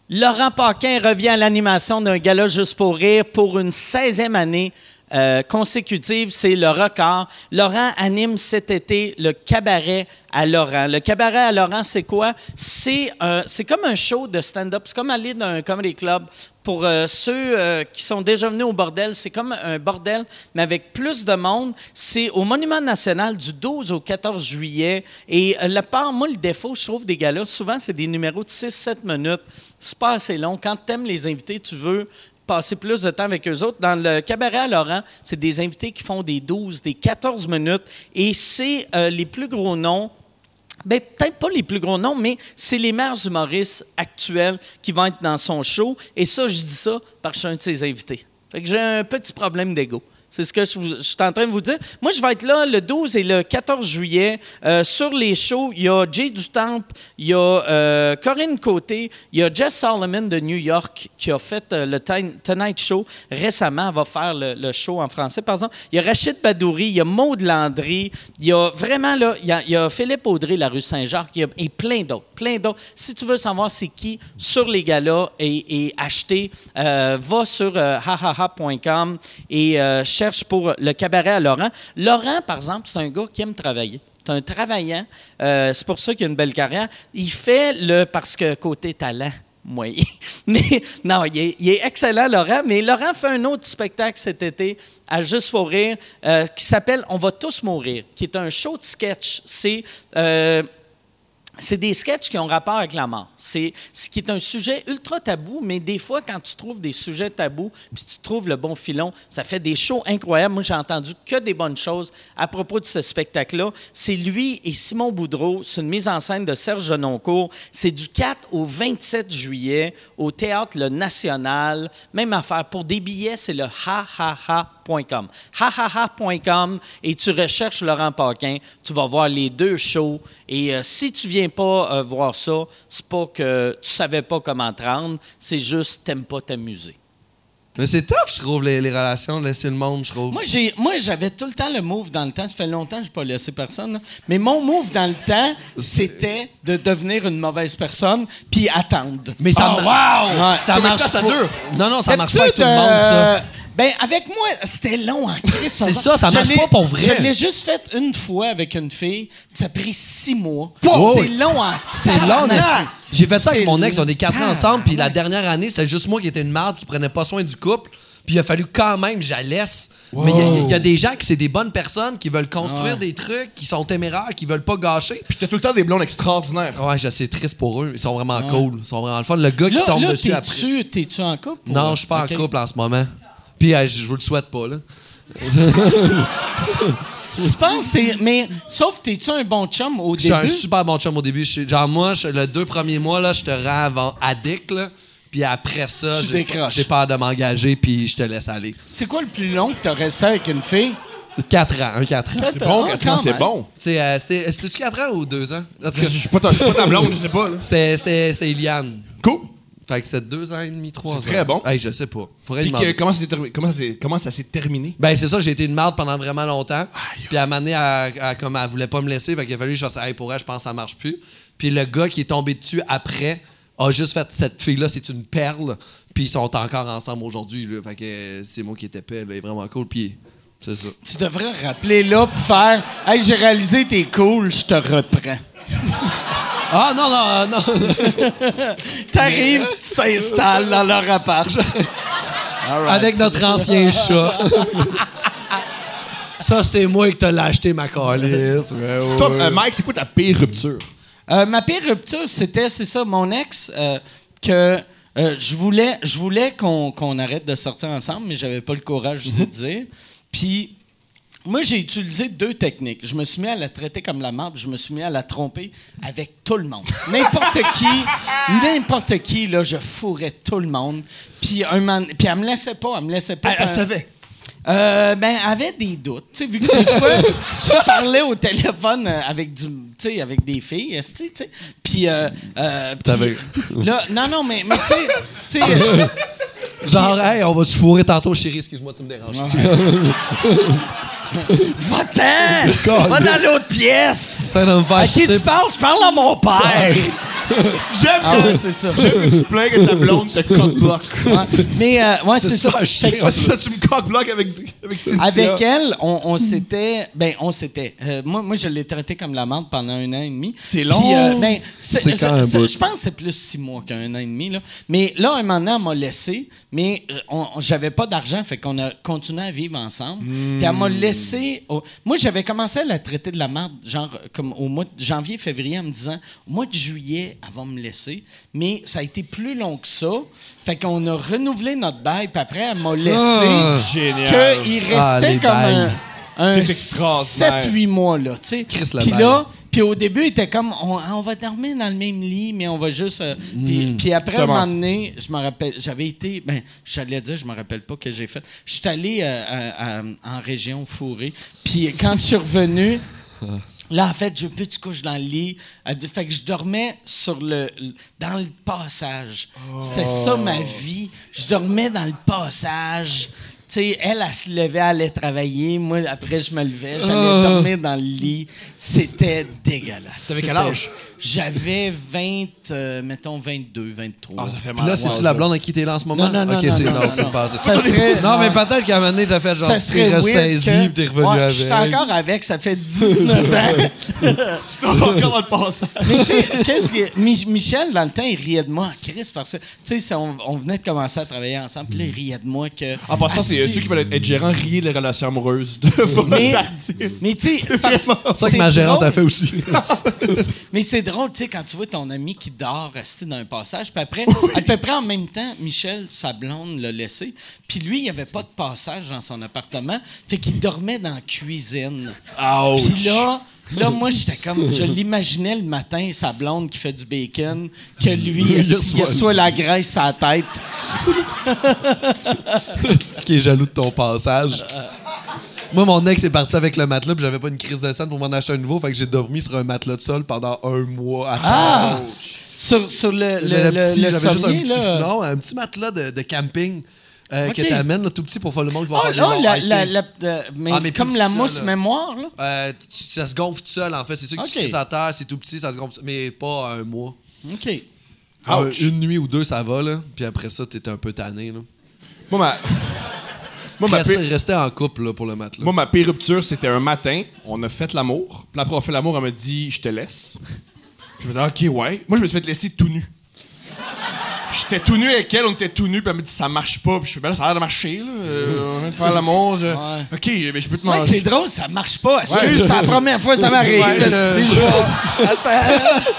Speaker 1: Laurent Paquin revient à l'animation d'un gala juste pour rire pour une 16e année euh, consécutive. C'est le record. Laurent anime cet été le cabaret à Laurent. Le cabaret à Laurent, c'est quoi? C'est un- c'est comme un show de stand-up. C'est comme aller dans un comedy club. Pour euh, ceux euh, qui sont déjà venus au bordel, c'est comme un bordel, mais avec plus de monde. C'est au Monument national du 12 au 14 juillet. Et euh, la part, moi, le défaut, je trouve, des gars-là, souvent, c'est des numéros de 6-7 minutes. C'est pas assez long. Quand t'aimes les invités, tu veux passer plus de temps avec eux autres. Dans le cabaret à Laurent, c'est des invités qui font des 12, des 14 minutes. Et c'est euh, les plus gros noms ben, peut-être pas les plus gros noms, mais c'est les meilleurs humoristes actuels qui vont être dans son show. Et ça, je dis ça parce que je suis un de ses invités. Fait que j'ai un petit problème d'ego. C'est ce que je, vous- je suis en train de vous dire. Moi, je vais être là le 12 et le 14 juillet. Euh, sur les shows, il y a Jay Dutemps, il y a euh, Corinne Côté, il y a Jess Solomon de New York qui a fait euh, le Tin- Tonight Show récemment. Elle va faire le, le show en français, par exemple. Il y a Rachid Badouri, il y a Maud Landry, il y a vraiment là, il y a, il y a Philippe Audrey, la rue Saint-Jacques, il y a- et plein d'autres, plein d'autres. Si tu veux savoir c'est qui sur les galas et, et acheter, euh, va sur euh, hahaha.com et euh, cherche pour le cabaret à Laurent. Laurent, par exemple, c'est un gars qui aime travailler. C'est un travaillant. Euh, c'est pour ça qu'il a une belle carrière. Il fait le parce que côté talent moyen. <laughs> Mais non, il est, il est excellent, Laurent. Mais Laurent fait un autre spectacle cet été à Juste pour rire euh, qui s'appelle On va tous mourir, qui est un show de sketch. C'est euh, c'est des sketchs qui ont rapport avec la mort. C'est ce qui est un sujet ultra tabou, mais des fois, quand tu trouves des sujets tabous, puis tu trouves le bon filon, ça fait des shows incroyables. Moi, j'ai entendu que des bonnes choses à propos de ce spectacle-là. C'est lui et Simon Boudreau. C'est une mise en scène de Serge Noncourt. C'est du 4 au 27 juillet au Théâtre Le National. Même affaire. Pour des billets, c'est le ha-ha-ha hahaha.com. Hahaha.com et tu recherches Laurent Paquin. Tu vas voir les deux shows. Et euh, si tu viens pas euh, voir ça, c'est pas que tu savais pas comment te rendre, c'est juste t'aimes pas t'amuser.
Speaker 5: Mais c'est tough, je trouve, les, les relations, laisser le monde, je trouve.
Speaker 1: Moi, j'ai, moi, j'avais tout le temps le move dans le temps. Ça fait longtemps que je n'ai pas laissé personne. là. Mais mon move dans le temps, c'était de devenir une mauvaise personne puis attendre. Ah,
Speaker 5: mais ça
Speaker 4: Oh,
Speaker 5: marche.
Speaker 4: wow!
Speaker 1: Ouais.
Speaker 5: Ça
Speaker 4: Combien de
Speaker 5: marche
Speaker 4: temps ça
Speaker 5: pas.
Speaker 4: dure?
Speaker 5: Non, non, ça marche pas avec tout
Speaker 1: D'habitude,
Speaker 5: le monde, ça.
Speaker 1: euh, Ben, avec moi, c'était long en Christ.
Speaker 5: C'est ça, ça marche pas pour vrai.
Speaker 1: Je l'ai juste fait une fois avec une fille, puis ça a pris six mois.
Speaker 5: Oh!
Speaker 1: C'est long en
Speaker 5: C'est long,
Speaker 1: tabarnak.
Speaker 5: esti. J'ai fait ça avec
Speaker 1: C'est
Speaker 5: mon ex, on est quatre ans
Speaker 1: long.
Speaker 5: ensemble, puis la dernière année, c'était juste moi qui étais une marde, qui prenait pas soin du couple. Puis il a fallu quand même que je la laisse. Mais il y a- il y, a des gens qui c'est des bonnes personnes, qui veulent construire des trucs, qui sont téméraires, qui veulent pas gâcher.
Speaker 4: Puis t'as tout le temps des blondes extraordinaires.
Speaker 5: Ah Ouais, je- c'est triste pour eux. Ils sont vraiment cool. Ils sont vraiment le fun. Le gars
Speaker 1: Là,
Speaker 5: qui tombe
Speaker 1: là,
Speaker 5: dessus après.
Speaker 1: t'es-tu, t'es-tu en couple?
Speaker 5: Non, je suis pas
Speaker 1: Ok.
Speaker 5: en couple en ce moment. Puis euh, je, je vous le souhaite pas, là.
Speaker 1: Tu penses, t'es, mais sauf, t'es-tu un bon chum au
Speaker 5: Je suis un
Speaker 1: début?
Speaker 5: super bon chum au début. Je suis- genre, moi, je- le deux premiers mois, là, je te rends avant addict, là. Puis après ça,
Speaker 1: Tu
Speaker 5: j'ai-
Speaker 1: décroches.
Speaker 5: j'ai peur de m'engager, puis je te laisse aller.
Speaker 1: C'est quoi le plus long que t'as resté avec une fille?
Speaker 5: 4 ans, un 4 ans.
Speaker 1: T'as-
Speaker 4: Bon,
Speaker 1: ah,
Speaker 4: quatre
Speaker 1: quand
Speaker 4: ans, c'est
Speaker 1: même.
Speaker 4: bon.
Speaker 5: C'est, euh, C'était c'était-tu 4 ans ou 2 ans? En tout
Speaker 4: Je
Speaker 5: cas,
Speaker 4: suis pas, ta- je suis pas ta blonde, je sais pas. là.
Speaker 5: c'était- C'était c'était Iliane.
Speaker 4: Cool.
Speaker 5: Fait que c'était 2 ans et demi, 3 ans.
Speaker 4: C'est très bon.
Speaker 5: Hey, je sais pas. Faudrait
Speaker 4: Puis que-
Speaker 5: demander.
Speaker 4: comment, ça s'est terminé- comment, ça s'est- comment ça s'est terminé?
Speaker 5: Ben, c'est ça, j'ai été une marde pendant vraiment longtemps. Puis à un moment donné, elle, elle- comme elle voulait pas me laisser, fait qu'il a fallu que je fasse, hey, pour elle, je pense que ça marche plus. Puis le gars qui est tombé dessus après a juste fait, cette fille-là, c'est une perle. Puis ils sont encore ensemble aujourd'hui, là. Fait que euh, c'est moi qui étais pelle, il est vraiment cool. Puis c'est ça.
Speaker 1: Tu devrais rappeler là pour faire « Hey, j'ai réalisé, t'es cool, je te reprends.
Speaker 5: Ah, non, non, euh, non! »
Speaker 1: T'arrives, tu t'installes dans leur <laughs> appart.
Speaker 5: Avec notre <laughs> ancien chat. Ça, c'est moi qui t'as l'acheté, ma calice. Ouais, ouais.
Speaker 4: Toi, euh, Mike, c'est quoi ta pire rupture?
Speaker 1: Euh, ma pire rupture, c'était, c'est ça, mon ex, euh, que euh, je voulais, je voulais qu'on, qu'on arrête de sortir ensemble, mais j'avais pas le courage de le dire. Puis, moi, j'ai utilisé deux techniques. Je me suis mis à la traiter comme la marde, je me suis mis à la tromper avec tout le monde. <laughs> N'importe qui, n'importe qui, là, je fourrais tout le monde. Puis, un man... Puis elle me laissait pas, elle me laissait pas. Puis euh, ben, elle avait des doutes. Tu sais, vu que des fois, je parlais au téléphone euh, avec du, tu sais, avec des filles, esti, tu sais. Puis, euh, euh, puis
Speaker 5: T'avais-
Speaker 1: là, non, non, mais, mais tu sais, tu sais, <laughs> euh,
Speaker 5: Genre, hey, on va se fourrer tantôt, chérie. Excuse-moi, tu me déranges. <laughs>
Speaker 1: va-t'en, va dans l'autre pièce.
Speaker 5: Ça va me faire
Speaker 1: À qui
Speaker 5: chier.
Speaker 1: tu parles? Ah, Je parle à mon père.
Speaker 4: J'aime
Speaker 1: <laughs> Ah
Speaker 4: que
Speaker 1: ouais, c'est ça.
Speaker 4: tu plains que ta blonde te cockblock.
Speaker 1: Ouais. Mais, euh, ouais, c'est ça.
Speaker 4: Toi, ça, tu me cockblock avec, avec Cynthia.
Speaker 1: Avec elle, on, on s'était. Ben, on s'était. euh, moi, moi, je l'ai traité comme la merde pendant un an et demi. C'est long. ben, c'est-
Speaker 5: C'est quand
Speaker 1: c'est-
Speaker 5: un
Speaker 1: c'est-
Speaker 5: bout.
Speaker 1: Je pense que c'est plus six mois qu'un an et demi. Là. Mais là, un moment donné, elle m'a laissé, mais euh, on- on- j'avais pas d'argent, fait qu'on a continué à vivre ensemble. Puis elle m'a laissé. au- moi, j'avais commencé à la traiter de la merde, genre, comme au mois de janvier, février, en me disant, au mois de juillet, elle va me laisser. Mais ça a été plus long que ça. Fait qu'on a renouvelé notre bail, puis après, elle m'a laissé.
Speaker 4: Génial.
Speaker 1: Qu'il restait
Speaker 5: Ah, les
Speaker 1: comme
Speaker 5: bails.
Speaker 1: un,
Speaker 4: C'est extraordinaire.
Speaker 1: 7-8 mois, là, tu sais.
Speaker 5: Chris, le
Speaker 1: Puis
Speaker 5: bail.
Speaker 1: là, puis au début, il était comme, on, on va dormir dans le même lit, mais on va juste... euh,
Speaker 5: Mm.
Speaker 1: puis, puis après, un moment donné, je me rappelle, j'avais été... Ben, j'allais dire, je me rappelle pas que j'ai fait. Je suis allé euh, à- à- en région fourrée, puis quand je suis revenu... Là, en fait, je peux tu couches dans le lit. Euh, de- fait que je dormais sur le, le- dans le passage. C'était ça
Speaker 4: Oh.
Speaker 1: ma vie. Je dormais dans le passage. Tu sais, elle, elle se levait, elle allait travailler. Moi, après, je me levais, j'allais dormir dans le lit. C'était dégueulasse.
Speaker 4: Oh. T'avais quel
Speaker 1: C'était-
Speaker 4: âge?
Speaker 1: J'avais 20, euh, mettons 22, 23.
Speaker 4: Ah, ça fait
Speaker 5: Puis
Speaker 4: mal.
Speaker 5: là, c'est-tu la blonde à qui t'es là en ce moment?
Speaker 1: Non, non, non,
Speaker 5: Ok,
Speaker 1: non,
Speaker 5: c'est
Speaker 1: non,
Speaker 5: non,
Speaker 1: non,
Speaker 5: c'est
Speaker 1: non.
Speaker 5: passé.
Speaker 1: Ça serait-
Speaker 5: Non, mais peut-être qu'à un moment donné, t'as fait genre,
Speaker 1: ça serait
Speaker 5: t'es
Speaker 1: weird
Speaker 5: ressaisi,
Speaker 1: que-
Speaker 5: puis t'es revenu
Speaker 1: Ouais,
Speaker 5: avec.
Speaker 1: Je suis encore avec, ça fait 19
Speaker 4: <laughs>
Speaker 1: ans.
Speaker 4: <laughs> Encore dans le passage.
Speaker 1: Mais tu sais, qu'est-ce que- Mi- Michel, dans le temps, il riait de moi en crise parce que, tu sais, ça, on, on venait de commencer à travailler ensemble, puis là, il riait de moi que.
Speaker 4: En passant, c'est euh,
Speaker 1: Asti.
Speaker 4: ceux qui veulent être gérants rient les relations amoureuses de vos
Speaker 1: Mais,
Speaker 4: artistes.
Speaker 1: mais tu sais, parce-
Speaker 4: vraiment
Speaker 5: C'est ça que ma gérante
Speaker 1: drôle,
Speaker 5: a fait aussi.
Speaker 1: Mais c'est drôle, tu sais, quand tu vois ton ami qui dort assis dans un passage, puis après, à peu près en même temps, Michel, sa blonde, l'a laissé. Puis lui, il n'y avait pas de passage dans son appartement, fait qu'il dormait dans la cuisine. Puis là, là, moi, j'étais comme, je l'imaginais le matin, sa blonde qui fait du bacon, que lui, il
Speaker 5: reçoit-
Speaker 1: reçoit la graisse à la tête.
Speaker 5: <laughs> Ce qui est jaloux de ton passage. Moi, mon ex est parti avec le matelas, puis j'avais pas une crise de scène pour m'en acheter un nouveau, fait que j'ai dormi sur un matelas de sol pendant un mois. à
Speaker 1: Ah! Sur, sur le, le, le,
Speaker 5: petit-
Speaker 1: le
Speaker 5: j'avais juste un
Speaker 1: sommier,
Speaker 5: petit,
Speaker 1: là.
Speaker 5: non, un petit matelas de, de camping euh,
Speaker 1: Ok.
Speaker 5: que t'amènes, là, tout petit, pour faire le monde qui va
Speaker 1: Oh,
Speaker 5: faire des
Speaker 1: oh,
Speaker 5: longs
Speaker 1: la,
Speaker 5: hiking.
Speaker 1: la- la- euh, mais
Speaker 5: Ah, mais
Speaker 1: comme
Speaker 5: plus
Speaker 1: la
Speaker 5: ça,
Speaker 1: mousse
Speaker 5: là.
Speaker 1: mémoire, là.
Speaker 5: Euh, tu- ça se gonfle tout seul, en fait. C'est sûr
Speaker 1: Ok.
Speaker 5: que tu crisses à terre, c'est tout petit, ça se gonfle, mais pas un mois.
Speaker 1: OK.
Speaker 5: Euh, une nuit ou deux, ça va, là. Puis après ça, t'es un peu tanné, là.
Speaker 4: Moi, ma... Moi, ma
Speaker 5: Reste-
Speaker 4: pire...
Speaker 5: Rester en couple, là, pour le matelas.
Speaker 4: Moi, ma pire rupture, c'était un matin. On a fait l'amour. Puis après, on a fait l'amour, elle m'a dit Je te laisse. Je me dit « OK, ouais. Moi, je me suis fait laisser tout nu. J'étais tout nu avec elle, on était tout nu, puis elle m'a dit ça marche pas. Puis je fais ben là, ça a l'air de marcher, là. Euh, on vient de faire l'amour. Je...
Speaker 1: Ouais.
Speaker 4: OK, mais je peux te
Speaker 1: Ouais,
Speaker 4: manger.
Speaker 1: c'est drôle, ça marche pas. Excuse, c'est
Speaker 4: Ouais.
Speaker 1: la première fois que ça m'arrive.
Speaker 4: Ouais,
Speaker 1: là,
Speaker 4: le-
Speaker 1: si, je-
Speaker 4: Tu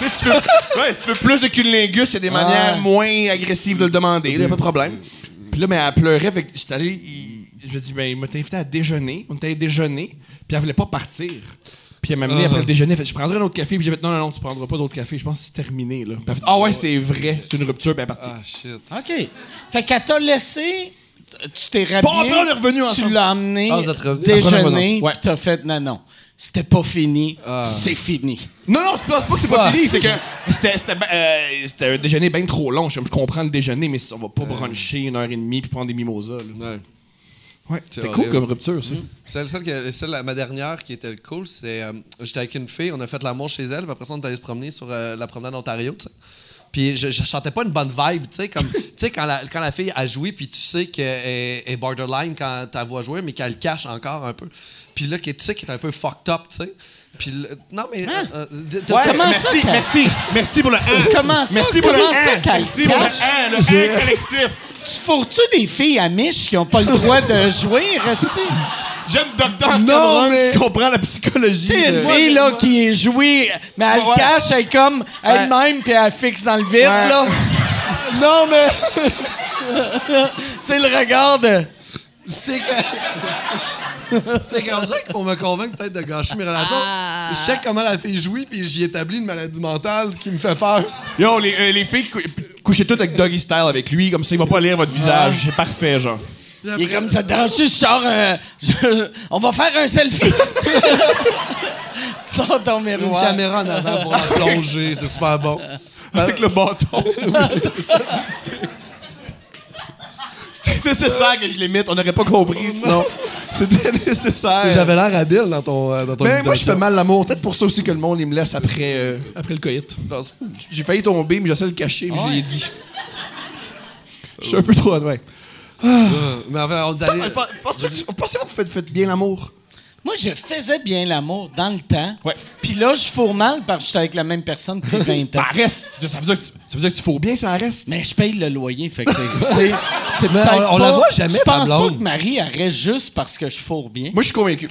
Speaker 4: sais, si tu veux, ouais, si tu veux plus de cunnilingus, il y a des manières moins agressives de le demander. Il n'y a pas de problème. Puis là, mais elle pleurait. Fait que j'étais allé. il- je lui ai dit, ben, il m'a invité à déjeuner. On était allé déjeuner. Puis elle voulait pas partir. Puis elle m'a amené après le déjeuner. Fait, je prendrai un autre café. Puis j'ai fait, non, non, non, tu prendras pas d'autre café. Je pense que c'est terminé. Là. Puis elle a fait, ah ouais, c'est vrai. C'est une rupture. Puis elle est partie.
Speaker 5: Ah, shit.
Speaker 1: OK. Fait qu'elle t'a laissé, t- tu t'es rhabillé.
Speaker 4: Bon, après, on est
Speaker 1: Tu
Speaker 4: revenus ensemble.
Speaker 1: l'as amené
Speaker 5: Ah, vous êtes revenus.
Speaker 4: Après, on est revenus
Speaker 1: déjeuner,
Speaker 4: ensemble. Ouais.
Speaker 1: puis t'as fait, non, non, c'était pas fini,
Speaker 4: Ah.
Speaker 1: c'est fini.
Speaker 4: Non, non, c'est pas, c'est pas que c'est pas fini, c'est que c'était, c'était ben- euh, c'était un déjeuner bien trop long. Je, je comprends le déjeuner, mais on va pas bruncher une heure et demie puis prendre des mimosas. là.
Speaker 5: Ouais.
Speaker 4: Ouais,
Speaker 5: C'est
Speaker 4: c'était cool
Speaker 5: horrible.
Speaker 4: comme rupture, ça.
Speaker 5: Celle, celle, que- celle, la- ma dernière qui était cool, c'est. euh, J'étais avec une fille, on a fait l'amour chez elle, puis après ça, on est allé se promener sur euh, la promenade Ontario, tu sais. Puis je, je chantais pas une bonne vibe, tu sais, <laughs> comme. tu sais, quand la, quand la fille a joué, puis tu sais qu'elle est borderline quand ta voix jouer, mais qu'elle le cache encore un peu. Puis là, que, tu sais qu'elle est un peu fucked up, tu sais. Puis le- non, mais. euh, euh, t'as- t'as-
Speaker 1: Comment
Speaker 4: merci,
Speaker 1: ça, quand-
Speaker 4: merci, merci pour le 1.
Speaker 1: Comment ça,
Speaker 4: merci pour le
Speaker 1: comment ça,
Speaker 4: un.
Speaker 1: qu'elle
Speaker 4: Merci pour le
Speaker 1: cache?
Speaker 4: 1, le 1 collectif.
Speaker 1: Tu fourres-tu des filles amiches qui ont pas le droit de jouer, resti?
Speaker 4: J'aime Docteur
Speaker 5: Non,
Speaker 4: Cameron
Speaker 5: mais-
Speaker 4: qui comprend la psychologie.
Speaker 1: Tu sais, une
Speaker 4: de-
Speaker 1: fille, là, qui est jouée, mais elle
Speaker 4: euh, Ouais.
Speaker 1: cache, elle est comme elle-même, puis elle fixe dans le vide, là.
Speaker 5: Non, mais.
Speaker 1: Tu sais, le regard de...
Speaker 5: C'est que. <laughs> C'est qu'en dirait qu'on me convainc peut-être de gâcher mes relations. Je check comment la fille jouit, puis j'y établis une maladie mentale qui me fait peur.
Speaker 4: Yo, les, euh, les filles, cou- couchez toutes avec Doggy Style avec lui, comme ça, il va pas lire votre visage. C'est parfait, <laughs> genre.
Speaker 5: Puis
Speaker 1: Il est
Speaker 5: après-
Speaker 1: comme ça te dérange-tu, je sors un- je- on va faire un selfie. <laughs> tu sors ton
Speaker 5: Une
Speaker 1: miroir.
Speaker 5: caméra en avant pour la plonger, c'est super <laughs> bon.
Speaker 4: Avec le bâton. C'était nécessaire que je l'imite, on n'aurait pas compris, sinon. C'était nécessaire.
Speaker 5: J'avais l'air habile dans ton, euh, dans ton
Speaker 4: Mais moi, je
Speaker 5: imitation.
Speaker 4: fais mal l'amour. Peut-être pour ça aussi que le monde, il me laisse après, euh, après le coït. J'ai failli tomber, mais j'essaie de le cacher, mais je l'ai dit. Je suis un peu trop adroit.
Speaker 5: Euh, Mais enfin, on est allé-
Speaker 4: Pensez-vous que vous faites, faites bien l'amour?
Speaker 1: Moi, je faisais bien l'amour dans le temps.
Speaker 4: Ouais.
Speaker 1: Puis là, je fourre mal parce que j'étais avec la même personne
Speaker 5: <laughs>
Speaker 1: depuis 20
Speaker 5: Bah,
Speaker 4: Ben,
Speaker 1: ans.
Speaker 4: reste! Ça veut, dire que tu, ça veut dire que tu fous bien, ça reste.
Speaker 1: Mais je paye le loyer, fait que c'est- c'est. c'est
Speaker 5: Mais
Speaker 1: peut-être
Speaker 5: on- on la
Speaker 1: pas-
Speaker 5: voit jamais,
Speaker 1: Je
Speaker 5: ta
Speaker 1: pense pas
Speaker 5: blonde.
Speaker 1: que Marie elle reste juste parce que je fourre bien.
Speaker 4: Moi, je suis convaincu.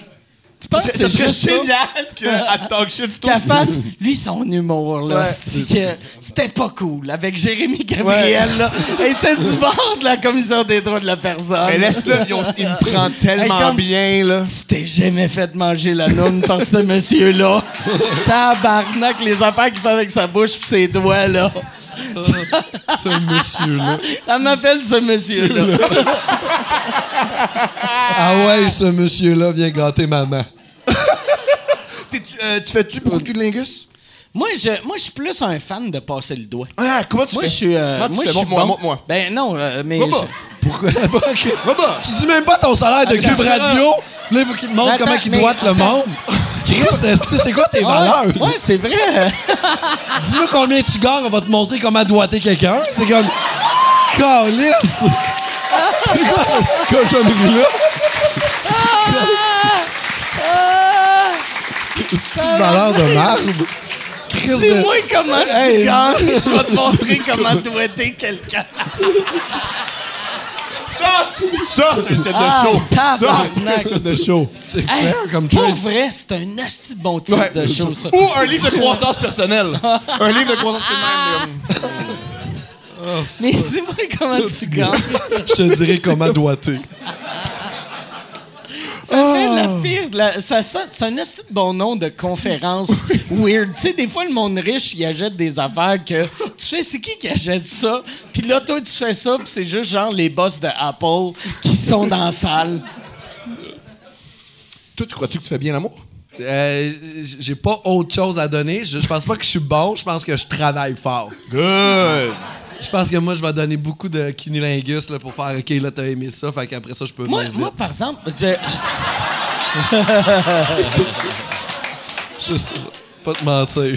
Speaker 1: tu penses que
Speaker 4: Ça
Speaker 1: c'est
Speaker 4: serait
Speaker 1: juste ça?
Speaker 4: génial
Speaker 1: <laughs>
Speaker 4: qu'à talk shit, tu
Speaker 1: Qu'elle
Speaker 4: trouves-
Speaker 1: fasse, lui, son humour, là,
Speaker 4: Ouais.
Speaker 1: c'est que c'était pas cool. Avec Jérémy Gabriel, là, elle était du bord de la Commission des droits de la personne.
Speaker 4: Mais laisse-le, il, il me prend
Speaker 1: Hey,
Speaker 4: tellement
Speaker 1: comme-
Speaker 4: bien, là.
Speaker 1: Tu t'es jamais fait manger la noune par ce
Speaker 4: <laughs>
Speaker 1: monsieur-là. Tabarnak, les affaires qu'il fait avec sa bouche pis ses doigts, là.
Speaker 4: Ah,
Speaker 5: ce
Speaker 1: <laughs>
Speaker 5: monsieur-là.
Speaker 1: Elle m'appelle ce
Speaker 4: <laughs>
Speaker 1: monsieur-là.
Speaker 5: Ah ouais, ce monsieur-là vient gâter maman.
Speaker 4: T'es- tu- euh, tu fais-tu beaucoup de cunnilingus?
Speaker 1: Moi, je, moi, je suis plus un fan de passer le doigt.
Speaker 4: Ah, comment tu
Speaker 1: Moi,
Speaker 4: fais?
Speaker 1: je suis. euh,
Speaker 4: Comment tu
Speaker 1: moi,
Speaker 4: fais?
Speaker 1: je suis
Speaker 4: Montre-moi,
Speaker 1: bon.
Speaker 4: montre-moi.
Speaker 1: Ben non, euh, mais.
Speaker 4: Va-moi.
Speaker 1: je-
Speaker 5: Pourquoi? Ok.
Speaker 4: Va-moi.
Speaker 5: Tu dis même pas ton salaire de
Speaker 1: Attends.
Speaker 5: Cube Radio. Là, il faut qu'il te montre
Speaker 1: Mais attends,
Speaker 5: comment il
Speaker 1: mais
Speaker 5: doite le
Speaker 1: attends.
Speaker 5: monde. Chris, <laughs> esti, c'est quoi tes valeurs?
Speaker 1: Ouais, ouais, c'est vrai.
Speaker 5: Dis-nous combien tu gagnes, on va te montrer comment doiter quelqu'un. C'est comme. Calice! C'est quoi cette cochonnerie-là?
Speaker 1: Ah!
Speaker 5: C'est une valeur de
Speaker 3: Ah,
Speaker 5: marbre. Chris de-
Speaker 1: <laughs> Dis-moi comment tu <laughs>
Speaker 5: Hey.
Speaker 1: gagnes. Je vais te montrer comment doigter quelqu'un.
Speaker 4: Ça, Ça, ça c'est un set de
Speaker 1: Ah,
Speaker 4: show.
Speaker 1: tabarnak.
Speaker 4: Ça, Ah, c'est un set de show.
Speaker 5: C'est
Speaker 1: Hey,
Speaker 5: fair comme
Speaker 1: pour
Speaker 5: trade.
Speaker 1: vrai, c'est un nasty bon titre
Speaker 4: Ouais.
Speaker 1: de show, ça.
Speaker 4: Ou un livre de croissance
Speaker 1: <laughs>
Speaker 4: personnelle. un livre de croissance personnelle. euh,
Speaker 1: Mais dis-moi comment tu gagnes.
Speaker 5: Je te dirai comment doiter.
Speaker 1: Ça
Speaker 4: Ah!
Speaker 1: fait la pire. de la- ça sent- c'est un esti de bon nom de conférence <laughs> weird. Tu sais, des fois, le monde riche, il achète des affaires que tu fais, c'est qui qui achète ça? Puis là, toi, tu fais ça, puis c'est juste genre les boss de Apple qui sont dans la salle.
Speaker 4: Toi, tu crois-tu que tu fais bien l'amour?
Speaker 5: Euh, j'ai pas autre chose à donner. Je, je pense pas que je suis bon. Je pense que je travaille fort.
Speaker 4: Good.
Speaker 5: Je pense que moi, je vais donner beaucoup de cunilingus là, pour faire OK, là, t'as aimé ça. Fait qu'après ça, je peux.
Speaker 1: Moi,
Speaker 5: venir vite.
Speaker 1: moi par exemple, je- je-
Speaker 5: je sais pas. Pas te mentir.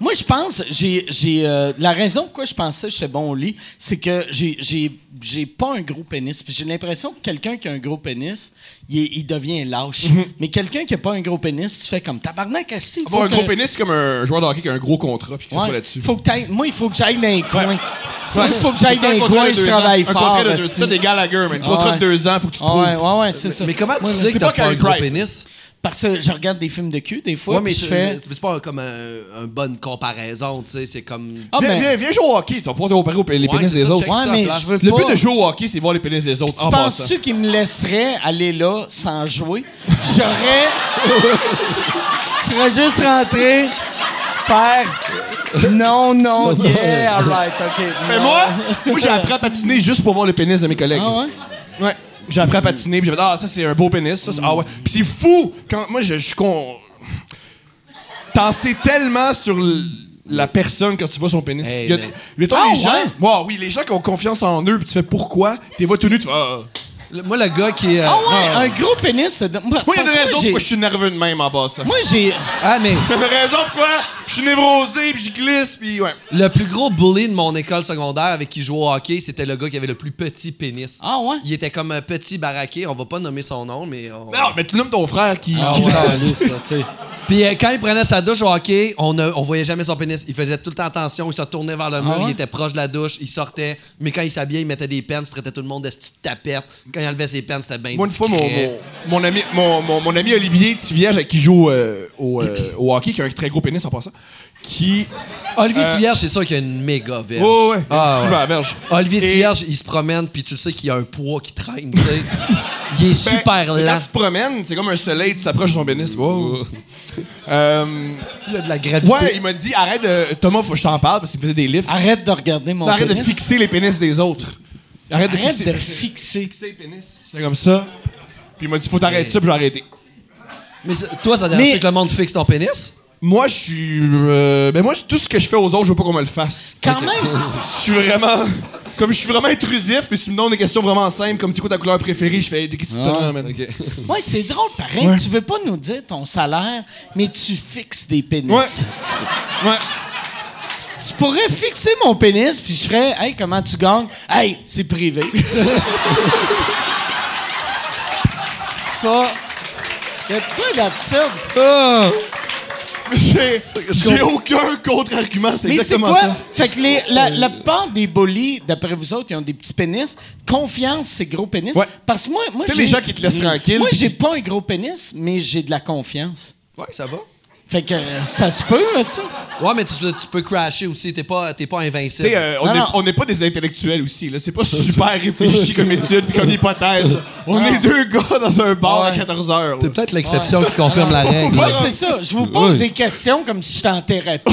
Speaker 1: moi, je pense, j'ai, j'ai, euh, la raison pourquoi je pensais que j'étais bon au lit, c'est que j'ai, j'ai, j'ai pas un gros pénis. Puis j'ai l'impression que quelqu'un qui a un gros pénis, il, est- il devient lâche.
Speaker 4: Mm-hmm.
Speaker 1: Mais quelqu'un qui a pas un gros pénis, tu fais comme tabarnak, esti, faut
Speaker 4: Avoir un
Speaker 1: que-
Speaker 4: gros pénis, c'est comme un joueur de hockey qui a un gros contrat puis qui
Speaker 1: Ouais.
Speaker 4: s'assoit là-dessus.
Speaker 1: Faut que t'ailles- moi, il faut que j'aille dans les coins. Moi, il faut que
Speaker 4: Un
Speaker 1: j'aille dans les
Speaker 4: contrat
Speaker 1: coins,
Speaker 4: de
Speaker 1: je
Speaker 4: deux
Speaker 1: travaille
Speaker 4: ans. Un
Speaker 1: fort.
Speaker 4: contrat de deux
Speaker 1: esti.
Speaker 4: C'est des Gallagher, man. Un
Speaker 1: Ah
Speaker 4: contrat
Speaker 1: ouais.
Speaker 4: de deux ans, faut que tu te
Speaker 1: Ah ouais,
Speaker 4: prouves.
Speaker 1: ouais, ouais, c'est ça.
Speaker 5: Mais comment tu
Speaker 1: Moi,
Speaker 5: sais que
Speaker 4: t'es
Speaker 5: t'as
Speaker 4: pas
Speaker 5: pas un
Speaker 4: Karen
Speaker 5: gros
Speaker 4: Price.
Speaker 5: pénis?
Speaker 1: Parce que je regarde des films de cul des fois,
Speaker 5: Ouais, mais
Speaker 1: puis je
Speaker 5: tu-
Speaker 1: fais...
Speaker 5: mais c'est pas un- comme un, un bonne comparaison, tu sais. C'est comme.
Speaker 1: Ah,
Speaker 4: Viens,
Speaker 1: ben,
Speaker 4: viens, viens jouer au hockey, tu vas pouvoir te comparer aux p- les
Speaker 5: Ouais,
Speaker 4: pénis
Speaker 5: c'est
Speaker 4: des
Speaker 5: ça,
Speaker 4: autres.
Speaker 5: check ça
Speaker 1: ouais,
Speaker 5: à
Speaker 1: mais
Speaker 5: la place.
Speaker 1: je veux
Speaker 4: Le
Speaker 1: pas...
Speaker 4: but de jouer au hockey, c'est voir les pénis des autres
Speaker 1: Tu
Speaker 4: en passant.
Speaker 1: penses-tu qu'ils me laisseraient aller là sans jouer?
Speaker 4: <laughs>
Speaker 1: J'aurais... Je serais juste rentré, faire... Non, non, yeah, all right, OK.
Speaker 4: Mais
Speaker 1: non.
Speaker 4: moi, moi j'ai appris à patiner juste pour voir les pénis de mes collègues.
Speaker 1: Ah ouais?
Speaker 4: Ouais. J'ai appris à patiner, puis j'ai fait Ah, ça c'est un beau pénis. ça, c'est- ah ouais. Puis c'est fou! Quand, moi, je je suis con. T'en sais tellement sur l- la personne quand tu vois son pénis.
Speaker 5: Hey,
Speaker 4: Il y a-
Speaker 5: mais-
Speaker 4: mettons,
Speaker 1: Ah
Speaker 4: les gens.
Speaker 1: ouais?
Speaker 4: Wow, oui, les gens qui ont confiance en eux, puis tu fais pourquoi? T'es vois tout nu, tu fais Ah.
Speaker 5: Le- moi, le gars qui. est, euh,
Speaker 1: Ah ouais, un gros pénis... c'est de- Moi,
Speaker 4: Moi, il y a
Speaker 1: parce
Speaker 4: une
Speaker 1: que
Speaker 4: raison
Speaker 1: j'ai-
Speaker 4: pourquoi je suis nerveux de même en passant.
Speaker 1: Moi, j'ai...
Speaker 5: Ah, mais
Speaker 4: Il y a une raison pourquoi je suis névrosé, puis je glisse, puis ouais.
Speaker 5: le plus gros bully de mon école secondaire avec qui je jouais au hockey, c'était le gars qui avait le plus petit pénis.
Speaker 1: Ah ouais?
Speaker 5: Il était comme un petit baraqué, on va pas nommer son nom, mais. on-
Speaker 4: Non, mais tu nommes ton frère qui.
Speaker 1: Ah
Speaker 4: qui-
Speaker 1: ouais, allez, ça, tu <laughs> sais.
Speaker 5: Puis euh, quand il prenait sa douche au hockey, on, ne- on voyait jamais son pénis. Il faisait tout le temps attention, il se tournait vers le mur,
Speaker 1: Ah ouais?
Speaker 5: il était proche de la douche, il sortait. Mais quand il s'habillait, il mettait des pens, il traitait tout le monde de petite tapette. Quand il enlevait ses pens, c'était bien
Speaker 4: Moi, une fois, mon,
Speaker 5: discret.
Speaker 4: mon- mon ami, mon, mon- mon ami Olivier Tivierge, avec qui je joue euh, au, euh, au hockey, qui a un très gros pénis en passant, qui.
Speaker 5: Olivier
Speaker 4: Euh,
Speaker 5: Thierge, c'est sûr qu'il a une méga verge.
Speaker 4: Ouais, ouais, ouais.
Speaker 5: Ah,
Speaker 4: super
Speaker 5: ouais.
Speaker 4: verge.
Speaker 5: Olivier
Speaker 4: Et-
Speaker 5: Thierge, il se promène, puis tu le sais qu'il y a un poids qui traîne,
Speaker 4: <laughs>
Speaker 5: tu sais. Il est
Speaker 4: Ben,
Speaker 5: super
Speaker 4: Quand
Speaker 5: lent.
Speaker 4: tu te promènes, c'est comme un soleil, tu t'approches de son pénis, tu vois. <laughs> Euh,
Speaker 5: Il a de la gravité.
Speaker 4: ouais, il m'a dit arrête, de- Thomas, faut que je t'en parle parce qu'il me faisait des lifts.
Speaker 1: Arrête de regarder mon
Speaker 4: Arrête de
Speaker 1: pénis.
Speaker 4: fixer les pénis des autres. Arrête,
Speaker 1: Arrête
Speaker 4: de
Speaker 1: de
Speaker 4: fixer.
Speaker 1: fixer.
Speaker 4: fixer les pénis. C'est comme ça. Puis il m'a dit faut t'arrêter ça, puis j'ai arrêté.
Speaker 5: Mais c'est- toi, ça dérange
Speaker 1: Mais-
Speaker 5: que le monde fixe ton pénis?
Speaker 4: Moi, je suis. euh, ben, moi, je- tout ce que je fais aux autres, je veux pas qu'on me le fasse.
Speaker 1: Quand même,
Speaker 4: Je suis vraiment. Comme je suis vraiment intrusif, mais si tu me donnes des questions vraiment simples, comme c'est quoi ta couleur préférée, je fais de qui tu te
Speaker 5: Ah.
Speaker 4: prends, man.
Speaker 1: ouais, c'est drôle pareil. Tu veux pas nous dire ton salaire, mais tu fixes des pénis.
Speaker 4: Ouais.
Speaker 1: <laughs>
Speaker 4: Ouais.
Speaker 1: Tu pourrais fixer mon pénis, puis je ferais, hey, comment tu gagnes? Hey, c'est privé. Ça, y a de quoi d'absurde?
Speaker 4: <laughs>
Speaker 5: <laughs>
Speaker 4: J'ai j'ai aucun contre-argument, c'est
Speaker 1: Mais c'est
Speaker 4: exactement
Speaker 1: quoi?
Speaker 4: ça. Euh,
Speaker 1: Fait que les- la, la part des bullies, d'après vous autres, ils ont des petits pénis. Confiance, c'est gros pénis.
Speaker 4: Ouais.
Speaker 1: Parce que moi, moi
Speaker 4: Tu sais,
Speaker 1: j'ai.
Speaker 4: les gens qui te laissent tranquille,
Speaker 1: Moi,
Speaker 4: puis-
Speaker 1: j'ai pas un gros pénis, mais j'ai de la confiance.
Speaker 5: Ouais, ça va.
Speaker 1: Fait que euh, ça se peut, ça.
Speaker 5: Ouais, mais tu, tu peux crasher aussi, t'es pas, t'es pas
Speaker 4: Tu
Speaker 5: invincible.
Speaker 4: sais, euh,
Speaker 1: Non,
Speaker 4: on est-
Speaker 1: non.
Speaker 4: on n'est pas des intellectuels aussi, là.
Speaker 5: <laughs>
Speaker 4: C'est pas super réfléchi comme étude puis comme hypothèse. On est deux gars dans un bar à
Speaker 1: Ouais.
Speaker 4: 14 heures. là.
Speaker 5: Ah. T'es peut-être l'exception qui confirme la règle.
Speaker 1: Moi, c'est ça. Je vous pose des questions comme si j'étais en
Speaker 4: <laughs>
Speaker 1: thérapie.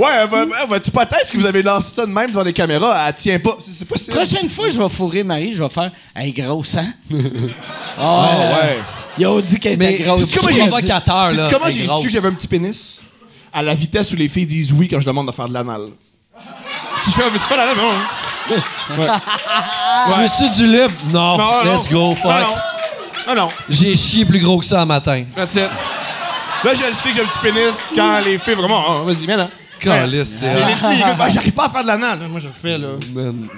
Speaker 4: Ouais, va- va- votre hypothèse que vous avez lancé ça de même devant les caméras, elle tient pas. C'est c'est pas ça.
Speaker 1: Prochaine fois, je vais fourrer Marie, je vais faire Hey, grosse, hein?
Speaker 4: Ah, ouais.
Speaker 1: Ils ont dit qu'elle
Speaker 5: Mais
Speaker 1: était grosse.
Speaker 5: c'est
Speaker 4: comment j'ai-
Speaker 5: provocateur, là.
Speaker 4: Sais-tu comment
Speaker 5: est
Speaker 4: j'ai
Speaker 5: grosse.
Speaker 4: su que j'avais un petit pénis? À la vitesse où les filles disent oui quand je demande de faire de l'anal. Si je fais, veux-tu faire l'anal? Non. hein?
Speaker 5: Tu veux-tu du lip?
Speaker 4: Non,
Speaker 5: Non.
Speaker 4: non.
Speaker 5: Oh, Let's go, fuck.
Speaker 4: Non, non. Non, non.
Speaker 5: J'ai chié plus gros que ça un matin.
Speaker 4: That's it. Là, je le sais que j'ai un petit pénis quand les filles vraiment. Ah, Vas-y, viens là.
Speaker 5: Calisse, c'est
Speaker 4: Et
Speaker 5: vrai.
Speaker 4: les filles, ils disent, Ah, j'arrive pas à faire de l'anal. Moi, je le fais, là.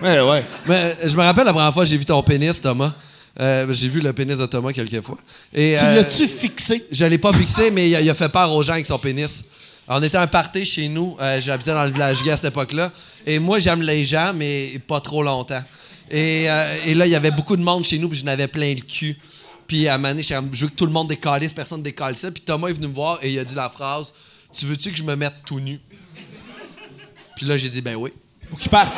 Speaker 4: Ouais, ouais.
Speaker 5: Mais euh, je me rappelle la première fois que j'ai vu ton pénis, Thomas. Euh, j'ai vu le pénis de Thomas quelques fois. Et,
Speaker 1: Tu
Speaker 5: euh,
Speaker 1: l'as-tu fixé?
Speaker 5: Je l'ai pas fixé, mais il a, il a fait peur aux gens avec son pénis. On était un party chez nous. euh, J'habitais dans le village gay à cette époque-là. Et moi, j'aime les gens, mais pas trop longtemps. Et, euh, et là, il y avait beaucoup de monde chez nous, puis je n'avais plein le cul. Puis à un moment donné, j'étais comme, je veux que tout le monde décalisse, personne décale ça. Puis Thomas est venu me voir et il a dit la phrase Tu veux-tu que je me mette tout nu Puis là, j'ai dit Ben oui.
Speaker 3: Pour qu'ils partent.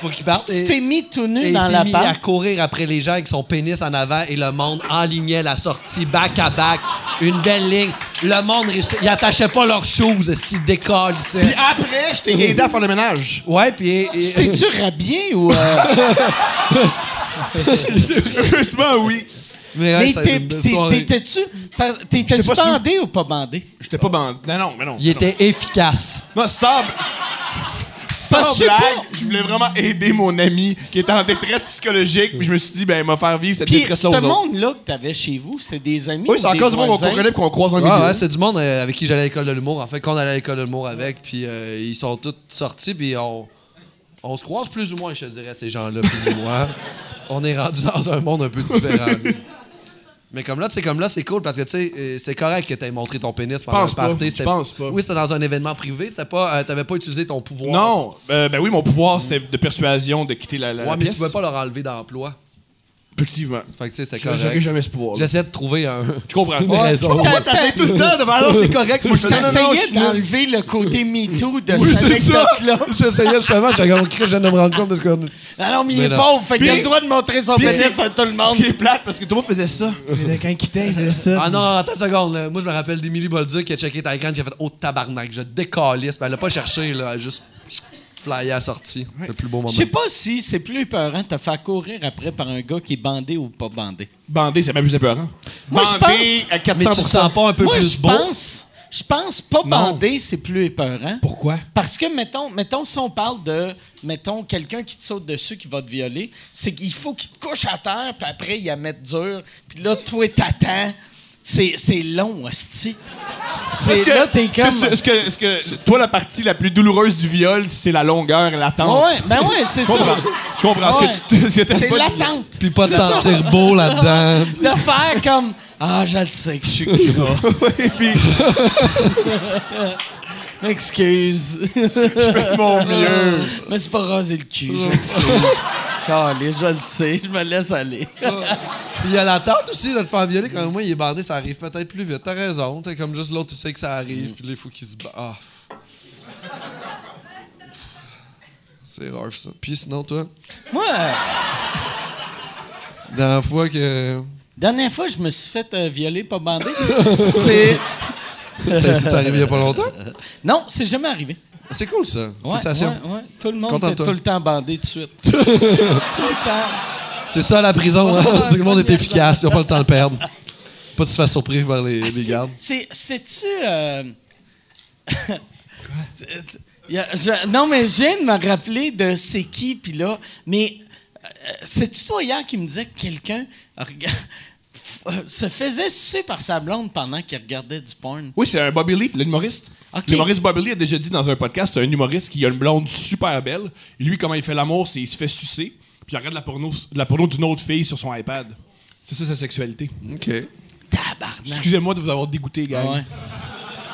Speaker 5: Pour qu'il parte.
Speaker 1: Tu
Speaker 5: Et-
Speaker 1: t'es mis tout
Speaker 5: et
Speaker 1: nu
Speaker 5: il
Speaker 1: dans
Speaker 5: s'est
Speaker 1: la
Speaker 5: mis à
Speaker 1: part.
Speaker 5: courir après les gens avec son pénis en avant et le monde enlignait la sortie back à back. Une belle ligne. Le monde, réussissait. ils attachaient pas leurs choses, ils décalissaient.
Speaker 1: ah!
Speaker 4: Puis après, je t'ai <laughs> aidé à faire le ménage.
Speaker 5: Ouais, puis. et- et-
Speaker 1: T'es-tu rhabillé ou. euh,
Speaker 4: Heureusement, oui.
Speaker 5: mais ouais,
Speaker 1: mais
Speaker 5: ça a été
Speaker 1: t'es-
Speaker 5: une belle
Speaker 1: t'es-
Speaker 5: soirée.
Speaker 1: T'étais-tu par- t'étais-tu
Speaker 4: pas sous.
Speaker 1: bandé ou pas bandé?
Speaker 4: J'étais pas bandé. Non, non, mais non.
Speaker 5: Il était efficace.
Speaker 4: Non, sans,
Speaker 1: Parce que
Speaker 4: sans
Speaker 1: je sais
Speaker 4: blague,
Speaker 1: pas.
Speaker 4: je voulais vraiment aider mon ami qui était en détresse psychologique. Puis je me suis dit, ben, il m'a faire vivre cette
Speaker 1: Puis
Speaker 4: détresse-là
Speaker 1: ce
Speaker 4: aux autres.
Speaker 1: monde-là que t'avais chez vous, c'était des amis.
Speaker 4: Oui,
Speaker 1: ou
Speaker 4: c'est encore du monde qu'on
Speaker 1: voisins?
Speaker 4: comprenait puis qu'on croise en
Speaker 5: Ouais,
Speaker 4: milieu.
Speaker 5: ouais, c'est du monde euh, avec qui j'allais à l'école de l'humour, en fait, qu'on allait à l'école de l'humour avec, puis euh, ils sont tous sortis, puis on, on se croise plus ou moins, je te dirais, ces gens-là, plus ou
Speaker 4: <laughs>
Speaker 5: moins. On est rendu dans un monde un peu différent. là. Mais comme là, tu sais, comme là, c'est cool parce que, tu sais, euh, c'est correct que t'aies montré ton pénis pendant
Speaker 4: pense
Speaker 5: le party.
Speaker 4: pas, je
Speaker 5: c'était-
Speaker 4: pense pas.
Speaker 5: Oui, c'était dans un événement privé, c'était pas, euh, t'avais pas utilisé ton pouvoir.
Speaker 4: Non, euh, ben oui, mon pouvoir, c'était de persuasion de quitter la, la,
Speaker 5: Ouais,
Speaker 4: la
Speaker 5: mais
Speaker 4: pièce.
Speaker 5: tu pouvais pas leur enlever d'emploi.
Speaker 4: Effectivement.
Speaker 5: Fait que, tu sais, c'était
Speaker 4: J'aurais
Speaker 5: correct.
Speaker 4: jamais ce pouvoir.
Speaker 5: J'essayais de trouver un.
Speaker 4: Je comprends.
Speaker 5: <laughs> Une
Speaker 4: Ouais,
Speaker 5: raison.
Speaker 4: Je comprends, t'as tout le temps devant alors c'est correct. Moi, je fais, non, non, non, je
Speaker 1: T'essayais
Speaker 4: suis nul.
Speaker 1: d'enlever le côté MeToo de cette
Speaker 4: Oui, c'est ça.
Speaker 1: anecdote-là.
Speaker 5: <laughs> J'essayais justement, j'ai je viens de me rendre compte de ce qu'on.
Speaker 1: Alors, mais il est
Speaker 5: Mais non.
Speaker 1: pauvre, fait qu'il a
Speaker 4: Puis-
Speaker 1: le droit de montrer son
Speaker 4: Puis-
Speaker 1: pénis à tout le monde.
Speaker 4: Ce qui est plate, parce que tout le monde faisait ça.
Speaker 3: Quand ils quittaient, ils faisaient ça.
Speaker 5: Ah non, attends une seconde. là. Moi, je me rappelle d'Emily Bolduc qui a checké Taïkan qui a fait Oh tabarnak, je décalisse. Mais elle l'a pas cherché, là. Elle a juste flyé à la sortie. Le plus beau moment.
Speaker 1: Je sais pas si c'est plus épeurant de te faire courir après par un gars qui est bandé ou pas bandé.
Speaker 4: Bandé, c'est même plus épeurant.
Speaker 1: Moi, je
Speaker 4: hein. Bandé
Speaker 1: pense-
Speaker 4: à 400%.
Speaker 5: Mais tu te sens pas un peu
Speaker 1: Moi,
Speaker 5: plus
Speaker 1: je
Speaker 5: beau?
Speaker 1: pense, je pense pas bandé, c'est plus épeurant.
Speaker 4: Pourquoi?
Speaker 1: Parce que, mettons, mettons, si on parle de, mettons, quelqu'un qui te saute dessus qui va te violer, c'est qu'il faut qu'il te couche à terre, puis après, il la mette dur, puis là, toi, t'attends. C'est c'est long, hostie. C'est
Speaker 4: Parce que-
Speaker 1: là, t'es comme...
Speaker 4: parce que- parce que, parce que toi, la partie la plus douloureuse du viol, c'est la longueur, l'attente.
Speaker 1: Ouais, ben ouais, c'est
Speaker 4: Je
Speaker 1: ça.
Speaker 4: comprends. Je comprends
Speaker 1: Ouais.
Speaker 4: ce que tu <laughs> ce que t'aimes
Speaker 1: C'est
Speaker 4: pas.
Speaker 1: l'attente.
Speaker 5: Puis pas de
Speaker 1: C'est ça.
Speaker 5: sentir beau là-dedans.
Speaker 1: De faire comme Ah, je le sais que je suis gras.
Speaker 4: Et puis,
Speaker 1: M'excuse.
Speaker 4: je fais de mon mieux.
Speaker 1: <laughs> Mais c'est pas raser le cul, je m'excuse. Calais, je le sais, je me laisse aller.
Speaker 5: <laughs> Puis il y a l'attente aussi de te faire violer. Quand moi, il est bandé, ça arrive peut-être plus vite. T'as raison. T'es comme juste l'autre, tu sais que ça arrive. Puis là, il faut qu'il se bat. Ah. pff. C'est rough, ça. Puis sinon, toi,
Speaker 1: <laughs> Moi, euh,
Speaker 5: dans la fois que.
Speaker 1: dernière fois, je me suis fait euh, violer, pas bandé. C'est.
Speaker 5: Ça, c'est arrivé il y a pas longtemps.
Speaker 1: Non, c'est jamais arrivé.
Speaker 5: C'est cool, ça.
Speaker 1: Ouais,
Speaker 5: Félicitations.
Speaker 1: ouais, ouais. Tout le monde
Speaker 5: Content de
Speaker 1: était
Speaker 5: toi.
Speaker 1: tout le temps bandé tout de suite. tout le temps.
Speaker 5: C'est ça la prison, hein?
Speaker 1: Ouais.
Speaker 5: tout le monde est efficace, ils n'ont pas le temps de perdre. Pas de se faire surprendre par les,
Speaker 1: Ah,
Speaker 5: les
Speaker 1: c'est-
Speaker 5: gardes.
Speaker 1: c'est- C'est-tu. euh, <laughs> Il y a- je- non, mais je viens de me rappeler de c'est qui, puis là. Mais euh, c'est-tu toi hier qui me disait que quelqu'un rega- <laughs> euh, se faisait sucer par sa blonde pendant qu'il regardait du porn?
Speaker 4: Oui, c'est un Bobby Lee, l'humoriste.
Speaker 1: Ok.
Speaker 4: L'humoriste Bobby Lee a déjà dit dans un podcast, c'est un humoriste qui a une blonde super belle. Lui, comment il fait l'amour, c'est il se fait sucer, puis il regarde la porno, la porno d'une autre fille sur son iPad. C'est ça sa sexualité.
Speaker 5: OK.
Speaker 1: Tabarnak!
Speaker 4: Excusez-moi de vous avoir dégoûté, gars.
Speaker 1: Ah Ouais.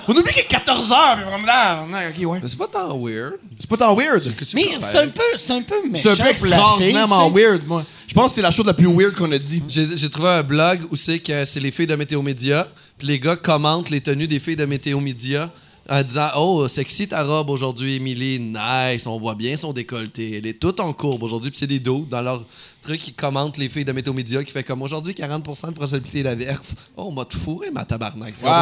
Speaker 4: On oublie qu'il est 14 h mais vraiment, là, non, ok, ouais.
Speaker 5: Mais c'est pas tant weird.
Speaker 4: C'est pas tant weird.
Speaker 5: que tu
Speaker 1: Mais
Speaker 5: parles.
Speaker 1: c'est un peu, c'est un peu
Speaker 4: Ah, ben, C'est
Speaker 1: méchant pour
Speaker 4: un peu
Speaker 1: la fille.
Speaker 4: extraordinairement
Speaker 1: tu sais.
Speaker 4: weird, moi. Je pense que c'est la chose la plus weird qu'on a dit.
Speaker 5: J'ai j'ai trouvé un blog où c'est que c'est les filles de Météo Média, puis les gars commentent les tenues des filles de Météo Média en disant Oh, sexy ta robe aujourd'hui, Émilie, nice, on voit bien son décolleté, elle est toute en courbe aujourd'hui, puis c'est des dos dans leur truc qui commentent les filles de Météo Média qui fait comme aujourd'hui 40% de probabilité d'averse. Oh, on m'a tout fourré, ma tabarnak. Tu comprends?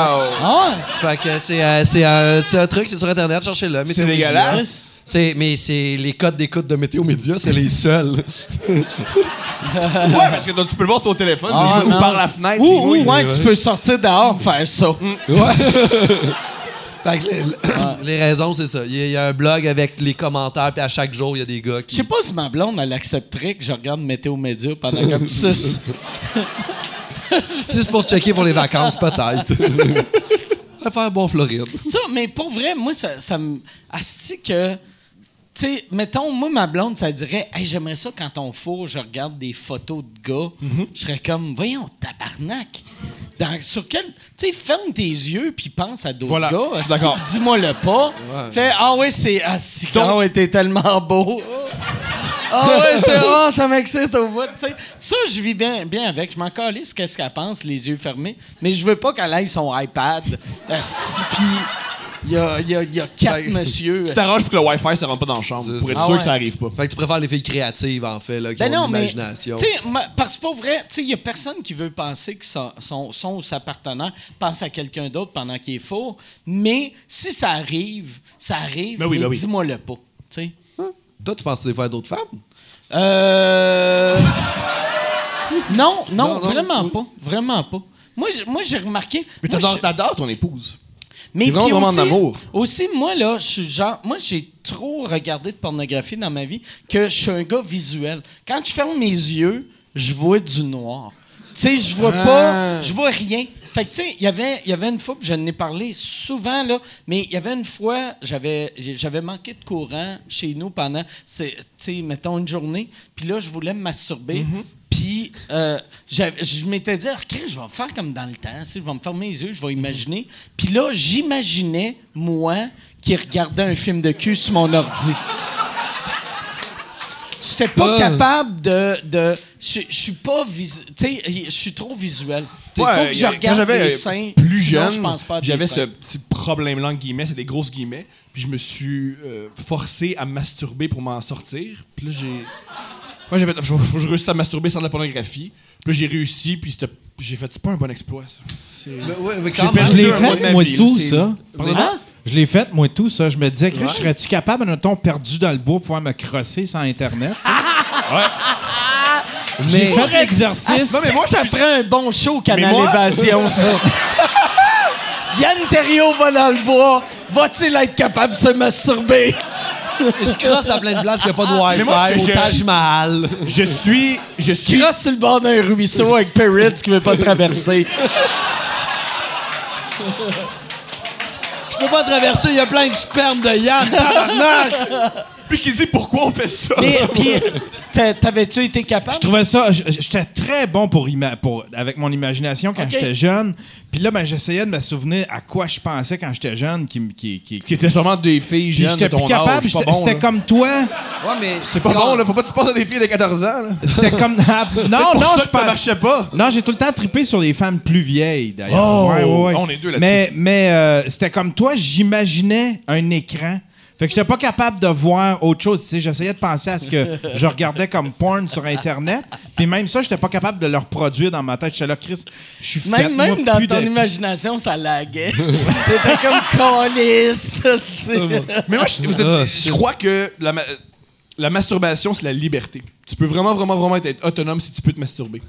Speaker 1: Ah ouais.
Speaker 5: Fait que c'est euh, c'est un, c'est un truc, c'est sur Internet, cherchez-le. Météo Média.
Speaker 1: dégueulasse.
Speaker 5: C'est- mais c'est les codes d'écoute de Météo Média, c'est les seuls.
Speaker 4: Ouais, parce que tu peux le voir sur ton téléphone,
Speaker 1: Ah,
Speaker 4: c'est ça, ou
Speaker 1: non.
Speaker 4: par la fenêtre. c'est-
Speaker 1: Ou,
Speaker 4: oui,
Speaker 1: ou, ouais,
Speaker 4: mais-
Speaker 1: tu peux sortir dehors faire ça.
Speaker 5: Fait que les, <coughs> les raisons, c'est ça. Il y, a- il y a un blog avec les commentaires, puis à chaque jour, il y a des gars
Speaker 1: Je
Speaker 5: qui.
Speaker 1: sais pas si ma blonde, elle accepterait que je regarde Météo Média pendant comme ça.
Speaker 4: <laughs>
Speaker 5: Si c'est pour checker pour les vacances, <laughs> peut-être. On va faire bon Floride.
Speaker 1: Ça, mais pour vrai, moi, ça, ça me. Asti que. Tu sais, mettons, moi, ma blonde, ça dirait, hey, j'aimerais ça quand on fourre, je regarde des photos de gars.
Speaker 4: Mhm.
Speaker 1: Je serais comme, voyons, tabarnak. Dans- sur quel. Tu sais, ferme tes yeux puis pense à d'autres
Speaker 4: Voilà,
Speaker 1: gars.
Speaker 4: je suis
Speaker 1: asti,
Speaker 4: d'accord.
Speaker 1: Dis-moi le pas. Fais, ah ouais, c'est. Asti, ah ouais, t'es tellement beau. Ah
Speaker 4: <laughs>
Speaker 1: ouais, c'est vrai, ça m'excite au bout. tu sais. Ça, je vis bien, bien avec. Je m'en calisse qu'est-ce qu'elle pense, les yeux fermés. Mais je veux pas qu'elle aille son iPad. Asti, Puis il y a, il y a- il y a quatre messieurs.
Speaker 4: Ben, Tu t'arranges pour que le Wi-Fi ça rentre pas dans la chambre.
Speaker 5: C'est
Speaker 4: Pour être
Speaker 1: ça.
Speaker 4: sûr
Speaker 1: Ah
Speaker 4: que
Speaker 1: ouais.
Speaker 4: ça arrive pas.
Speaker 5: Fait que tu préfères les filles créatives, en fait, là, qui
Speaker 1: Ben
Speaker 5: ont
Speaker 1: non, mais.
Speaker 5: l'imagination.
Speaker 1: tu sais, ma- Parce que pour vrai, tu sais, il y a personne qui veut penser que son, son, son ou sa partenaire pense à quelqu'un d'autre pendant qu'il est faux. Mais si ça arrive, ça arrive.
Speaker 4: Ben oui,
Speaker 1: mais
Speaker 4: ben oui.
Speaker 1: dis-moi le pas. Tu sais.
Speaker 5: Hein? Toi, tu penses des fois à d'autres femmes?
Speaker 1: Euh... Non, non,
Speaker 5: Non, non,
Speaker 1: vraiment
Speaker 5: oui.
Speaker 1: pas. Vraiment pas. Moi, j'ai- moi, j'ai remarqué.
Speaker 4: Mais
Speaker 1: moi,
Speaker 4: t'adores,
Speaker 1: je-
Speaker 4: t'adores ton épouse.
Speaker 1: mais
Speaker 4: t'es vraiment
Speaker 1: puis
Speaker 4: vraiment en
Speaker 1: aussi,
Speaker 4: amour.
Speaker 1: Aussi, moi, là, je suis genre. Moi, j'ai trop regardé de pornographie dans ma vie que je suis un gars visuel. Quand je ferme mes yeux, je vois du noir. Tu sais, je vois
Speaker 4: Ah.
Speaker 1: pas, je vois rien. Fait que, tu sais, il y avait- il y avait une fois, puis je n'ai parlé souvent, là, mais il y avait une fois, j'avais j'ai- j'avais manqué de courant chez nous pendant, c'est- tu sais, mettons une journée, puis là, je voulais me masturber.
Speaker 4: Mm-hmm.
Speaker 1: Puis, euh, j'avais- je m'étais dit, ah, Christ, je vais me faire comme dans le temps, si je vais me fermer les yeux, je vais imaginer. Puis là, j'imaginais, moi, qui regardais un film de cul sur mon ordi. J'étais pas
Speaker 4: Euh.
Speaker 5: Ah.
Speaker 1: capable de. de je je suis pas. visu- Tu sais, je suis trop visuel. Il
Speaker 4: Ouais,
Speaker 1: faut que je
Speaker 4: euh, quand
Speaker 1: regarde
Speaker 4: j'avais,
Speaker 1: les
Speaker 4: euh,
Speaker 1: seins.
Speaker 4: Plus
Speaker 1: sinon
Speaker 4: jeune,
Speaker 1: je pense pas à des
Speaker 4: j'avais ce
Speaker 1: seins.
Speaker 4: petit problème-là, en guillemets, c'est des grosses guillemets. Puis je me suis euh, forcé à me masturber pour m'en sortir. Puis là, j'ai. Moi, j'avais. Faut faut que je réussisse à me masturber sans de la pornographie. Puis là, j'ai réussi, puis c'était- j'ai fait. C'est pas un bon exploit, ça.
Speaker 5: Ben, ouais, mais
Speaker 4: J'ai
Speaker 5: quand
Speaker 3: Je
Speaker 4: perdu
Speaker 3: l'ai
Speaker 4: un mois de ma
Speaker 3: fait, moi,
Speaker 4: vie,
Speaker 3: tout,
Speaker 4: là, c'est-
Speaker 3: ça.
Speaker 5: Hein?
Speaker 3: Je l'ai fait, moi, tout, ça. Je me disais, Chris,
Speaker 4: Ouais.
Speaker 3: serais-tu capable, mettons, perdu dans le bois, pouvoir me crosser sans Internet? tu sais? J'ai
Speaker 5: Mais-
Speaker 3: fait l'exercice.
Speaker 1: Ah, c'est que ça ferait un bon show, Canal
Speaker 4: moi-
Speaker 1: Évasion, ça. <laughs> Yann Terriot va dans le bois. Va-t-il être capable de se masturber?
Speaker 5: Il se crosse à plein de places, il n'y a pas de Wi-Fi,
Speaker 4: Ah, moi, je-
Speaker 5: au
Speaker 4: je-
Speaker 5: Taj Mahal.
Speaker 4: Je suis. Je suis.
Speaker 1: Crosse sur le bord d'un ruisseau avec Perrits qui veut pas traverser.
Speaker 5: Je peux pas traverser, il y a plein de sperme de Yann, tabarnak!
Speaker 4: Puis qui dit pourquoi on fait ça.
Speaker 1: Mais, puis, t'a- t'avais-tu été capable?
Speaker 3: Je trouvais ça. j- J'étais très bon pour, ima- pour avec mon imagination quand
Speaker 1: Ok.
Speaker 3: j'étais jeune. Puis là, ben, j'essayais de me souvenir à quoi je pensais quand j'étais jeune. Qui, m- qui, qui,
Speaker 4: Qui était sûrement des filles
Speaker 3: Puis
Speaker 4: jeunes.
Speaker 3: j'étais
Speaker 4: de ton
Speaker 3: plus capable.
Speaker 4: âge, pas
Speaker 3: j'étais-
Speaker 4: bon,
Speaker 3: C'était
Speaker 4: là.
Speaker 3: comme toi.
Speaker 5: Ouais, mais.
Speaker 4: C'est pas bon, là. Faut pas que tu penses à des filles de 14 ans, là.
Speaker 3: C'était comme. ah,
Speaker 4: <laughs>
Speaker 3: non,
Speaker 4: Pour
Speaker 3: non,
Speaker 4: ça
Speaker 3: je
Speaker 4: que ça
Speaker 3: parle-
Speaker 4: marchait pas.
Speaker 3: Non, j'ai tout le temps trippé sur les femmes plus vieilles, d'ailleurs.
Speaker 4: Oh!
Speaker 3: Ouais, ouais, ouais.
Speaker 4: On est deux là-dessus.
Speaker 3: Mais, mais euh, c'était comme toi, j'imaginais un écran. Fait que j'étais pas capable de voir autre chose. Tu sais, j'essayais de penser à ce que je regardais comme porn sur Internet. Puis même ça, j'étais pas capable de le reproduire dans ma tête. J'étais là, Chris, je suis fait,
Speaker 1: Même,
Speaker 3: moi,
Speaker 1: même dans
Speaker 3: plus
Speaker 1: ton
Speaker 3: de-
Speaker 1: imagination, ça laguait. T'étais comme <laughs> calice.
Speaker 4: Mais moi, je, vous êtes- je crois que la, ma- la masturbation, c'est la liberté. Tu peux vraiment, vraiment, vraiment être autonome si tu peux te masturber.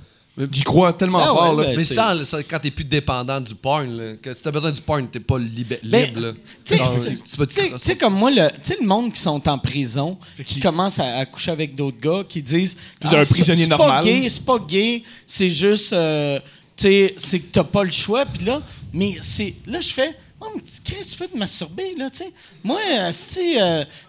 Speaker 4: J'y crois tellement
Speaker 5: Ah ouais,
Speaker 4: fort,
Speaker 1: ben,
Speaker 4: là.
Speaker 5: mais sans, sans- quand t'es plus dépendant du porn, là, que si t'as besoin du porn, t'es pas libé-
Speaker 1: Ben,
Speaker 5: libre. là.
Speaker 1: tu sais,
Speaker 5: Non,
Speaker 1: tu-
Speaker 5: tu peux te
Speaker 1: tu sais,
Speaker 5: crosser.
Speaker 1: tu sais, comme moi, le, tu sais, le monde qui sont en prison, qui,
Speaker 4: qui-
Speaker 1: commencent à, à coucher avec d'autres gars, qui disent Ah,
Speaker 4: Puis d'un
Speaker 1: c'est-
Speaker 4: prisonnier
Speaker 1: c'est pas
Speaker 4: normal.
Speaker 1: gay, c'est pas gay, c'est juste, euh, tu sais, c'est que t'as pas le choix. Puis là, mais c'est, là, je fais, oh, mais Chris, tu peux te masturber, là, tu sais. Moi, si, tu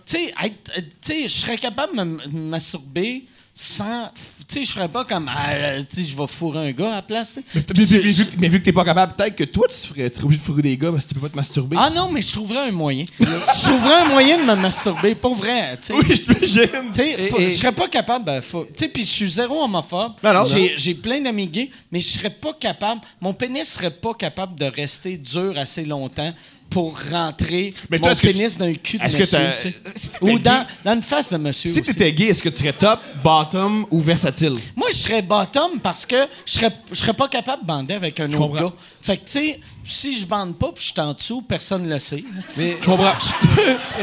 Speaker 1: sais, être- euh, tu sais, je serais capable de me- me masturber sans, tu sais, je serais pas comme, ah, euh, tu sais, je vais fourrer un gars à la place. tu sais.
Speaker 4: Mais,
Speaker 1: Puis
Speaker 4: mais-
Speaker 1: c'est-
Speaker 4: mais vu, mais vu que t'es pas capable, peut-être que toi, tu serais, tu serais obligé de fourrer des gars parce que tu peux pas te masturber.
Speaker 1: Ah non, mais je trouverais un moyen. je trouverais un moyen de me masturber, pour vrai. tu sais.
Speaker 4: oui, je t'imagine.
Speaker 1: Tu sais,
Speaker 5: Et-
Speaker 1: pas-
Speaker 5: et-
Speaker 1: Je serais pas capable. ben, faut- tu sais, puis je suis zéro homophobe.
Speaker 4: Ben non.
Speaker 1: j'ai, j'ai plein d'amis gays, mais je serais pas capable. Mon pénis serait pas capable de rester dur assez longtemps pour rentrer
Speaker 4: Mais toi,
Speaker 1: mon
Speaker 4: est-ce que
Speaker 1: pénis dans le cul de
Speaker 4: est-ce que
Speaker 1: monsieur.
Speaker 4: t'as-
Speaker 1: tu sais.
Speaker 4: si t'étais
Speaker 1: Ou
Speaker 4: gay-
Speaker 1: dans, dans une face de monsieur.
Speaker 4: Si
Speaker 1: aussi.
Speaker 4: t'étais gay, est-ce que tu serais top, bottom ou versatile?
Speaker 1: Moi, je serais bottom parce que je serais, je serais pas capable de bander avec un autre
Speaker 4: comprends.
Speaker 1: gars. Fait que, tu sais, si je bande pas puis je suis en dessous, personne le sait.
Speaker 5: Mais-
Speaker 4: Je comprends.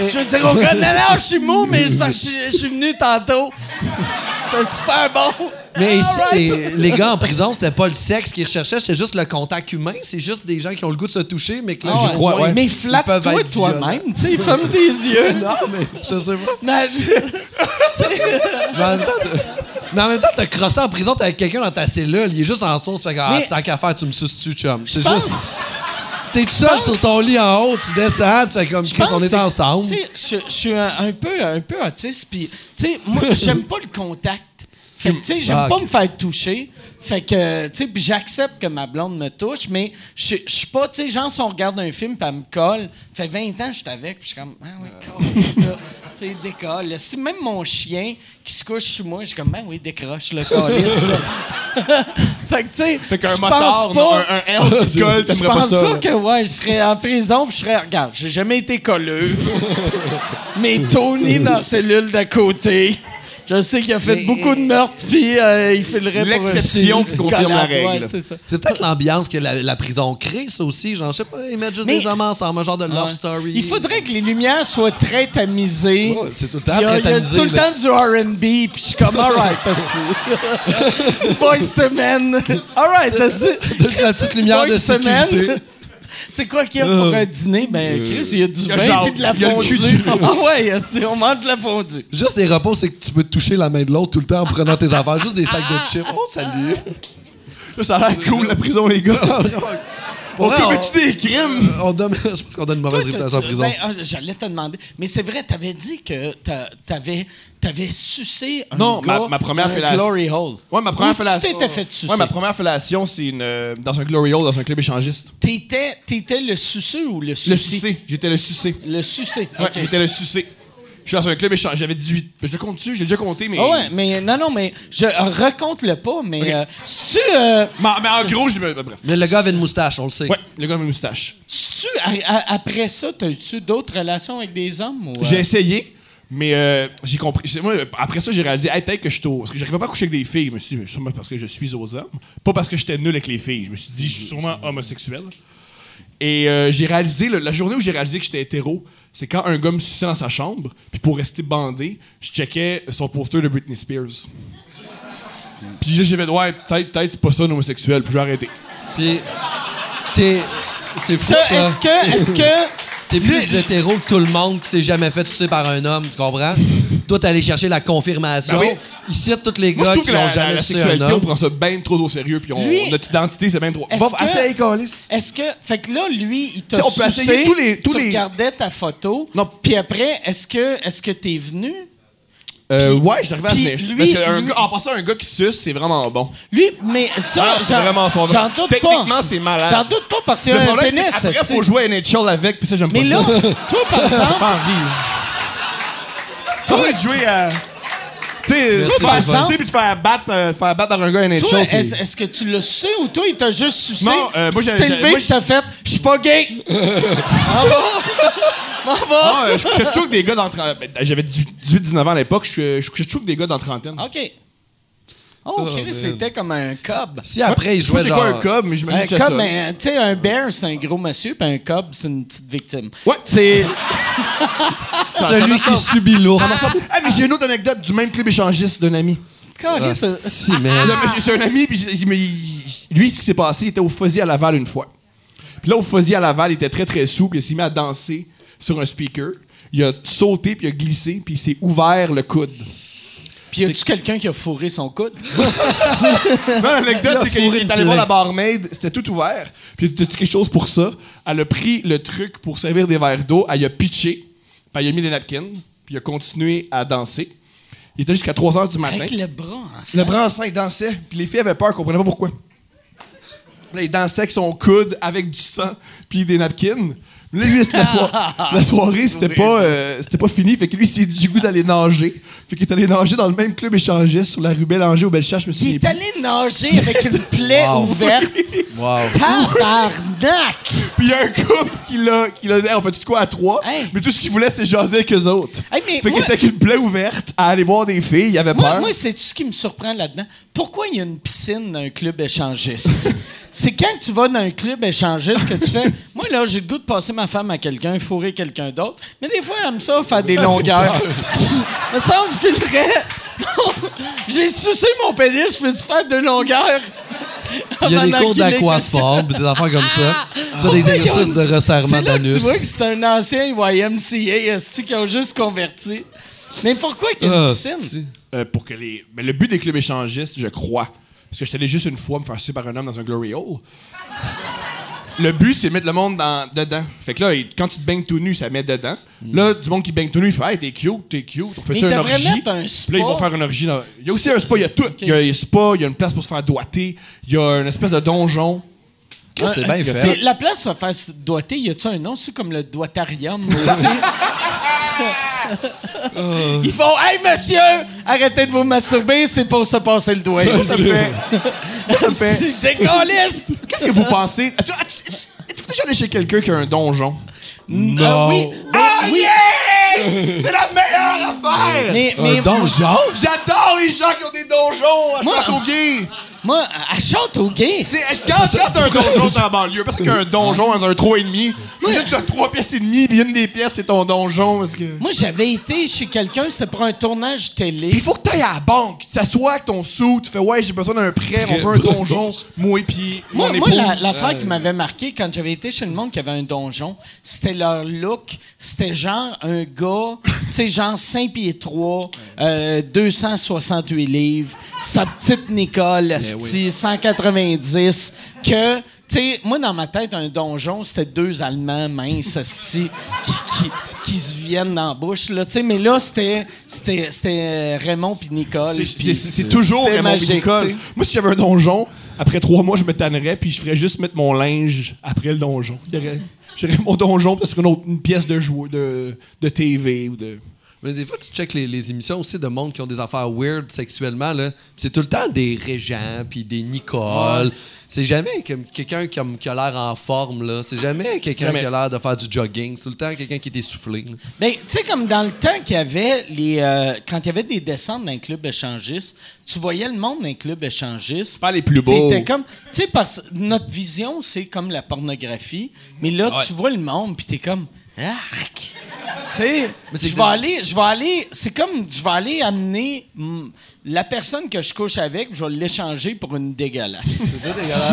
Speaker 1: Je veux dire au gars, non, non, je suis mou, mais c'est parce que je, je suis venu tantôt. C'était super bon.
Speaker 5: Mais ici,
Speaker 1: Alright.
Speaker 5: les, les gars en prison, c'était pas le sexe qu'ils recherchaient, c'était juste le contact humain. C'est juste des gens qui ont le goût de se toucher, mais que là,
Speaker 1: Ah ouais.
Speaker 5: je crois. ouais,
Speaker 1: Mais
Speaker 5: ils peuvent
Speaker 1: flatte-toi
Speaker 5: être violents.
Speaker 1: toi-même, tu sais, ferme tes
Speaker 5: <laughs>
Speaker 1: yeux.
Speaker 5: Non, Ah, mais je sais pas.
Speaker 1: Non,
Speaker 5: <laughs>
Speaker 1: je-
Speaker 5: Mais en même temps, t'as- mais en même temps, t'as crossé en prison, t'es avec quelqu'un dans ta cellule, il est juste en dessous, tu fais comme, ah,
Speaker 1: Mais-
Speaker 5: tant qu'à faire, tu me suces-tu, chum.
Speaker 1: Je
Speaker 5: C'est
Speaker 1: pense-
Speaker 5: juste. T'es tout seul
Speaker 1: pense-
Speaker 5: sur ton lit en haut, tu descends, tu fais comme,
Speaker 1: je
Speaker 5: Chris,
Speaker 1: pense
Speaker 5: on est
Speaker 1: que-
Speaker 5: ensemble.
Speaker 4: <laughs>
Speaker 1: Tu sais, je je suis un, un peu un peu autiste puis tu sais moi j'aime pas le contact. Fait que, tu sais, j'aime
Speaker 5: Ah,
Speaker 1: pas
Speaker 5: ok.
Speaker 1: me faire toucher. Fait que, euh, tu sais, puis j'accepte que ma blonde me touche, mais je je suis pas, tu sais, genre, si on regarde un film, puis elle me colle, fait 20 ans, je suis avec, puis je suis comme, ah oui, colle, ça. Tu sais, décolle. Si même mon chien qui se couche sous moi, je suis comme, ben oui, décroche
Speaker 4: <laughs>
Speaker 1: le calice, là. <laughs> fait que, tu sais,
Speaker 4: Fait qu'un
Speaker 1: je
Speaker 4: motard,
Speaker 1: pense
Speaker 4: non,
Speaker 1: pas-
Speaker 4: un, un <laughs> elf qui colle,
Speaker 1: je
Speaker 4: t'aimerais pas
Speaker 1: pense
Speaker 4: Ah, ça.
Speaker 1: ça
Speaker 4: là.
Speaker 1: que ouais, je serais en prison puis je serais regarde, j'ai jamais été
Speaker 4: <laughs>
Speaker 1: colleux. Mais Tony dans la cellule d'à côté. Je sais qu'il a fait
Speaker 5: Mais-
Speaker 1: beaucoup de meurtres puis euh, il filerait pour
Speaker 4: L'exception
Speaker 1: une
Speaker 4: qui confirme la
Speaker 1: collab,
Speaker 4: règle.
Speaker 1: ouais, c'est ça.
Speaker 5: C'est peut-être l'ambiance que la, la prison crée, ça aussi. Genre, je sais pas, ils mettent juste
Speaker 1: Mais-
Speaker 5: des hommes ensemble, un genre de love
Speaker 1: Ouais.
Speaker 5: story.
Speaker 1: Il faudrait que les lumières soient très tamisées.
Speaker 5: Ouais, c'est tout le temps
Speaker 1: Il y a,
Speaker 5: très
Speaker 1: il y a
Speaker 5: tamisé,
Speaker 1: tout le
Speaker 5: là.
Speaker 1: temps du R&B, puis je suis comme, all
Speaker 5: <laughs>
Speaker 1: right, aussi. du Boys to Men. All right, aussi.
Speaker 5: Juste la petite lumière de sécurité.
Speaker 1: <laughs>
Speaker 5: Euh,
Speaker 1: C'est quoi qu'il y a pour un dîner? Ben, Chris, il y a du vin
Speaker 4: genre-
Speaker 1: et de la
Speaker 4: il y a le
Speaker 1: fondue. <laughs> Ah ouais, c'est- on mange de la fondue.
Speaker 5: Juste des repas, c'est que tu peux toucher la main de l'autre tout le temps en prenant tes affaires. Juste des sacs
Speaker 1: Ah.
Speaker 5: de chips. Oh, salut.
Speaker 4: Ça a l'air cool, la prison, les gars. <laughs>
Speaker 5: Ah,
Speaker 4: On
Speaker 5: Ouais,
Speaker 4: commet-tu des crimes?
Speaker 5: on donne, <laughs> je pense qu'on donne une mauvaise
Speaker 1: Toi, t'as-
Speaker 5: réputation en prison.
Speaker 1: ben, ah, J'allais te demander. Mais c'est vrai, t'avais dit que t'a- t'avais avais sucé un
Speaker 4: Non,
Speaker 1: gars euh,
Speaker 4: ma, ma première
Speaker 1: dans un
Speaker 4: fellation.
Speaker 1: glory hole.
Speaker 4: Ouais, ma première
Speaker 1: Où tu
Speaker 4: fellation.
Speaker 1: t'étais fait sucer.
Speaker 4: Ouais, ma première fellation, c'est une, euh, dans un glory hole, dans un club échangiste.
Speaker 1: T'étais t'étais le suceux ou le sucé?
Speaker 4: Le sucé. J'étais le sucé.
Speaker 1: Le sucé.
Speaker 4: Ouais,
Speaker 1: ok.
Speaker 4: j'étais le sucé. Je suis dans un club échangiste. J'avais 18. Je le compte-tu? J'ai déjà compté, mais.
Speaker 1: Ah ouais, mais non, non, mais je raconte-le pas, mais
Speaker 4: Ok.
Speaker 1: euh, si tu euh,
Speaker 4: Mais, mais en gros, je me. Bref.
Speaker 5: Mais le gars avait une moustache, on le sait.
Speaker 4: Ouais, le gars avait une moustache.
Speaker 1: si tu- a- a- après ça, t'as-tu d'autres relations avec des hommes ou euh,
Speaker 4: J'ai essayé, mais euh, j'ai compris. c'est- Moi, euh, après ça, j'ai réalisé, hey, peut-être que je suis au- Parce que j'arrivais pas à coucher avec des filles. Je me suis dit, mais sûrement parce que je suis aux hommes. Pas parce que j'étais nul avec les filles. Je me suis dit, je suis sûrement homosexuel. Et euh, j'ai réalisé, le- la journée où j'ai réalisé que j'étais hétéro, c'est quand un gars me suçait dans sa chambre, puis pour rester bandé, je checkais son poster de Britney Spears. Puis là, j'ai fait, ouais, peut-être, peut-être, c'est pas ça un homosexuel, puis j'ai arrêté.
Speaker 5: Puis, t'es. C'est fou,
Speaker 1: Ça,
Speaker 5: ça.
Speaker 1: Est-ce que, est-ce que,
Speaker 5: T'es plus hétéro que tout le monde qui s'est jamais fait sucer par un homme, tu comprends? Toi, t'es allé chercher la confirmation.
Speaker 4: Ben oui.
Speaker 5: Ici, tous les
Speaker 4: Moi, je
Speaker 5: gars
Speaker 4: trouve
Speaker 5: qui
Speaker 4: que la,
Speaker 5: n'ont
Speaker 4: la-
Speaker 5: jamais
Speaker 4: la
Speaker 5: sucé un
Speaker 4: sexualité, on
Speaker 5: homme.
Speaker 4: prend ça bien trop au sérieux, puis on,
Speaker 1: Lui-
Speaker 4: notre identité, c'est bien trop.
Speaker 1: Est-ce
Speaker 4: Bon,
Speaker 1: que-
Speaker 4: assez, Calis.
Speaker 1: est-ce que, fait que là, lui, il t'a
Speaker 4: On peut
Speaker 1: sucé,
Speaker 4: essayer tous les- tous
Speaker 1: tu
Speaker 4: les-
Speaker 1: regardais ta photo,
Speaker 4: Non.
Speaker 1: puis après, est-ce que, est-ce que t'es venu?
Speaker 4: Euh,
Speaker 1: Puis-
Speaker 4: ouais, j'arrivais à
Speaker 1: puis
Speaker 4: venir.
Speaker 1: lui-
Speaker 4: Parce qu'un
Speaker 1: lui-
Speaker 4: gars- en passant, un gars qui suce, c'est vraiment bon.
Speaker 1: Lui, mais ça,
Speaker 4: Ah, c'est
Speaker 1: j'en,
Speaker 4: vraiment son-
Speaker 1: j'en doute pas.
Speaker 4: Techniquement, c'est malade.
Speaker 1: J'en doute pas parce qu'il y
Speaker 4: Le
Speaker 1: a un
Speaker 4: problème,
Speaker 1: pénis.
Speaker 4: c'est qu'après,
Speaker 1: c'est-
Speaker 4: faut jouer à NHL avec, puis ça, j'aime pas
Speaker 1: mais là,
Speaker 4: ça.
Speaker 1: <laughs> toi,
Speaker 4: <laughs>
Speaker 1: par exemple,
Speaker 4: pas envie. là. T'as envie de jouer à... Tu sais,
Speaker 1: Toi,
Speaker 4: tu
Speaker 1: par
Speaker 4: vas
Speaker 1: exemple-
Speaker 4: sucer, puis te faire battre, euh, te faire battre par un gars à NHL.
Speaker 1: toi,
Speaker 4: c'est-
Speaker 1: est-ce, est-ce que tu le sais ou toi, il t'a juste sucé?
Speaker 4: Non, euh,
Speaker 1: puis
Speaker 4: moi,
Speaker 1: tu
Speaker 4: j'avais-
Speaker 1: t'es
Speaker 4: j'avais-
Speaker 1: levé
Speaker 4: moi,
Speaker 1: et t'as fait, je suis pas gay. M'en va. M'en va.
Speaker 4: Non, euh, je couchais toujours avec des gars dans... la trent- ben, J'avais 18-19 ans à l'époque. Je je couchais toujours avec des gars dans la trentaine.
Speaker 1: OK. Oh, Chris, c'était comme un cob.
Speaker 5: Si après, ils
Speaker 4: Je sais pas
Speaker 5: jouaient
Speaker 4: c'est
Speaker 5: genre.
Speaker 4: quoi un cob, mais je me
Speaker 1: Un
Speaker 4: dis que
Speaker 1: cob,
Speaker 4: ça.
Speaker 1: mais, tu sais, un bear, c'est un gros monsieur, puis un cob, c'est une petite victime.
Speaker 4: Ouais.
Speaker 1: C'est.
Speaker 5: Celui qui subit l'ours.
Speaker 4: Ah, mais j'ai une autre anecdote du même club échangiste d'un ami.
Speaker 1: Calais, ça-
Speaker 5: Si, man.
Speaker 4: Non, mais j'ai- C'est un ami, puis j'ai- mais il- lui, ce qui s'est passé, il était au Fuzzy à Laval une fois. Puis là, au Fuzzy à Laval, il était très, très souple. Il s'est mis à danser sur un speaker. Il a sauté, puis il a glissé, puis il s'est ouvert le coude.
Speaker 1: Puis y a-tu quelqu'un qui a fourré son coude?
Speaker 4: <laughs> Non, L'anecdote,
Speaker 5: Il a
Speaker 4: c'est qu'il
Speaker 5: fourré
Speaker 4: est
Speaker 5: le
Speaker 4: allé voir
Speaker 5: plein.
Speaker 4: la barmaid, c'était tout ouvert. Puis il a dit quelque chose pour ça. Elle a pris le truc pour servir des verres d'eau, elle y a pitché, puis elle y a mis des napkins, puis il a continué à danser. Il était jusqu'à 3 h du matin.
Speaker 1: Avec le bras en
Speaker 4: Le
Speaker 1: sang.
Speaker 4: bras en sang, il dansait, puis les filles avaient peur, comprenaient pas pourquoi. Là, il dansait avec son coude, avec du sang, puis des napkins. Mais Là, lui, c'était la, soir-
Speaker 1: <laughs>
Speaker 4: la soirée, c'était pas, euh, c'était pas fini. Fait que lui, il s'est dit du goût d'aller nager. Fait qu'il est allé nager dans le même club échangiste sur la rue Bélanger au Bellechasse, je me
Speaker 1: Il
Speaker 4: souviens
Speaker 1: est
Speaker 4: plus.
Speaker 1: allé nager avec une plaie
Speaker 5: Wow.
Speaker 1: ouverte.
Speaker 5: Wow.
Speaker 1: Tabarnak!
Speaker 4: Puis il y a un couple qui l'a, qui l'a dit, Hey, on fait tout quoi à trois?
Speaker 1: Hey.
Speaker 4: Mais tout ce qu'il voulait, c'est jaser avec eux autres.
Speaker 1: Hey, mais
Speaker 4: fait qu'il
Speaker 1: moi-
Speaker 4: était avec une plaie ouverte à aller voir des filles, il avait
Speaker 1: Moi,
Speaker 4: peur.
Speaker 1: moi c'est ce qui me surprend là-dedans. Pourquoi il y a une piscine dans un club échangiste? <laughs> c'est quand tu vas dans un club échangiste que
Speaker 5: <laughs>
Speaker 1: tu fais Moi, là, j'ai le goût de passer ma femme à quelqu'un, fourrer quelqu'un d'autre. Mais des fois, j'aime ça faire des
Speaker 5: <laughs>
Speaker 1: longueurs. <laughs> Mais ça me filerait. <laughs> j'ai sucé mon pénis, je peux-tu faire de longueurs? <laughs>
Speaker 5: Il y a des
Speaker 1: Pendant
Speaker 5: cours
Speaker 1: qu'il est- <laughs>
Speaker 5: d'aquaforme, des affaires comme ça.
Speaker 4: Ah,
Speaker 5: Tu as
Speaker 1: Pourquoi
Speaker 5: des
Speaker 1: ils ont
Speaker 5: exercices de
Speaker 1: une-
Speaker 5: resserrement
Speaker 1: C'est là que
Speaker 5: d'anus.
Speaker 1: Tu vois que c'est un ancien YMCA, esti, qui ont juste converti. Mais pourquoi qu'il y a une
Speaker 5: Ah,
Speaker 1: piscine?
Speaker 5: si.
Speaker 4: Euh, pour que les. Mais le but des clubs échangistes, je crois, parce que j'étais allé juste une fois me faire sucer par un homme dans un glory hole. le but, c'est mettre le monde dans- dedans. Fait que là, il- quand tu te baignes tout nu, ça met dedans. Là, du monde qui baigne tout nu, il fait Hey, t'es cute, t'es cute. On
Speaker 1: Hmm.
Speaker 4: fait
Speaker 1: Mais
Speaker 4: ça
Speaker 1: il
Speaker 4: une
Speaker 1: devrait
Speaker 4: orgie.
Speaker 1: mettre un spa.
Speaker 4: Puis là, ils vont faire une orgie. dans- Il y a aussi un spa, il y a tout. Il y a un spa, il y a une place pour se faire doigter, il y a une espèce de donjon.
Speaker 5: Ah, c'est bien
Speaker 1: C'est-
Speaker 5: fait.
Speaker 1: La place se faire se doiter, y a-tu un nom? C'est comme le doitarium. ou- <laughs> Ils font Hey monsieur, arrêtez de vous masturber, c'est pour se passer le doigt. Ça fait. <laughs> Ça
Speaker 4: fait.
Speaker 1: Décaliste! <laughs>
Speaker 4: Qu'est-ce que vous pensez? As-tu- as-tu- Êtes-vous déjà allé chez quelqu'un qui a un donjon?
Speaker 1: Non! oui! ben oui.
Speaker 4: C'est la meilleure affaire!
Speaker 1: Mais,
Speaker 3: Ah,
Speaker 1: mais
Speaker 5: Un donjon?
Speaker 4: J'adore les gens qui ont des donjons à
Speaker 1: Moi-
Speaker 4: Châteauguay!
Speaker 1: moi, à Châteauguay,
Speaker 4: C'est- Quand, quand t'as un donjon dans la banlieue, parce qu'un donjon dans un 3,5, une t'as 3 pièces et demie, puis une des pièces c'est ton donjon. Parce que...
Speaker 1: moi j'avais été chez quelqu'un, c'était pour un tournage
Speaker 4: Puis
Speaker 1: télé.
Speaker 4: il faut que t'ailles à la banque, tu t'assois avec ton sou, tu fais ouais, j'ai besoin d'un prêt, on veut
Speaker 1: <laughs>
Speaker 4: un donjon, moi et puis
Speaker 1: Moi,
Speaker 4: mon
Speaker 1: moi
Speaker 4: épouse.
Speaker 1: la- l'affaire qui m'avait marqué quand j'avais été chez le monde qui avait un donjon, c'était leur look. C'était genre un gars, <laughs> tu sais, genre 5 pieds euh, 3, 268 livres, sa petite Nicole,
Speaker 4: Eh
Speaker 1: esti, 190, que... Tu sais, moi, dans ma tête, un donjon, c'était deux Allemands minces, esti, qui, qui, qui se viennent dans la bouche, là, tu sais. Mais là, c'était c'était- c'était Raymond puis Nicole.
Speaker 4: C'est-
Speaker 1: puis
Speaker 4: C'est c'est toujours
Speaker 1: c'était
Speaker 4: Raymond
Speaker 1: magique,
Speaker 4: Bicol.
Speaker 1: tu sais.
Speaker 4: Moi, si j'avais un donjon, après trois mois, je me tannerais, puis je ferais juste mettre mon linge après le donjon. Il y aurait- J'aurais mon donjon, parce qu'une autre- une pièce de joueur, de, de TV ou de.
Speaker 5: Mais des fois, tu checkes les, les émissions aussi de monde qui ont des affaires weird sexuellement. là. Puis C'est tout le temps des régents, puis des Nicole. C'est jamais comme quelqu'un qui a, qui a l'air en forme. là. C'est jamais quelqu'un
Speaker 4: Jamais.
Speaker 5: qui a l'air de faire du jogging. C'est tout le temps quelqu'un qui est essoufflé. là.
Speaker 1: Ben, tu sais, comme dans le temps qu'il y avait les. euh, quand il y avait des descentes dans les clubs échangistes, tu voyais le monde dans les clubs échangistes.
Speaker 4: Pas les plus beaux.
Speaker 1: T'étais comme. Tu sais, parce notre vision, c'est comme la pornographie. Mais là, tu vois le monde, puis t'es comme. Arc! tu sais,
Speaker 5: Mais c'est
Speaker 1: je vais
Speaker 5: que-
Speaker 1: aller. Je vais aller. C'est comme. Je vais aller amener mm, la personne que je couche avec, je vais l'échanger pour une dégueulasse. C'est
Speaker 5: dégueulasse.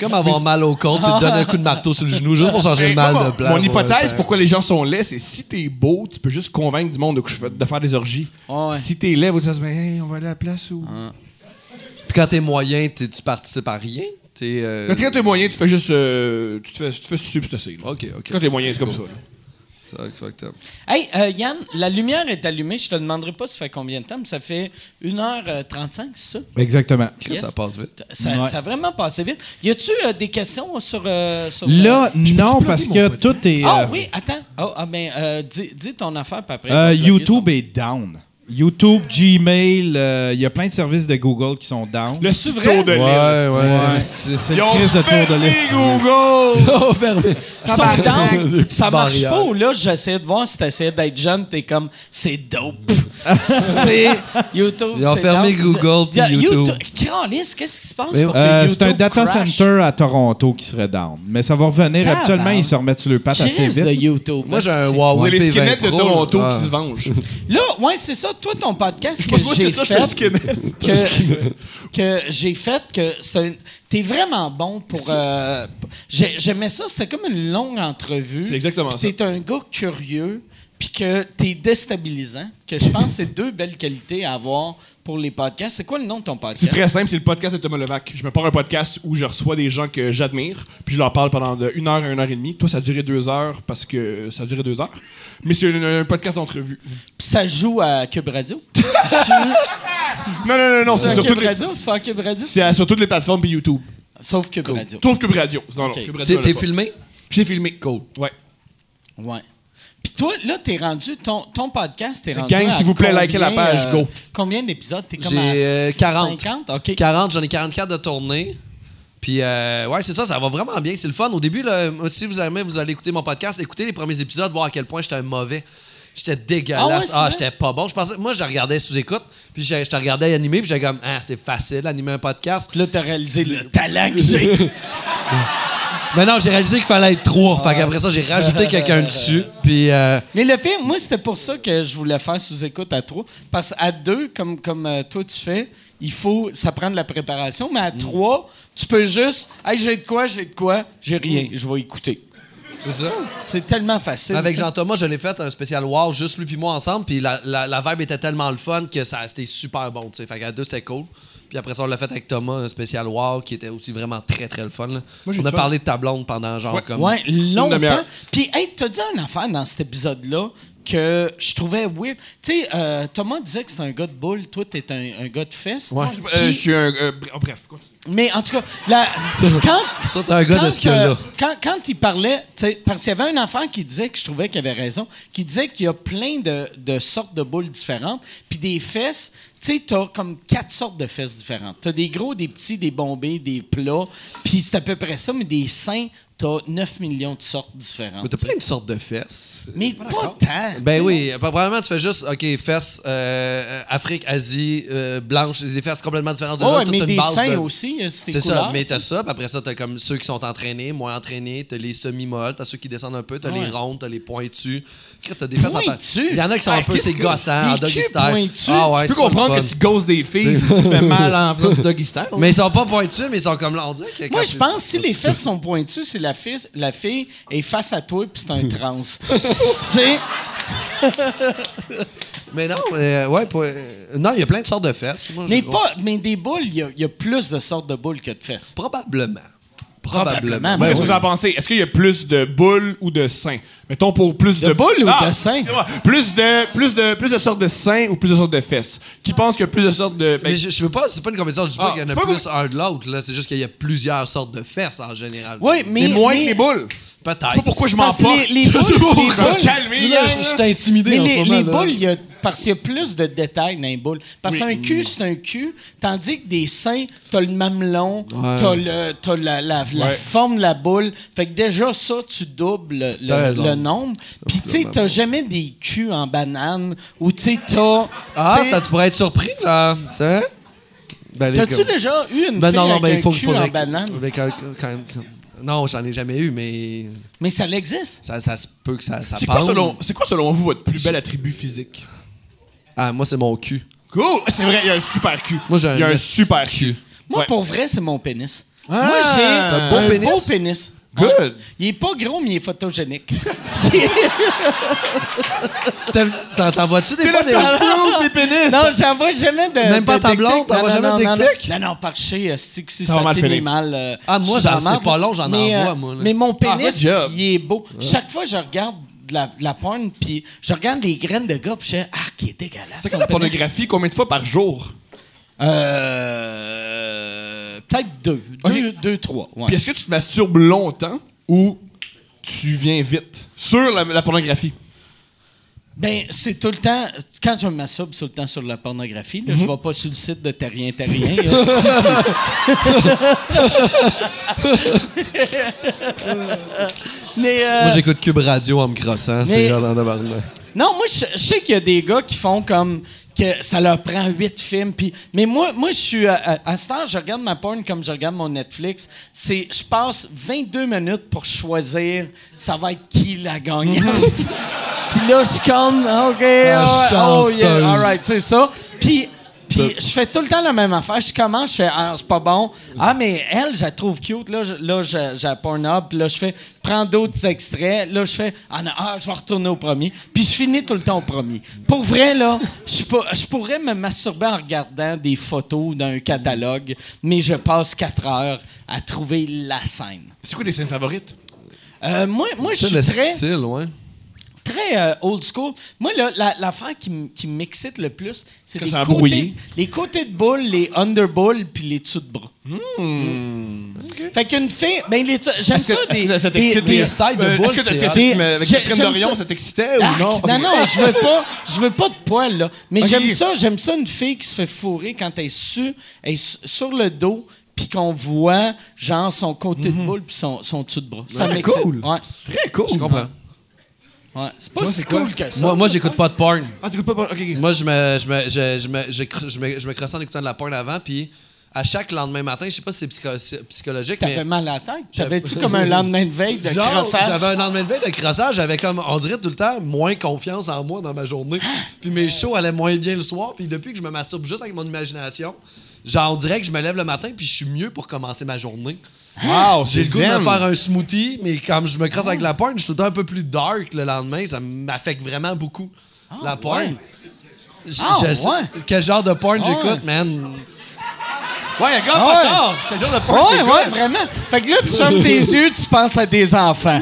Speaker 5: Comme avoir mal au corps, puis te donner un coup de marteau sur le genou juste pour changer Ah, le
Speaker 4: Hey,
Speaker 5: mal
Speaker 4: moi,
Speaker 5: de
Speaker 4: mon-
Speaker 5: plan.
Speaker 4: Mon hypothèse pourquoi les gens sont laids, c'est si t'es beau, tu peux juste convaincre du monde de, coucher- de faire des orgies.
Speaker 1: Ah ouais. Ah.
Speaker 4: Si t'es laid, vous dites, ben, hey, on va aller à la place où.
Speaker 5: Puis quand t'es moyen, t'es- tu participes à rien. T'es, euh,
Speaker 4: Quand t'es moyen, tu fais juste. euh, tu te fais, tu te fais sucer puis c'est assez, là.
Speaker 5: Ok, ok.
Speaker 4: Quand t'es moyen, c'est comme ça. là.
Speaker 5: Fuck, fuck, fuck.
Speaker 1: Hey, euh, Yann, la lumière est allumée. Je te demanderai pas ça fait combien de temps, mais ça fait 1h35, c'est ça?
Speaker 2: Exactement.
Speaker 5: Chris, Ça passe vite.
Speaker 1: Ça,
Speaker 3: Ouais.
Speaker 1: ça a vraiment passé vite. Y a-tu euh, des questions sur. euh, sur
Speaker 3: Là,
Speaker 1: euh,
Speaker 3: non,
Speaker 4: plugger
Speaker 3: parce
Speaker 4: mon
Speaker 3: que
Speaker 4: podcast?
Speaker 3: tout est.
Speaker 1: Ah
Speaker 3: euh,
Speaker 1: oui, attends. Oh, ah, ben, euh, dis, dis ton affaire, puis après.
Speaker 3: Euh,
Speaker 1: on va plugger
Speaker 3: YouTube
Speaker 1: ça.
Speaker 3: est down. YouTube, Gmail, euh, il y a plein de services de Google qui sont down.
Speaker 4: Le
Speaker 1: C'est
Speaker 4: tuto
Speaker 1: vrai?
Speaker 4: de
Speaker 5: Ouais,
Speaker 4: l'île.
Speaker 5: <laughs> ouais.
Speaker 3: C'est
Speaker 4: Ils
Speaker 3: le
Speaker 4: ont
Speaker 3: crise de
Speaker 4: fermé
Speaker 3: tour de l'île.
Speaker 4: Google!
Speaker 5: Oh, fermé.
Speaker 1: Ils sont
Speaker 3: <laughs>
Speaker 1: dingues.
Speaker 5: Des petites
Speaker 1: Ça marche
Speaker 5: barrières.
Speaker 1: pas ou là, j'essayais de voir si t'essayais d'être jeune, t'es comme, c'est dope.
Speaker 3: <laughs>
Speaker 1: c'est YouTube.
Speaker 5: Ils ont
Speaker 1: c'est
Speaker 5: fermé
Speaker 1: dope.
Speaker 5: Google, puis
Speaker 1: Y a-
Speaker 5: YouTube.
Speaker 1: Câlisse, qu'est-ce qui se passe
Speaker 5: Mais,
Speaker 1: pour
Speaker 3: Euh,
Speaker 1: que
Speaker 3: c'est un
Speaker 1: YouTube
Speaker 3: data
Speaker 1: crash?
Speaker 3: center à Toronto qui serait down. Mais ça va revenir.
Speaker 1: Tabarnak.
Speaker 3: Habituellement, ils se remettent sur le pattes assez
Speaker 1: Crise
Speaker 3: vite.
Speaker 1: de YouTube.
Speaker 5: Moi, j'ai un
Speaker 1: hostie.
Speaker 5: Huawei
Speaker 4: Ah, C'est les
Speaker 5: P20
Speaker 4: skinheads de
Speaker 5: Pro,
Speaker 4: Toronto
Speaker 5: là.
Speaker 4: qui se vengent.
Speaker 1: Là, ouais, c'est ça. Toi, ton podcast que
Speaker 4: <laughs> Moi,
Speaker 1: Ah. j'ai
Speaker 4: c'est ça,
Speaker 1: fait.
Speaker 4: j'étais skinhead.
Speaker 1: que, que j'ai fait que c'est un- t'es vraiment bon pour euh, p- j'ai- j'aimais ça c'était comme une longue entrevue
Speaker 4: C'est exactement
Speaker 1: Puis t'es un gars curieux puis que t'es déstabilisant que je pense que c'est deux belles qualités à avoir pour les podcasts c'est quoi le nom de ton
Speaker 4: C'est
Speaker 1: podcast
Speaker 4: très simple, c'est le podcast de Thomas Levac. Je me pars un podcast où je reçois des gens que j'admire, puis je leur parle pendant de une heure à une heure et demie. Toi, ça a duré deux heures parce que ça a duré deux heures. Mais c'est un, un podcast d'entrevue.
Speaker 1: Puis ça joue à Cube Radio
Speaker 4: Non, non, non, non,
Speaker 1: c'est
Speaker 4: c'est
Speaker 1: à
Speaker 4: sur,
Speaker 1: Cube
Speaker 4: toutes les,
Speaker 1: Radio c'est pas à Cube Radio
Speaker 4: c'est à- sur toutes les plateformes puis YouTube.
Speaker 1: sauf Cube Radio
Speaker 4: Sauf Cube Radio. Non,
Speaker 1: Ok.
Speaker 4: non, Cube Radio.
Speaker 5: T'es
Speaker 4: on
Speaker 5: t'es
Speaker 4: l'a pas.
Speaker 5: filmé?
Speaker 4: J'ai filmé. Cool. Ouais.
Speaker 1: ouais puis toi, là, t'es rendu, ton, ton podcast, t'es rendu.
Speaker 4: Gang,
Speaker 1: à
Speaker 4: s'il vous plaît,
Speaker 1: combien,
Speaker 4: likez la page,
Speaker 1: euh,
Speaker 4: go.
Speaker 1: Combien d'épisodes? T'es comme
Speaker 5: J'ai
Speaker 1: à
Speaker 5: euh, 40.
Speaker 1: 50? OK.
Speaker 5: 40, j'en ai 44 de tournée. Puis, euh, ouais, c'est ça, ça va vraiment bien. C'est le fun. Au début, là, moi, si vous aimez, vous allez écouter mon podcast, écoutez les premiers épisodes, voir à quel point j'étais un mauvais. J'étais
Speaker 1: Ah ouais,
Speaker 5: dégueulasse.
Speaker 1: c'est
Speaker 5: Ah,
Speaker 1: vrai?
Speaker 5: j'étais pas bon. Je pensais, moi, je regardais sous écoute, puis je, je te regardais animer, puis j'étais comme, ah, c'est facile, animer un podcast.
Speaker 1: Puis là, t'as réalisé le talent que j'ai.
Speaker 4: <laughs>
Speaker 5: Mais non, j'ai réalisé qu'il fallait être trois.
Speaker 1: Ah.
Speaker 5: Fait qu'après ça, j'ai rajouté quelqu'un dessus. Puis, euh,
Speaker 1: Mais le pire, moi, c'était pour ça que je voulais faire sous-écoute à trois. Parce qu'à deux, comme, comme euh, toi, tu fais, il faut, ça prend de la préparation. Mais à
Speaker 4: Mm.
Speaker 1: trois, tu peux juste, hey, j'ai de quoi, j'ai de quoi, j'ai
Speaker 4: Mm.
Speaker 1: rien, je vais écouter.
Speaker 5: c'est ça.
Speaker 1: C'est tellement facile.
Speaker 5: Avec
Speaker 1: tu sais.
Speaker 5: Jean-Thomas, je l'ai fait un spécial Wow, juste lui puis moi ensemble. Puis la, la, la vibe était tellement le fun que ça c'était super bon. tu sais. Fait qu'à deux, c'était cool. Puis après ça, on l'a fait avec Thomas, un spécial Wow, qui était aussi vraiment très, très le fun. là.
Speaker 4: Moi, j'ai
Speaker 5: on
Speaker 4: du
Speaker 5: a
Speaker 4: fun.
Speaker 5: parlé de ta blonde pendant genre comme.
Speaker 1: Ouais, longtemps.
Speaker 4: demi-heure.
Speaker 1: Puis, hey, t'as dit une affaire dans cet épisode-là que je trouvais weird. Tu sais, euh, Thomas disait que c'est un gars de boule, toi, t'es un, un gars de fesses.
Speaker 5: Ouais.
Speaker 4: Euh, je suis un. euh, br- oh, bref, continue.
Speaker 1: Mais en tout cas, la, quand.
Speaker 5: <laughs> Toi, t'es un gars de ce
Speaker 1: euh,
Speaker 5: là
Speaker 1: quand, quand il parlait, tu sais, parce qu'il y avait un enfant qui disait que je trouvais qu'il avait raison, qui disait qu'il y a plein de, de sortes de boules différentes, puis des fesses, tu sais, t'as comme quatre sortes de fesses différentes. T'as des gros, des petits, des bombés, des plats, puis c'est à peu près ça, mais des seins, t'as 9 millions de sortes différentes.
Speaker 5: Mais t'as plein de sortes de fesses.
Speaker 1: Mais pas tant. tu sais.
Speaker 5: Ben oui, euh, probablement tu fais juste, OK, fesses euh, Afrique, Asie, euh, blanche, c'est des fesses complètement différentes. de
Speaker 1: Ouais,
Speaker 5: l'autre,
Speaker 1: mais
Speaker 5: toute une
Speaker 1: des
Speaker 5: base
Speaker 1: seins
Speaker 5: de-
Speaker 1: aussi, euh, c'est
Speaker 5: C'est ça,
Speaker 1: couleur,
Speaker 5: mais
Speaker 1: tu sais.
Speaker 5: t'as ça, puis après ça, t'as comme ceux qui sont entraînés, moins entraînés, t'as les semi-molles, t'as ceux qui descendent un peu, t'as les
Speaker 1: Ouais.
Speaker 5: rondes, t'as les pointus. Chris, t'as des fesses
Speaker 1: Pointus?
Speaker 5: Il y en a qui sont un
Speaker 4: Ah,
Speaker 5: peu,
Speaker 4: qu'est-ce
Speaker 5: c'est
Speaker 4: que-
Speaker 5: gossant,
Speaker 1: les
Speaker 5: doggy
Speaker 1: culs
Speaker 5: style.
Speaker 1: pointus?
Speaker 5: Ah ouais,
Speaker 4: Tu peux
Speaker 5: c'est pas le
Speaker 4: comprendre que
Speaker 5: fun.
Speaker 4: tu gosses des
Speaker 5: <laughs>
Speaker 4: filles, tu te fais mal en faisant du doggy style?
Speaker 5: Mais ils sont pas pointus, mais ils sont comme là, on dirait que
Speaker 1: Moi,
Speaker 5: quand
Speaker 1: je
Speaker 5: tu-
Speaker 1: pense que si les fesses sont pointues, c'est la fille, la fille est face à toi, puis c'est
Speaker 5: <laughs>
Speaker 1: un trans. c'est.
Speaker 5: Mais non, euh, ouais, pas- euh, non, il y a plein de sortes de fesses. Moi,
Speaker 1: Mais,
Speaker 5: je-
Speaker 1: pas, mais des boules, il y, a- il y a plus de sortes de boules que de fesses.
Speaker 5: Probablement. Probablement.
Speaker 1: Probablement,
Speaker 4: Ouais,
Speaker 1: Ben
Speaker 4: Qu'est-ce que vous en pensez? Est-ce qu'il y a plus de boules ou de seins? Mettons pour plus de. Ah!
Speaker 1: boules ou de seins?
Speaker 4: excusez-moi. Plus de, plus, de, plus de sortes de seins ou plus de sortes de fesses? Qui pense qu'il y a plus de sortes de. ben,
Speaker 5: Mais je, je veux pas, c'est pas une compétition, je dis
Speaker 4: Ah,
Speaker 5: pas qu'il y en
Speaker 4: c'est
Speaker 5: a
Speaker 4: pas
Speaker 5: plus un de l'autre, là. C'est juste qu'il y a plusieurs sortes de fesses en général.
Speaker 1: Oui, mais.
Speaker 4: mais moins que
Speaker 1: mais-
Speaker 4: les boules.
Speaker 5: Peut-être.
Speaker 4: Je sais pas pourquoi je m'en
Speaker 1: Parce que
Speaker 4: porte.
Speaker 1: les,
Speaker 5: <laughs>
Speaker 1: les boules. les boules-
Speaker 4: Calmez,
Speaker 5: Là, je, je t'ai intimidé
Speaker 1: mais
Speaker 5: en
Speaker 1: les,
Speaker 5: ce moment.
Speaker 1: les
Speaker 5: là.
Speaker 1: boules, il y a- parce qu'il y a plus de détails dans les boules. Parce qu'un cul,
Speaker 5: Mm.
Speaker 1: c'est un cul, tandis que des seins, t'as le mamelon, t'as, le, t'as la, la- la forme de la boule. Fait que déjà, ça, tu doubles
Speaker 5: T'as
Speaker 1: le,
Speaker 5: raison.
Speaker 1: le nombre. Puis, tu sais, t'as jamais des culs en banane ou, tu sais, t'as.
Speaker 5: Ah,
Speaker 1: tu sais,
Speaker 5: ça tu pourrais être surpris, là. T'sais? Ben, les
Speaker 1: T'as-tu
Speaker 5: gars-
Speaker 1: déjà eu une
Speaker 5: Ben
Speaker 1: fille
Speaker 5: non, non,
Speaker 1: avec
Speaker 5: ben, il
Speaker 1: un
Speaker 5: faut
Speaker 1: cul
Speaker 5: faudrait
Speaker 1: en
Speaker 5: que-
Speaker 1: banane?
Speaker 5: ben, quand- quand même, quand- Non, j'en ai jamais eu, mais
Speaker 1: Mais ça l'existe.
Speaker 5: ça, ça se peut que ça, ça
Speaker 4: C'est quoi,
Speaker 5: passe.
Speaker 4: selon, c'est quoi selon vous votre plus bel attribut physique?
Speaker 5: Ah, moi, c'est mon cul.
Speaker 4: Cool! C'est vrai, il y a un super cul.
Speaker 5: Moi, j'ai un
Speaker 4: Il y a un
Speaker 5: esti
Speaker 4: super
Speaker 5: de
Speaker 4: cul.
Speaker 5: cul.
Speaker 1: Moi,
Speaker 4: Ouais.
Speaker 1: pour vrai, c'est mon pénis.
Speaker 5: Ah,
Speaker 1: Moi, j'ai
Speaker 5: t'as un beau
Speaker 1: un
Speaker 5: pénis?
Speaker 1: beau pénis.
Speaker 4: Good.
Speaker 1: Ouais. Il est pas gros, mais il est
Speaker 5: <laughs>
Speaker 1: photogénique. <laughs>
Speaker 5: T'en- T'en t'en vois-tu des fois des.
Speaker 4: Cruise des pénis!
Speaker 1: non, j'envoie jamais de.
Speaker 5: Même pas
Speaker 1: de
Speaker 5: ta
Speaker 1: dick pic.
Speaker 5: blonde,
Speaker 1: Non,
Speaker 5: t'envoies
Speaker 1: non,
Speaker 5: jamais de
Speaker 1: non,
Speaker 5: dick
Speaker 1: non.
Speaker 5: pic?
Speaker 1: Non, non, par chez, euh, si si
Speaker 4: va
Speaker 1: ça
Speaker 4: mal
Speaker 1: finit
Speaker 4: finir.
Speaker 1: mal. euh,
Speaker 5: Ah, moi,
Speaker 1: je suis
Speaker 5: j'en-
Speaker 1: en marde.
Speaker 5: c'est pas long, j'en
Speaker 1: Mais,
Speaker 5: envoie,
Speaker 1: euh,
Speaker 5: moi, là.
Speaker 1: Mais mon
Speaker 4: Ah, good
Speaker 1: pénis,
Speaker 4: job.
Speaker 1: il est beau. Chaque fois, je regarde de la, de la porn, puis je regarde des graines de gars, puis je fais Ah, qui est dégueulasse.
Speaker 4: C'est
Speaker 1: son
Speaker 4: quoi la
Speaker 1: pénis.
Speaker 4: pornographie? Combien de fois par jour?
Speaker 1: Euh, Peut-être deux.
Speaker 4: Ok.
Speaker 1: Deux, deux, trois. ouais.
Speaker 4: Puis est-ce que tu te masturbes longtemps ou tu viens vite? Sur la, la pornographie.
Speaker 1: Ben, c'est tout le temps. Quand je me masturbe, c'est tout le temps sur la pornographie. Là, Je vais pas sur le site de Terrien Terrien. hostie. mais, euh,
Speaker 5: Moi, j'écoute Cube Radio en me crossant,
Speaker 1: Mais-
Speaker 5: c'est genre dans le
Speaker 1: non, moi, je, je sais qu'il y a des gars qui font comme. que ça leur prend huit films. puis mais moi, moi je suis. À, à, à ce temps, je regarde ma porn comme je regarde mon Netflix. C'est, je passe 22 minutes pour choisir ça va être qui la gagnante. puis là, je suis comme. OK,
Speaker 5: Ah,
Speaker 1: oh, oh, yeah,
Speaker 5: chanceuse.
Speaker 1: all right, c'est ça. Puis. Puis je fais tout le temps la même affaire. Je commence, je fais ah, c'est pas bon. Ah mais elle, je la trouve cute. Là, je- là, je- j'ai la Pornhub. Puis Là, je fais prends d'autres extraits. Là, je fais ah, non, ah, je vais retourner au premier. Puis je finis tout le temps au premier. Pour vrai là, je, suis pas- je pourrais me masturber en regardant des photos d'un catalogue, mais je passe quatre heures à trouver la scène.
Speaker 4: C'est quoi tes scènes favorites?
Speaker 1: Euh, moi, moi, je
Speaker 5: C'est le
Speaker 1: suis très
Speaker 5: style, ouais.
Speaker 1: très euh, old school. Moi, là, la- l'affaire qui, m- qui m'excite le plus, c'est
Speaker 4: que
Speaker 1: les
Speaker 4: ça a
Speaker 1: côtés,
Speaker 4: brouillé?
Speaker 1: les côtés de boule, les underballs, puis les dessous de bras.
Speaker 4: Hmm.
Speaker 1: Fait qu'une fille, ben, les, dessous- j'aime ça, des,
Speaker 4: ça
Speaker 1: des-
Speaker 4: t'excite?
Speaker 1: des-
Speaker 5: Des sides
Speaker 4: Euh,
Speaker 5: de
Speaker 4: Est-ce
Speaker 5: boule,
Speaker 4: que t'as-
Speaker 5: c'est.
Speaker 4: t'as-
Speaker 1: c'est-
Speaker 4: mais avec
Speaker 1: j'ai-
Speaker 4: Catherine
Speaker 1: j'aime
Speaker 4: Dorion,
Speaker 1: ça.
Speaker 4: ça t'excitait ou
Speaker 1: Arc,
Speaker 4: non?
Speaker 1: non, je veux pas, je veux pas de poils là. Mais
Speaker 4: Ok.
Speaker 1: j'aime ça, j'aime ça une fille qui se fait fourrer quand elle est su- elle est su- sur le dos puis qu'on voit genre son côté de boule puis son, son dessus de bras. Ça
Speaker 4: Mm-hmm. Ouais,
Speaker 1: m'excite.
Speaker 4: cool.
Speaker 1: Ouais,
Speaker 4: Très cool.
Speaker 5: Je comprends.
Speaker 1: ouais. C'est pas si cool que ça.
Speaker 5: Moi, moi j'écoute pas de porn.
Speaker 4: Ah, t'écoutes pas. Ok, ok.
Speaker 5: Moi, je me, je, me, je, je, me, je, cr- je me, je me crossais en écoutant de la porn avant, puis à chaque lendemain matin, je sais pas si c'est psycho- si- psychologique,
Speaker 1: T'avais
Speaker 5: mais.
Speaker 1: mal à la tête? T'avais-tu comme un lendemain de veille de
Speaker 5: Genre,
Speaker 1: crossage?
Speaker 5: J'avais un lendemain de veille de crossage, j'avais comme, on dirait tout le temps, moins confiance en moi dans ma journée.
Speaker 1: Ah!
Speaker 5: Puis mes shows allaient moins bien le soir, puis depuis que je me masturbe juste avec mon imagination, genre, on dirait que je me lève le matin, puis je suis mieux pour commencer ma journée.
Speaker 4: Wow,
Speaker 5: J'ai le goût de
Speaker 4: zen.
Speaker 5: me faire un smoothie, mais comme je me crosse
Speaker 1: Oh.
Speaker 5: avec la porn, je suis tout le temps un peu plus dark le lendemain. Ça m'affecte vraiment beaucoup, la porn.
Speaker 1: ouais.
Speaker 5: Je-
Speaker 1: Ah,
Speaker 5: je sais
Speaker 1: ouais.
Speaker 5: Quel genre de porn
Speaker 1: Ah,
Speaker 5: j'écoute,
Speaker 1: ouais.
Speaker 5: man?
Speaker 4: Ouais, un gars
Speaker 1: Ah ouais.
Speaker 4: bâtard! T'as genre de
Speaker 1: Ouais,
Speaker 4: point, t'es
Speaker 1: ouais,
Speaker 4: gars.
Speaker 1: vraiment. Fait que là, tu fermes tes yeux, tu penses à des enfants.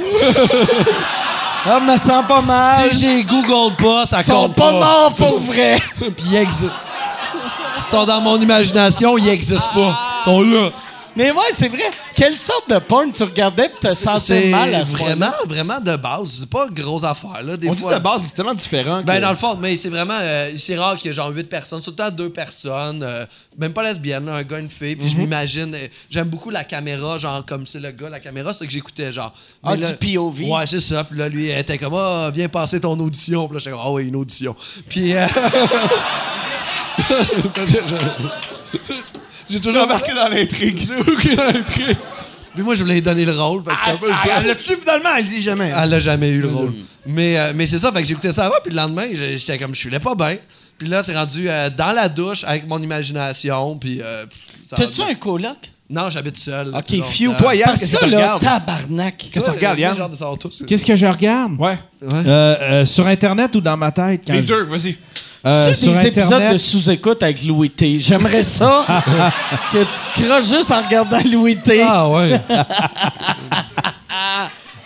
Speaker 1: Ah, me sens pas mal.
Speaker 5: Si j'ai Google pas, ça
Speaker 1: Ils sont
Speaker 5: compte
Speaker 1: pas morts pour vrai. <laughs>
Speaker 5: Puis ils existent. Ils sont dans mon imagination, ils existent pas. Ils sont là.
Speaker 1: Mais ouais, c'est vrai. Quelle sorte de porn tu regardais pis te sentais
Speaker 5: C'est
Speaker 1: Ah, mal à ce
Speaker 5: vraiment,
Speaker 1: moment-là?
Speaker 5: vraiment de base. C'est pas grosse affaire, là, des
Speaker 4: On dit
Speaker 5: fois.
Speaker 4: de base, c'est tellement différent. que-
Speaker 5: Ben, dans le fond, mais c'est vraiment. euh, c'est rare qu'il y ait genre 8 personnes, surtout à deux personnes, euh, même pas lesbiennes, là, un gars, une fille. Puis je m'imagine. euh, J'aime beaucoup la caméra, genre, comme c'est le gars, la caméra, c'est que j'écoutais, genre.
Speaker 1: Ah,
Speaker 5: Mais là-
Speaker 1: du POV.
Speaker 5: Ouais, c'est ça. Puis là, lui, elle était comme, ah, viens passer ton audition. Puis là, j'étais comme, ah, oui, une audition. Puis. <laughs> euh, J'ai toujours embarqué dans l'intrigue. J'ai embarqué dans l'intrigue. Puis moi, je voulais lui donner le rôle. fait que c'est un peu ça.
Speaker 4: Là-dessus, finalement, elle dit jamais.
Speaker 5: Elle n'a jamais eu le rôle. Mais, euh, mais c'est ça, fait que j'écoutais ça avant, puis le lendemain, j'ai- j'étais comme, je suis pas bien. Puis là, c'est rendu euh, dans la douche avec mon imagination, puis. euh, ça-
Speaker 1: T'as-tu un coloc?
Speaker 5: Non, j'habite seul. depuis
Speaker 1: Ok,
Speaker 5: longtemps.
Speaker 1: few.
Speaker 4: Toi, Yann,
Speaker 1: Parce
Speaker 4: qu'est-ce que
Speaker 1: ça,
Speaker 4: tu
Speaker 1: là,
Speaker 4: regardes?
Speaker 1: tabarnak.
Speaker 4: Qu'est-ce que tu regardes,
Speaker 5: Moi,
Speaker 4: Yann?
Speaker 5: j'ai hâte de savoir tout.
Speaker 3: Qu'est-ce que je regarde?
Speaker 4: Ouais.
Speaker 3: Euh, euh, sur Internet ou dans ma tête? Quand
Speaker 4: Les
Speaker 3: je-
Speaker 4: deux, vas-y.
Speaker 3: Euh,
Speaker 1: C'est
Speaker 3: sur
Speaker 1: des épisodes de
Speaker 3: Internet.
Speaker 1: sous-écoute avec Louis T. J'aimerais ça que tu te croches juste en regardant Louis T.
Speaker 5: Ah ouais.
Speaker 3: <laughs>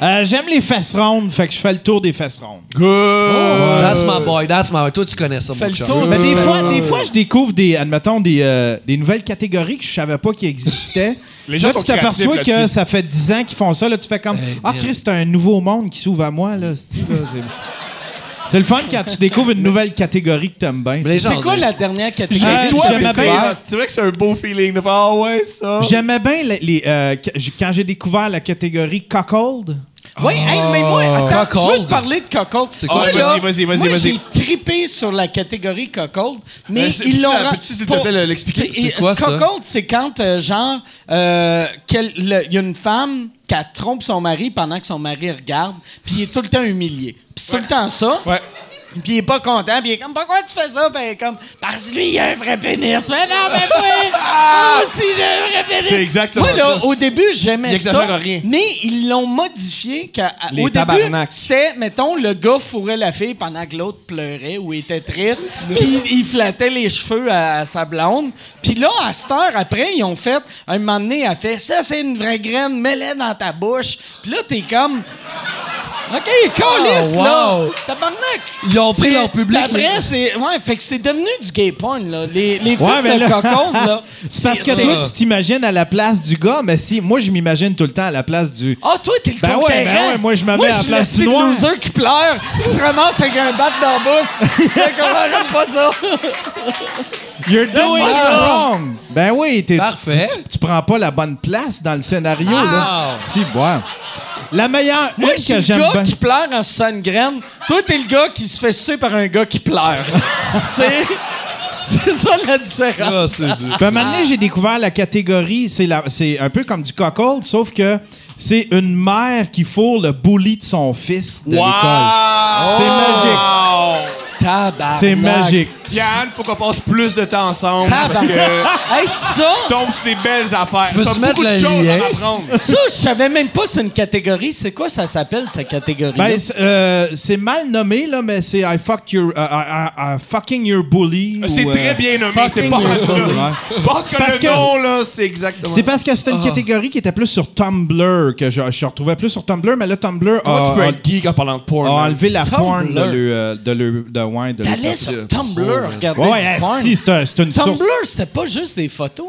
Speaker 3: Euh, J'aime les faces rondes, fait que je fais le tour des faces rondes.
Speaker 2: Oh,
Speaker 5: that's my boy, that's my boy. Toi, tu connais ça,
Speaker 1: Fais
Speaker 5: mon
Speaker 1: le
Speaker 5: chum.
Speaker 1: tour.
Speaker 3: Ben, des,
Speaker 1: Euh,
Speaker 3: fois, des fois, je découvre des, admettons, des, euh, des nouvelles catégories que je savais pas qui existaient.
Speaker 4: <laughs> Les gens
Speaker 3: là,
Speaker 4: sont
Speaker 3: tu t'aperçois
Speaker 4: créatifs
Speaker 3: que
Speaker 4: là-dessus.
Speaker 3: ça fait 10 ans qu'ils font ça. Là, tu fais
Speaker 1: Euh,
Speaker 3: comme Ah,
Speaker 5: man.
Speaker 3: Chris, c'est un nouveau monde qui s'ouvre à moi. là, c'est- là,
Speaker 1: <laughs>
Speaker 3: c'est- C'est le fun quand tu découvres une nouvelle catégorie que t'aimes bien.
Speaker 5: Mais les gens,
Speaker 1: C'est quoi
Speaker 5: on-
Speaker 1: la dernière
Speaker 3: J'ai-
Speaker 1: catégorie?
Speaker 3: toi, j'aimais
Speaker 4: mais
Speaker 3: bien.
Speaker 4: c'est- C'est vrai que c'est un beau feeling de faire Ah ouais, ça.
Speaker 3: J'aimais bien les, les, euh, qu- j- quand j'ai découvert la catégorie Cuckold.
Speaker 1: Oui, hey, mais moi, attends,
Speaker 5: Cuckold.
Speaker 1: je veux te parler de Cocold. C'est
Speaker 4: quoi? Ah, Vas-y, vas-y, vas-y,
Speaker 1: Moi,
Speaker 4: vas-y.
Speaker 1: j'ai trippé sur la catégorie Cocold, mais
Speaker 4: Euh, c'est-
Speaker 1: ils l'ont...
Speaker 4: peux-tu la-
Speaker 1: ra-
Speaker 4: peux-tu, s'il te
Speaker 1: pour-
Speaker 4: plaît, l'expliquer?
Speaker 1: Et-
Speaker 5: C'est quoi, ça?
Speaker 1: Cuckold, c'est quand, euh, genre, euh, quel- le- il y a une femme qui elle trompe son mari pendant que son mari regarde, puis il est tout le temps humilié. Puis c'est tout le temps ça.
Speaker 4: Ouais.
Speaker 1: Puis il est pas content, puis il est comme pourquoi tu fais ça Puis elle est comme parce que lui il a un vrai pénis. Mais non, mais oui, moi aussi j'ai un vrai pénis.
Speaker 4: Ah! C'est exactement
Speaker 1: Moi là,
Speaker 4: ça.
Speaker 1: au début j'aimais
Speaker 4: Il exagère
Speaker 1: ça,
Speaker 4: rien.
Speaker 1: mais ils l'ont modifié qu'à- à-
Speaker 3: Les
Speaker 1: au début
Speaker 3: tabarnak.
Speaker 1: c'était mettons le gars fourrait la fille pendant que l'autre pleurait ou était triste, puis il flattait les cheveux à, à sa blonde. Puis là à cette heure après ils ont fait un moment donné elle fait ça c'est une vraie graine, mets-la dans ta bouche. Puis là t'es comme OK, calice,
Speaker 5: Oh, wow.
Speaker 1: là! Tabarnak!
Speaker 5: Ils ont pris
Speaker 1: C'est-
Speaker 5: leur public,
Speaker 1: Après,
Speaker 5: les-
Speaker 1: c'est. Ouais, fait que c'est devenu du gay porn, là. Les, les films
Speaker 3: Ouais, mais
Speaker 1: de
Speaker 3: là-
Speaker 1: cocotte, là.
Speaker 3: <laughs> C'est parce que
Speaker 1: c'est-
Speaker 3: toi, tu t'imagines à la place du gars, mais si, moi, je m'imagine tout le temps à la place du.
Speaker 1: Ah, toi, t'es le
Speaker 3: Ben ouais,
Speaker 1: conquérant.
Speaker 3: ben ouais, moi, je me mets à la
Speaker 1: suis
Speaker 3: place
Speaker 1: le
Speaker 3: du
Speaker 1: petit
Speaker 3: noir.
Speaker 1: loser qui pleure, qui se ramasse avec un bat dans la
Speaker 3: <laughs>
Speaker 1: bouche. Fait que, ouais, j'aime pas ça.
Speaker 3: You're doing
Speaker 1: moi,
Speaker 3: it
Speaker 1: ça.
Speaker 3: wrong! Ben oui, t'es- tu-
Speaker 5: Parfait.
Speaker 3: Tu, tu prends pas la bonne place dans le scénario, là.
Speaker 5: Wow.
Speaker 3: Si, boire. La meilleure,
Speaker 1: Moi,
Speaker 3: une
Speaker 1: je suis
Speaker 3: que
Speaker 1: le
Speaker 3: j'aime
Speaker 1: gars
Speaker 3: bien.
Speaker 1: qui pleure en suçant une graine. Toi, t'es le gars qui se fait sucer par un gars qui
Speaker 3: <laughs>
Speaker 1: pleure. c'est. C'est ça la différence.
Speaker 5: Ah, c'est dur.
Speaker 3: Ben, un moment donné, j'ai découvert la catégorie, c'est la- c'est un peu comme du cockhold, sauf que c'est une mère qui fourre le bully de son fils de l'école.
Speaker 4: Wow!
Speaker 3: C'est magique.
Speaker 1: Tabarnak.
Speaker 3: C'est magique.
Speaker 4: Yann, faut qu'on passe plus de temps ensemble. Parce
Speaker 1: Tabarnak.
Speaker 4: que
Speaker 1: Hey, ça.
Speaker 4: tu tombes sur des belles affaires.
Speaker 5: peux-tu
Speaker 4: T'as
Speaker 5: mettre
Speaker 4: beaucoup de
Speaker 5: le
Speaker 4: choses
Speaker 5: lien?
Speaker 4: à apprendre.
Speaker 1: Ça, je savais même pas c'est une catégorie. C'est quoi ça s'appelle, cette catégorie?
Speaker 3: Ben, c'est euh, c'est mal nommé, là, mais c'est I fucked your, euh, I- I- I fucking your bully.
Speaker 4: C'est
Speaker 3: ou, euh,
Speaker 4: très bien nommé, c'est
Speaker 3: fucking
Speaker 4: pas
Speaker 3: your
Speaker 4: mal
Speaker 3: bully,
Speaker 4: ça.
Speaker 3: ouais.
Speaker 4: Parce que
Speaker 3: parce
Speaker 4: le
Speaker 3: que-
Speaker 4: nom, là, c'est exactement.
Speaker 3: C'est parce que c'était une catégorie qui était plus sur Tumblr, que je, je retrouvais plus sur Tumblr, mais là, Tumblr a,
Speaker 4: Comment tu peux
Speaker 3: a-
Speaker 4: être geek en parlant de porn?
Speaker 3: a
Speaker 4: man?
Speaker 3: enlevé la
Speaker 1: Tumblr.
Speaker 3: porn de le, euh, de le, de, ouais, de le-
Speaker 1: T'allais sur Oh, Tumblr regarder
Speaker 3: Ouais,
Speaker 1: du
Speaker 3: esti,
Speaker 1: porn.
Speaker 3: c'est un- c'est une source.
Speaker 1: Tumblr, c'était pas juste des photos.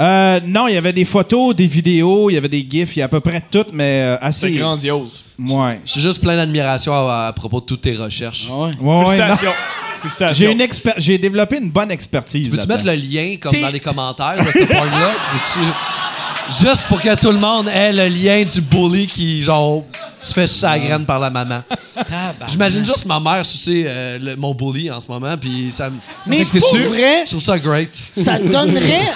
Speaker 3: Euh, non, il y avait des photos, des vidéos, il y avait des gifs, il y a à peu près tout, mais euh,
Speaker 4: C'est
Speaker 3: assez.
Speaker 4: grandiose.
Speaker 3: Ouais.
Speaker 5: Je suis juste plein d'admiration à, à propos de toutes tes recherches.
Speaker 3: Ouais, ouais, non.
Speaker 4: Félicitations. Félicitations.
Speaker 3: J'ai une exper- j'ai développé une bonne expertise.
Speaker 5: Peux-tu
Speaker 3: là-dedans.
Speaker 5: mettre le lien comme
Speaker 1: T'es-
Speaker 5: dans les commentaires
Speaker 1: <laughs>
Speaker 5: de ce point-là? Tu peux-tu- Juste pour que tout le monde ait le lien du bully qui, genre, se fait sucer la graine par la maman. J'imagine juste ma mère sucer euh, le- mon bully en ce moment, puis ça me.
Speaker 1: Mais
Speaker 5: Fait que c'est
Speaker 1: pour
Speaker 5: sûr,
Speaker 1: vrai,
Speaker 5: Je trouve ça great. <laughs>
Speaker 1: ça donnerait.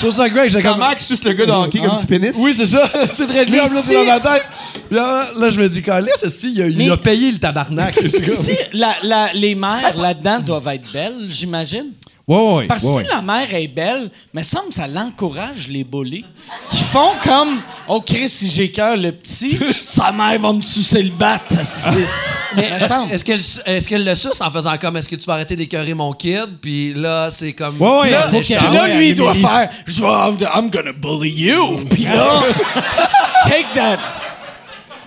Speaker 5: Je trouve ça great. J'ai
Speaker 4: Ta
Speaker 5: comme.
Speaker 4: mère qui suce le gars de hockey comme petit pénis?
Speaker 5: Oui, c'est ça. <laughs> c'est très bien. Là,
Speaker 1: si-
Speaker 5: c'est dans ma tête. Puis Là, là, je me dis, Calais, c'est il, a- il
Speaker 1: Mais-
Speaker 5: a payé
Speaker 1: <laughs>
Speaker 5: le tabarnak.
Speaker 1: si la- la- les mères là-dedans doivent être belles, j'imagine.
Speaker 3: Ouais, ouais,
Speaker 1: Parce que
Speaker 3: ouais,
Speaker 1: si
Speaker 3: ouais.
Speaker 1: la mère est belle, mais semble que ça l'encourage les bullies qui font
Speaker 4: <laughs> Ah.
Speaker 1: comme Oh Chris, si j'ai cœur le petit, sa mère va me sucer le bat. esti.
Speaker 5: Mais
Speaker 1: Me
Speaker 5: est-ce
Speaker 1: semble.
Speaker 5: est-ce qu'elle su- est-ce qu'elle le suce en faisant comme est-ce que tu vas arrêter d'écœurer mon kid? Puis là, c'est comme.
Speaker 3: Ouais, ouais,
Speaker 5: Là,
Speaker 3: faut
Speaker 5: les
Speaker 3: qu'elle-
Speaker 5: chats-
Speaker 1: Puis
Speaker 3: Ah
Speaker 1: là,
Speaker 3: ouais,
Speaker 1: lui, il doit
Speaker 3: Amélie.
Speaker 1: faire Je vais. I'm gonna bully you. Puis
Speaker 4: <laughs>
Speaker 1: là, take that.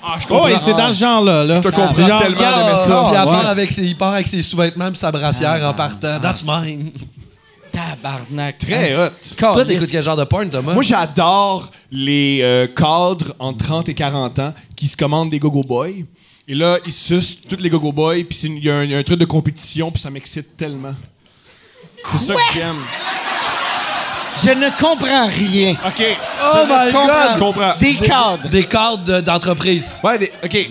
Speaker 4: Ah, je
Speaker 3: Oh,
Speaker 4: comprends.
Speaker 3: et c'est dans ce genre-là. là.
Speaker 4: Je te comprends
Speaker 3: Genre,
Speaker 4: tellement
Speaker 3: regarde,
Speaker 4: d'aimer
Speaker 5: Ah,
Speaker 4: ça.
Speaker 5: puis elle part
Speaker 3: ouais.
Speaker 5: avec ses, il part avec ses sous-vêtements puis sa brassière
Speaker 4: Ah,
Speaker 5: en partant. That's mine.
Speaker 1: Tabarnak.
Speaker 4: Très hot.
Speaker 5: Toi, t'écoutes quel genre de porn, Thomas?
Speaker 4: ah, Moi, j'adore les euh, cadres entre 30 et 40 ans qui se commandent des gogo boys. Et là, ils sucent tous les gogo boys, puis c'est une- il y, a un- il y a un truc de compétition, puis ça m'excite tellement. C'est ça que j'aime.
Speaker 1: Je ne comprends rien.
Speaker 4: OK.
Speaker 5: Oh my
Speaker 4: Je comprends.
Speaker 1: Des cadres.
Speaker 5: Des cadres de- d'entreprise.
Speaker 4: Ouais, des- OK.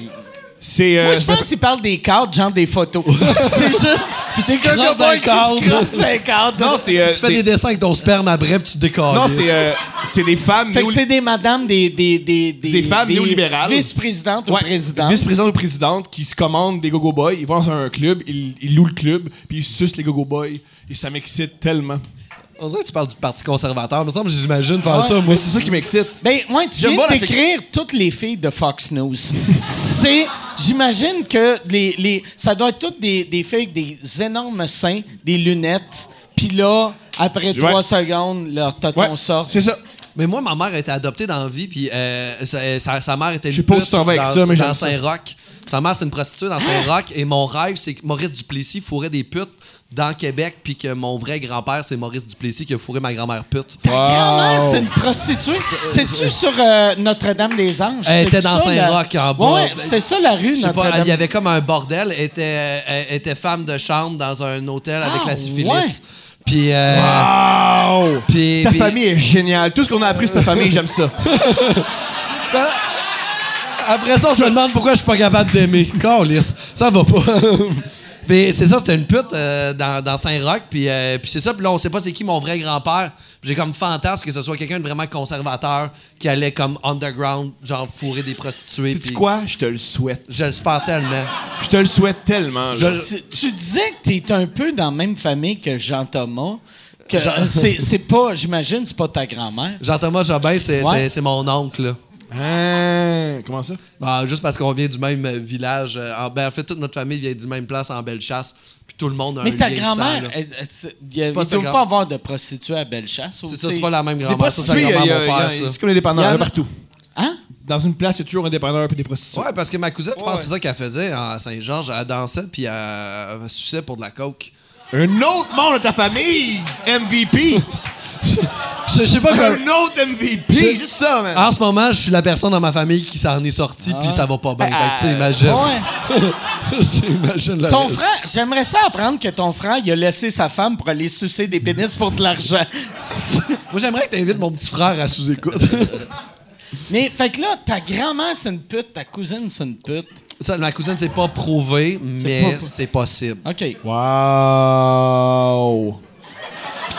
Speaker 4: C'est... euh,
Speaker 1: Moi, je pense qu'il parle des cadres, genre des
Speaker 4: <laughs>
Speaker 1: photos. C'est juste. des
Speaker 5: crosses
Speaker 1: gogo
Speaker 5: dans
Speaker 1: boys
Speaker 5: le
Speaker 1: qui se
Speaker 5: cadre.
Speaker 1: crossent dans les cadres.
Speaker 4: non, c'est... euh,
Speaker 5: tu fais
Speaker 4: des-
Speaker 5: des... dessins avec ton sperme à bref, tu te décolles.
Speaker 4: Non, c'est euh, c'est des femmes...
Speaker 1: Fait
Speaker 4: néo-
Speaker 1: que c'est des madames, des. Des, des,
Speaker 4: Des femmes néolibérales.
Speaker 1: Vice-présidentes
Speaker 4: Ouais,
Speaker 1: ou présidentes.
Speaker 4: Vice-président ou présidente qui se commande des gogo boys, ils vont dans un club, ils, ils louent le club, puis ils sucent les gogo boys. Et ça m'excite tellement.
Speaker 5: On dirait que tu parles du Parti conservateur. Mais ça, j'imagine faire
Speaker 4: Ah,
Speaker 5: ça, moi.
Speaker 4: mais c'est ça qui m'excite.
Speaker 1: Ben, moi, tu
Speaker 4: J'aime
Speaker 1: viens
Speaker 4: pas la
Speaker 1: d'écrire toutes les filles de Fox News. <laughs> C'est, j'imagine que les, les, ça doit être toutes des, des filles avec des énormes seins, des lunettes, puis là, après
Speaker 4: Ouais.
Speaker 1: trois secondes, leur
Speaker 4: Ouais,
Speaker 1: toton sort.
Speaker 4: C'est ça.
Speaker 5: Mais moi, ma mère a été adoptée dans la vie, puis euh, sa, sa- sa mère était
Speaker 4: Je sais pas où
Speaker 5: pute
Speaker 4: tu t'en vas avec
Speaker 5: dans-
Speaker 4: ça, mais j'aime
Speaker 5: dans
Speaker 4: ça.
Speaker 5: Saint-Roch. Sa mère, c'était une prostituée dans Saint-Roch, et mon rêve, c'est que Maurice Duplessis fourrait des putes dans Québec, puis que mon vrai grand-père, c'est Maurice Duplessis qui a fourré ma grand-mère pute.
Speaker 1: Ta grand-mère, c'est une prostituée. C'est-tu sur euh, Notre-Dame-des-Anges?
Speaker 5: Elle était
Speaker 1: C'est-tu
Speaker 5: dans
Speaker 1: ça, la-
Speaker 5: Saint-Roch, en bas.
Speaker 1: Ouais, c'est ça la rue,
Speaker 5: Je sais pas, il y
Speaker 1: Notre-Dame.
Speaker 5: avait comme un bordel. Elle était, elle était femme de chambre dans un hôtel avec
Speaker 1: Ah,
Speaker 5: la syphilis.
Speaker 1: ouais.
Speaker 5: Puis, euh,
Speaker 4: Wow!
Speaker 5: puis-
Speaker 4: Ta
Speaker 5: puis-
Speaker 4: famille est géniale. Tout ce qu'on a appris sur ta famille, j'aime ça.
Speaker 5: Après ça, on se demande pourquoi je suis pas capable d'aimer. Câlisse, ça va
Speaker 4: <laughs>
Speaker 5: pas. Mais c'est ça, c'était une pute euh, dans, dans Saint-Roch. Puis, euh, puis c'est ça. Puis là, on sait pas c'est qui mon vrai grand-père. Puis J'ai comme fantasme que ce soit quelqu'un de vraiment conservateur qui allait comme underground, genre fourrer des prostituées.
Speaker 4: Sais-tu
Speaker 5: puis-
Speaker 4: quoi? Je te le souhaite.
Speaker 5: Je l'espère tellement.
Speaker 4: Je te le souhaite tellement. là.
Speaker 5: Je-
Speaker 1: Tu, tu disais que t'es un peu dans la même famille que Jean-Thomas. Que <laughs> c'est, c'est pas, j'imagine, c'est pas ta grand-mère.
Speaker 5: Jean-Thomas Jobin, c'est
Speaker 1: Ouais.
Speaker 5: c'est- c'est mon oncle, là.
Speaker 4: Hein? Comment ça?
Speaker 5: Bah, juste parce qu'on vient du même euh, village. euh, en, ben, en fait, toute notre famille vient du même place en Bellechasse. Puis tout le monde a un
Speaker 1: Mais ta
Speaker 5: lien de sang,
Speaker 1: grand-mère,
Speaker 5: là.
Speaker 1: elle- elle- c'est- il ne doit
Speaker 5: pas sa grand-
Speaker 1: pas avoir de prostituée à Bellechasse.
Speaker 5: C'est
Speaker 1: aussi.
Speaker 5: ça, c'est pas la même
Speaker 4: Des
Speaker 5: grand-mère. Ça, c'est la
Speaker 4: prostituées, il y a- il y
Speaker 5: grand-mère de mon
Speaker 4: a-
Speaker 5: père,
Speaker 4: il y a-
Speaker 5: ça.
Speaker 4: c'est comme les
Speaker 1: Il
Speaker 4: dépanneurs,
Speaker 1: y en
Speaker 4: il y en
Speaker 1: a-
Speaker 4: a partout.
Speaker 1: Hein?
Speaker 4: Dans une place, il y a toujours un dépanneur et des prostituées.
Speaker 5: Ouais, parce que ma cousine, je pense que c'est ça qu'elle faisait à Saint-Georges. Elle dansait puis elle, elle suçait pour de la coke.
Speaker 4: Un autre membre de ta famille! MVP!
Speaker 5: Je, je sais <laughs>
Speaker 4: <laughs>
Speaker 5: pas
Speaker 4: un
Speaker 5: comme-
Speaker 4: autre MVP!
Speaker 5: Je-
Speaker 4: Juste ça, man!
Speaker 5: En ce moment, je suis la personne dans ma famille qui s'en est sortie puis ça va pas bien. Ben, Fait que, tu sais, imagine.
Speaker 1: Ben, euh, Ouais.
Speaker 5: <laughs> J'imagine la-
Speaker 1: Ton frère, j'aimerais ça apprendre que ton frère, il a laissé sa femme pour aller sucer des pénis pour de l'argent. <laughs>
Speaker 5: Moi, j'aimerais que t'invites mon petit frère à sous-écoute. <laughs>
Speaker 1: Mais fait que là, ta grand-mère, c'est une pute, ta cousine, c'est une pute.
Speaker 5: Ça, ma cousine, c'est pas prouvé, mais
Speaker 1: pas-
Speaker 5: c'est possible.
Speaker 1: OK. Puis
Speaker 4: Wow!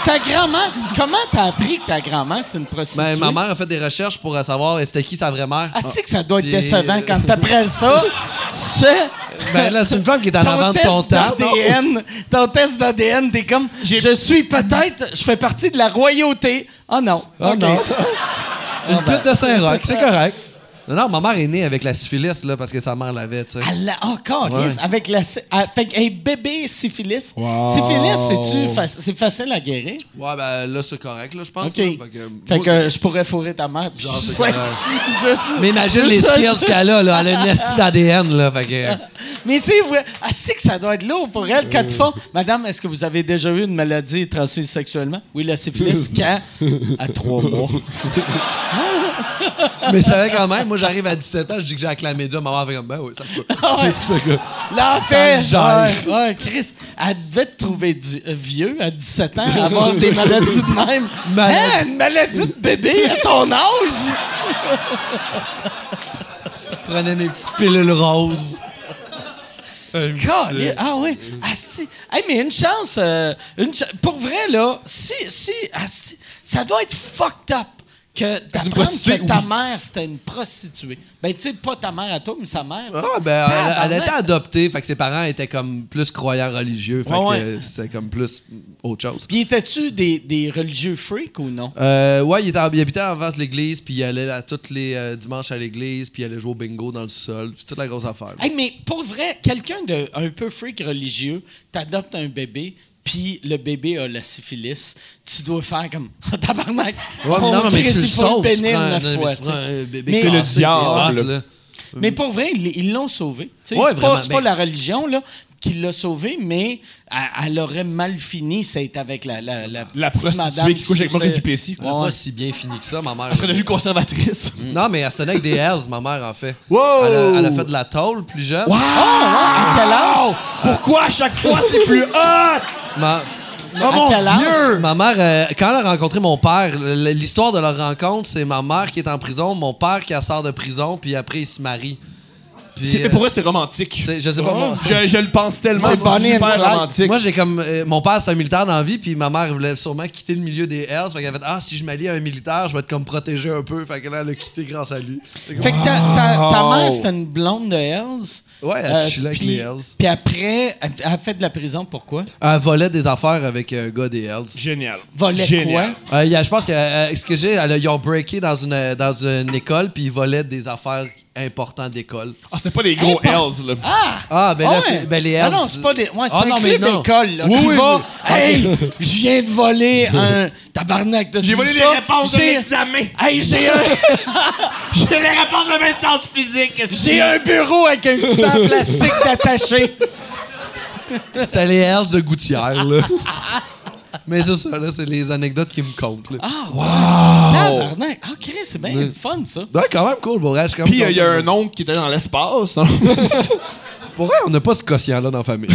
Speaker 1: ta grand-mère, comment t'as appris que ta grand-mère, c'est une prostituée?
Speaker 5: Ben, ma mère a fait des recherches pour euh, savoir euh, c'était qui sa vraie mère.
Speaker 1: Ah, c'est que ça doit être
Speaker 5: Puis-
Speaker 1: décevant quand t'apprends ça. tu sais,
Speaker 5: Ben là, c'est une femme qui est en
Speaker 1: ton
Speaker 5: avant de son
Speaker 1: test
Speaker 5: temps.
Speaker 1: d'ADN, ton test d'ADN, t'es comme, je suis peut-être, je fais partie de la royauté. Ah non.
Speaker 5: Ah
Speaker 1: OK.
Speaker 5: non. Une
Speaker 1: ben.
Speaker 5: pute de Saint-Roch, c'est correct. Non, non, ma mère est née avec la syphilis, là, parce que sa mère l'avait, tu sais.
Speaker 1: Elle l'a encore,
Speaker 5: Ouais.
Speaker 1: yes, ah, avec la. sy- ah, fait que, hey, bébé syphilis. Syphilis, c'est-tu fac- c'est facile à guérir?
Speaker 5: Ouais, ben là, c'est correct, là, je pense.
Speaker 1: OK.
Speaker 5: là.
Speaker 1: Fait
Speaker 5: Fait
Speaker 1: que,
Speaker 5: moi,
Speaker 1: je pourrais fourrer ta mère. puis
Speaker 5: Genre,
Speaker 1: je-
Speaker 5: c'est correct.
Speaker 1: <laughs> juste-
Speaker 5: Mais imagine
Speaker 1: juste
Speaker 5: les
Speaker 1: ça,
Speaker 5: skills
Speaker 1: tu-
Speaker 5: qu'elle a, là. Elle a une esti d'ADN, là. Fait que.
Speaker 1: <laughs> Mais c'est vrai. Ah, c'est que ça doit être lourd pour elle quand ils font. Madame, est-ce que vous avez déjà eu une maladie transmise sexuellement? Oui, la syphilis,
Speaker 5: <laughs>
Speaker 1: quand? À trois mois.
Speaker 5: Mais c'est vrai quand même, moi, j'arrive à 17 ans, je dis que j'ai avec la média, ma mère fait comme, ben oui, ça se peut.
Speaker 1: Ah ouais.
Speaker 5: Et tu fais que.
Speaker 1: Là,
Speaker 5: Ça
Speaker 1: fait-
Speaker 5: gère.
Speaker 1: Ouais, ouais, Chris. Elle devait te trouver du- euh, vieux à 17 ans, avoir des maladies de
Speaker 5: <laughs>
Speaker 1: même.
Speaker 5: Malade-
Speaker 1: Hein, une maladie de bébé à ton âge?
Speaker 5: Je prenais mes petites pilules roses. Euh,
Speaker 1: Calais. Ah oui. Asti. Hey, mais une chance. euh, une cha- Pour vrai, là, si. si asti, ça doit être fucked up que d'apprendre
Speaker 4: prostituée,
Speaker 1: que ta
Speaker 4: oui.
Speaker 1: mère, c'était une prostituée. Ben, tu sais, pas ta mère à toi, mais sa mère.
Speaker 5: Ah, ben, elle, elle
Speaker 1: Tabarnak,
Speaker 5: était adoptée, fait que ses parents étaient comme plus croyants religieux, fait
Speaker 1: Ouais, ouais.
Speaker 5: que euh, c'était comme plus autre chose.
Speaker 1: Puis étais-tu des, des religieux freaks ou non?
Speaker 5: Euh, ouais, il, était, il habitait en face de l'église, puis il allait là, tous les euh, dimanches à l'église, puis il allait jouer au bingo dans le sol, puis toute la grosse affaire. là.
Speaker 1: Hey, mais pour vrai, quelqu'un de un peu freak religieux, t'adoptes un bébé, puis le bébé a la syphilis, tu dois faire comme <laughs> oh, tabarnak.
Speaker 5: Ouais, mais non, mais tu le sauves, tu
Speaker 1: pénible
Speaker 5: prends-
Speaker 1: la
Speaker 5: non, mais
Speaker 1: fois.
Speaker 5: tu prends un bébé
Speaker 1: Mais- ah, C'est
Speaker 5: cassé,
Speaker 1: le
Speaker 5: qui est
Speaker 4: diable.
Speaker 5: hot, là.
Speaker 1: Mais pour vrai, ils ils l'ont sauvé. Tu sais,
Speaker 5: Ouais,
Speaker 1: c'est pas,
Speaker 5: vraiment,
Speaker 1: c'est pas
Speaker 5: ben-
Speaker 1: la religion là, qui l'a sauvé, mais elle, elle aurait mal fini, c'est avec la la, la,
Speaker 4: La
Speaker 1: petite
Speaker 4: prostituée
Speaker 1: madame
Speaker 4: qui couche avec Maurice
Speaker 1: suçait-
Speaker 4: Duplessis.
Speaker 5: Elle a pas si bien fini que ça, ma mère.
Speaker 4: serait devenue conservatrice.
Speaker 5: <laughs> Non, mais elle se tenait avec des Hells, ma mère, en fait.
Speaker 4: Wow!
Speaker 5: Elle a, elle a fait de la tôle plus jeune.
Speaker 1: Ah! À quel âge?
Speaker 4: Pourquoi à chaque fois
Speaker 1: <laughs>
Speaker 4: c'est plus hot?
Speaker 5: Ma,
Speaker 1: À
Speaker 4: Oh mon
Speaker 1: quel âge?
Speaker 4: Dieu!
Speaker 5: ma mère, euh, quand elle a rencontré mon père, l- l'histoire de leur rencontre, c'est ma mère qui est en prison, mon père qui la sort de prison, puis après, ils se marient. Puis,
Speaker 4: C'est-
Speaker 5: euh,
Speaker 4: Pour eux, c'est romantique.
Speaker 5: c'est- je sais pas, moi.
Speaker 4: Je, je le pense tellement,
Speaker 1: C'est
Speaker 4: c'est
Speaker 1: Bonnie and
Speaker 4: super
Speaker 1: Clyde.
Speaker 4: romantique.
Speaker 5: Oh. Moi, j'ai comme. euh, mon père, c'est un militaire dans la vie, puis ma mère voulait sûrement quitter le milieu des Hells. Fait qu'elle a fait Ah, si je m'allie à un militaire, je vais être comme protégé un peu. Fait que là, elle a quitté grâce à lui. C'est comme-
Speaker 1: Fait que ta, ta- ta mère, c'était une blonde de Hells. Euh,
Speaker 5: Ouais, elle chillait avec
Speaker 1: puis-
Speaker 5: les Hells.
Speaker 1: Puis après, elle elle a fait de la prison, pourquoi?
Speaker 5: Elle volait des affaires avec un gars des Hells.
Speaker 4: Génial.
Speaker 1: Volait
Speaker 4: Génial.
Speaker 1: quoi?
Speaker 5: Euh, il y a- je pense que euh, ce que j'ai, elle a- ils ont breaké dans une, euh, dans une école, puis ils volaient des affaires importantes d'école.
Speaker 4: Ah, c'était pas des gros
Speaker 1: Import-
Speaker 4: Hells, là.
Speaker 1: Ah!
Speaker 5: Ah, ben là,
Speaker 1: ouais.
Speaker 5: c'est- ben, les
Speaker 1: Ah
Speaker 5: Hells.
Speaker 1: non, c'est pas des. Ouais, c'est
Speaker 5: Ah,
Speaker 1: un
Speaker 5: non,
Speaker 1: clé
Speaker 5: mais non.
Speaker 1: d'école, Oh là,
Speaker 5: Oui,
Speaker 1: qui
Speaker 5: oui,
Speaker 1: va.
Speaker 5: oui.
Speaker 1: Hey, je viens de voler un tabarnak de
Speaker 4: J'ai volé les réponses de l'examen.
Speaker 1: Hey, j'ai un.
Speaker 4: J'ai les rapports de maintenance physique.
Speaker 1: J'ai un bureau avec un petit banc en plastique attaché.
Speaker 5: <laughs> C'est les Hells de
Speaker 1: <laughs>
Speaker 5: Gouttière, là. mais c'est ça, là, c'est les anecdotes qui me comptent,
Speaker 1: Ah.
Speaker 5: là.
Speaker 1: Tabarnak. Ah, Chris, c'est bien le fun, ça.
Speaker 5: Ouais, quand même cool, bon, je suis quand même
Speaker 4: Puis euh, il y a
Speaker 5: content.
Speaker 4: un oncle qui était dans l'espace. hein.
Speaker 5: Pour vrai, on n'a pas ce quotient-là dans la famille.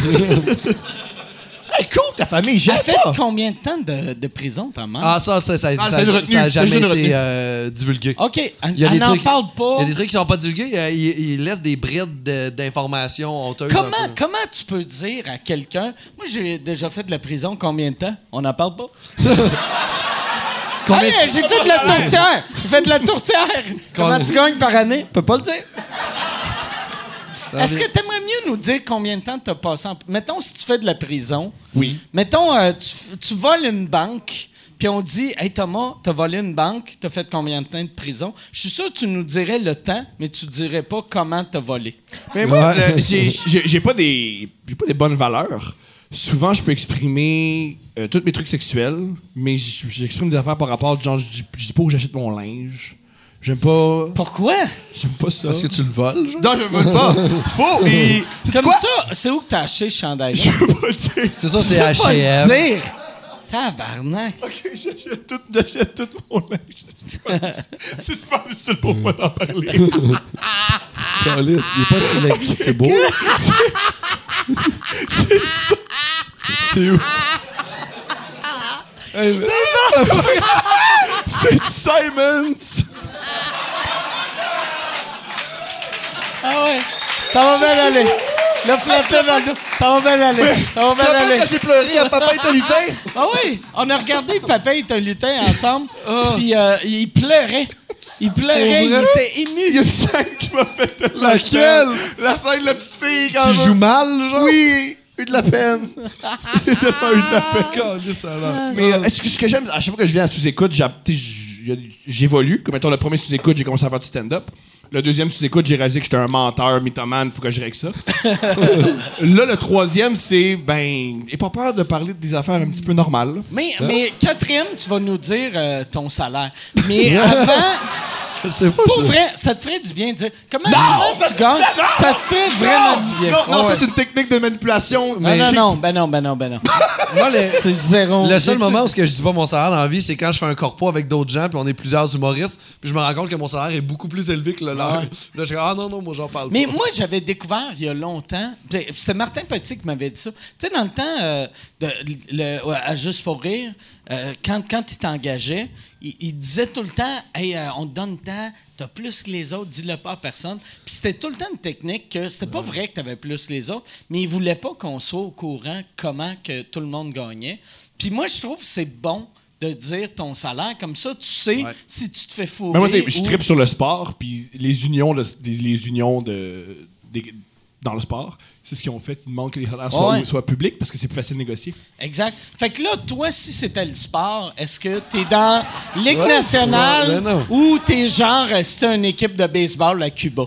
Speaker 4: Écoute, ta famille,
Speaker 1: J'ai
Speaker 4: j'ai
Speaker 1: fait combien de temps de, de prison, ta mère?
Speaker 5: <laughs> ah, ça, ça, ça,
Speaker 4: Ah,
Speaker 5: ça-
Speaker 4: c'est une
Speaker 5: ça a
Speaker 4: retenue, c'est
Speaker 5: jamais
Speaker 4: juste une retenue.
Speaker 5: été euh, divulgué.
Speaker 1: OK, on
Speaker 5: Il y a des
Speaker 1: Ah, n'en
Speaker 5: trucs-
Speaker 1: parle pas.
Speaker 5: Il y a des trucs qui sont pas divulgués. euh, Ils ils laissent des brides de- d'informations honteuses. un
Speaker 1: Comment,
Speaker 5: peu.
Speaker 1: comment tu peux dire à quelqu'un, moi j'ai déjà fait de la prison combien de temps? On n'en parle pas.
Speaker 5: <laughs> Combien
Speaker 1: Hey,
Speaker 5: de-
Speaker 1: j'ai fait de
Speaker 5: <laughs>
Speaker 1: la tourtière! J'ai fait de la tourtière! Comment tu gagnes par année? Je peux pas le dire.
Speaker 5: Ça
Speaker 1: Est-ce
Speaker 5: vient-
Speaker 1: que tu aimerais mieux nous dire combien de temps tu as passé en... Mettons, si tu fais de la prison,
Speaker 4: Oui.
Speaker 1: mettons, euh, tu, f- tu voles une banque, puis on dit, Hey Thomas, t'as volé une banque, t'as fait combien de temps de prison? Je suis sûr que tu nous dirais le temps, mais tu dirais pas comment t'as volé.
Speaker 4: Mais moi,
Speaker 5: Ouais.
Speaker 4: le- j'ai- j'ai j'ai pas des j'ai pas des bonnes valeurs. Souvent, je peux exprimer euh, tous mes trucs sexuels, mais j- j'exprime des affaires par rapport, genre, je dis- je dis pas où j'achète mon linge. J'aime pas.
Speaker 1: Pourquoi?
Speaker 4: J'aime pas ça.
Speaker 5: Parce que tu le voles, genre?
Speaker 4: Non, je vole pas. Faux. Et.
Speaker 1: Comme
Speaker 4: Quoi?
Speaker 1: ça, c'est où que t'as acheté ce chandail?
Speaker 4: Je veux pas le dire.
Speaker 5: C'est ça, c'est
Speaker 1: peux pas le
Speaker 5: H&M.
Speaker 1: dire. Tabarnak.
Speaker 4: Ok, j'achète tout, j'achète tout mon linge. C'est super- C'est super difficile pour moi d'en parler.
Speaker 5: <laughs> Câlisse, Il est pas si laid.
Speaker 4: <laughs>
Speaker 5: C'est beau.
Speaker 4: <laughs> C'est Simons.
Speaker 1: Ah ouais. Ça va bien aller. Le flatteur dans le dos. Ça va bien aller. Ça va bien aller.
Speaker 4: j'ai pleuré à Papa et lutin?
Speaker 1: Ah oui, on a regardé Papa est un lutin ensemble, puis euh, il pleurait. Il pleurait, il était
Speaker 4: Il y a
Speaker 1: ému.
Speaker 4: une scène qui m'a fait tellement
Speaker 5: Laquelle?
Speaker 4: peine. La scène de la petite fille quand
Speaker 5: Qui
Speaker 4: je-
Speaker 5: joue mal, genre?
Speaker 4: Oui, eu de la <laughs> peine. Ah, J'ai tellement eu de la peine.
Speaker 5: Câlisse, alors.
Speaker 4: Mais euh, est-ce que ce que j'aime, à chaque fois que je viens à sous-écoute, j'a- t'sais, j'- y a- j'évolue. Comme mettons, le premier sous-écoute, j'ai commencé à faire du stand-up. Le deuxième sous-écoute, j'ai réalisé que j'étais un menteur, mythomane, faut que je règle <laughs> ça. Là, le troisième, c'est, ben, et pas peur de parler des affaires un petit peu normales.
Speaker 1: Mais,
Speaker 4: Hein?
Speaker 1: mais quatrième, tu vas nous dire euh, ton salaire.
Speaker 4: <laughs>
Speaker 1: Mais avant,
Speaker 5: C'est fou,
Speaker 1: pour
Speaker 5: ça.
Speaker 1: vrai, ça te ferait du bien de dire comment comment tu gagnes. Ça te fait vraiment
Speaker 4: Non,
Speaker 1: du bien.
Speaker 4: Non, non,
Speaker 5: Ah Ouais.
Speaker 4: ça, c'est une technique de manipulation.
Speaker 1: Ah
Speaker 5: mais
Speaker 1: non,
Speaker 5: Euh, j'ai-
Speaker 1: non, ben non, ben non, ben non.
Speaker 5: <laughs> Moi, le,
Speaker 1: C'est zéro.
Speaker 5: le seul
Speaker 1: J'ai-tu-
Speaker 5: moment où ce que je dis pas mon salaire dans la vie, c'est quand je fais un corpo avec d'autres gens, puis on est plusieurs humoristes, puis je me rends compte que mon salaire est beaucoup plus élevé que le leur.
Speaker 1: Ouais.
Speaker 5: Là, je suis comme, ah non, non, moi, j'en parle
Speaker 1: Mais
Speaker 5: pas.
Speaker 1: moi, j'avais découvert il y a longtemps, puis c'est Martin Petit qui m'avait dit ça. Tu sais, dans le temps, euh, de, le- ouais, à Juste pour rire, euh, quand, quand il t'engageait, il, il disait tout le temps Hey, euh, on te donne le temps, t'as plus que les autres, dis-le pas à personne. Puis c'était tout le temps une technique que c'était pas vrai que t'avais plus que les autres, mais il voulait pas qu'on soit au courant comment que tout le monde gagnait. Puis moi, je trouve que c'est bon de dire ton salaire. Comme ça, tu sais si tu te fais fourrer.
Speaker 4: Mais moi, t'sais, je
Speaker 1: ou-
Speaker 4: tripe sur le sport, puis les unions, de- des- les unions de, des- dans le sport, c'est ce qu'ils ont fait. Ils demandent que les salaires soient,
Speaker 1: Ouais.
Speaker 4: soient publics parce que c'est plus facile de négocier.
Speaker 1: Exact. Fait que là, toi, si c'était le sport, est-ce que t'es dans Ligue
Speaker 5: Ouais, ouais,
Speaker 1: nationale
Speaker 5: ben non.
Speaker 1: ou t'es genre, euh, c'était une équipe de baseball à Cuba?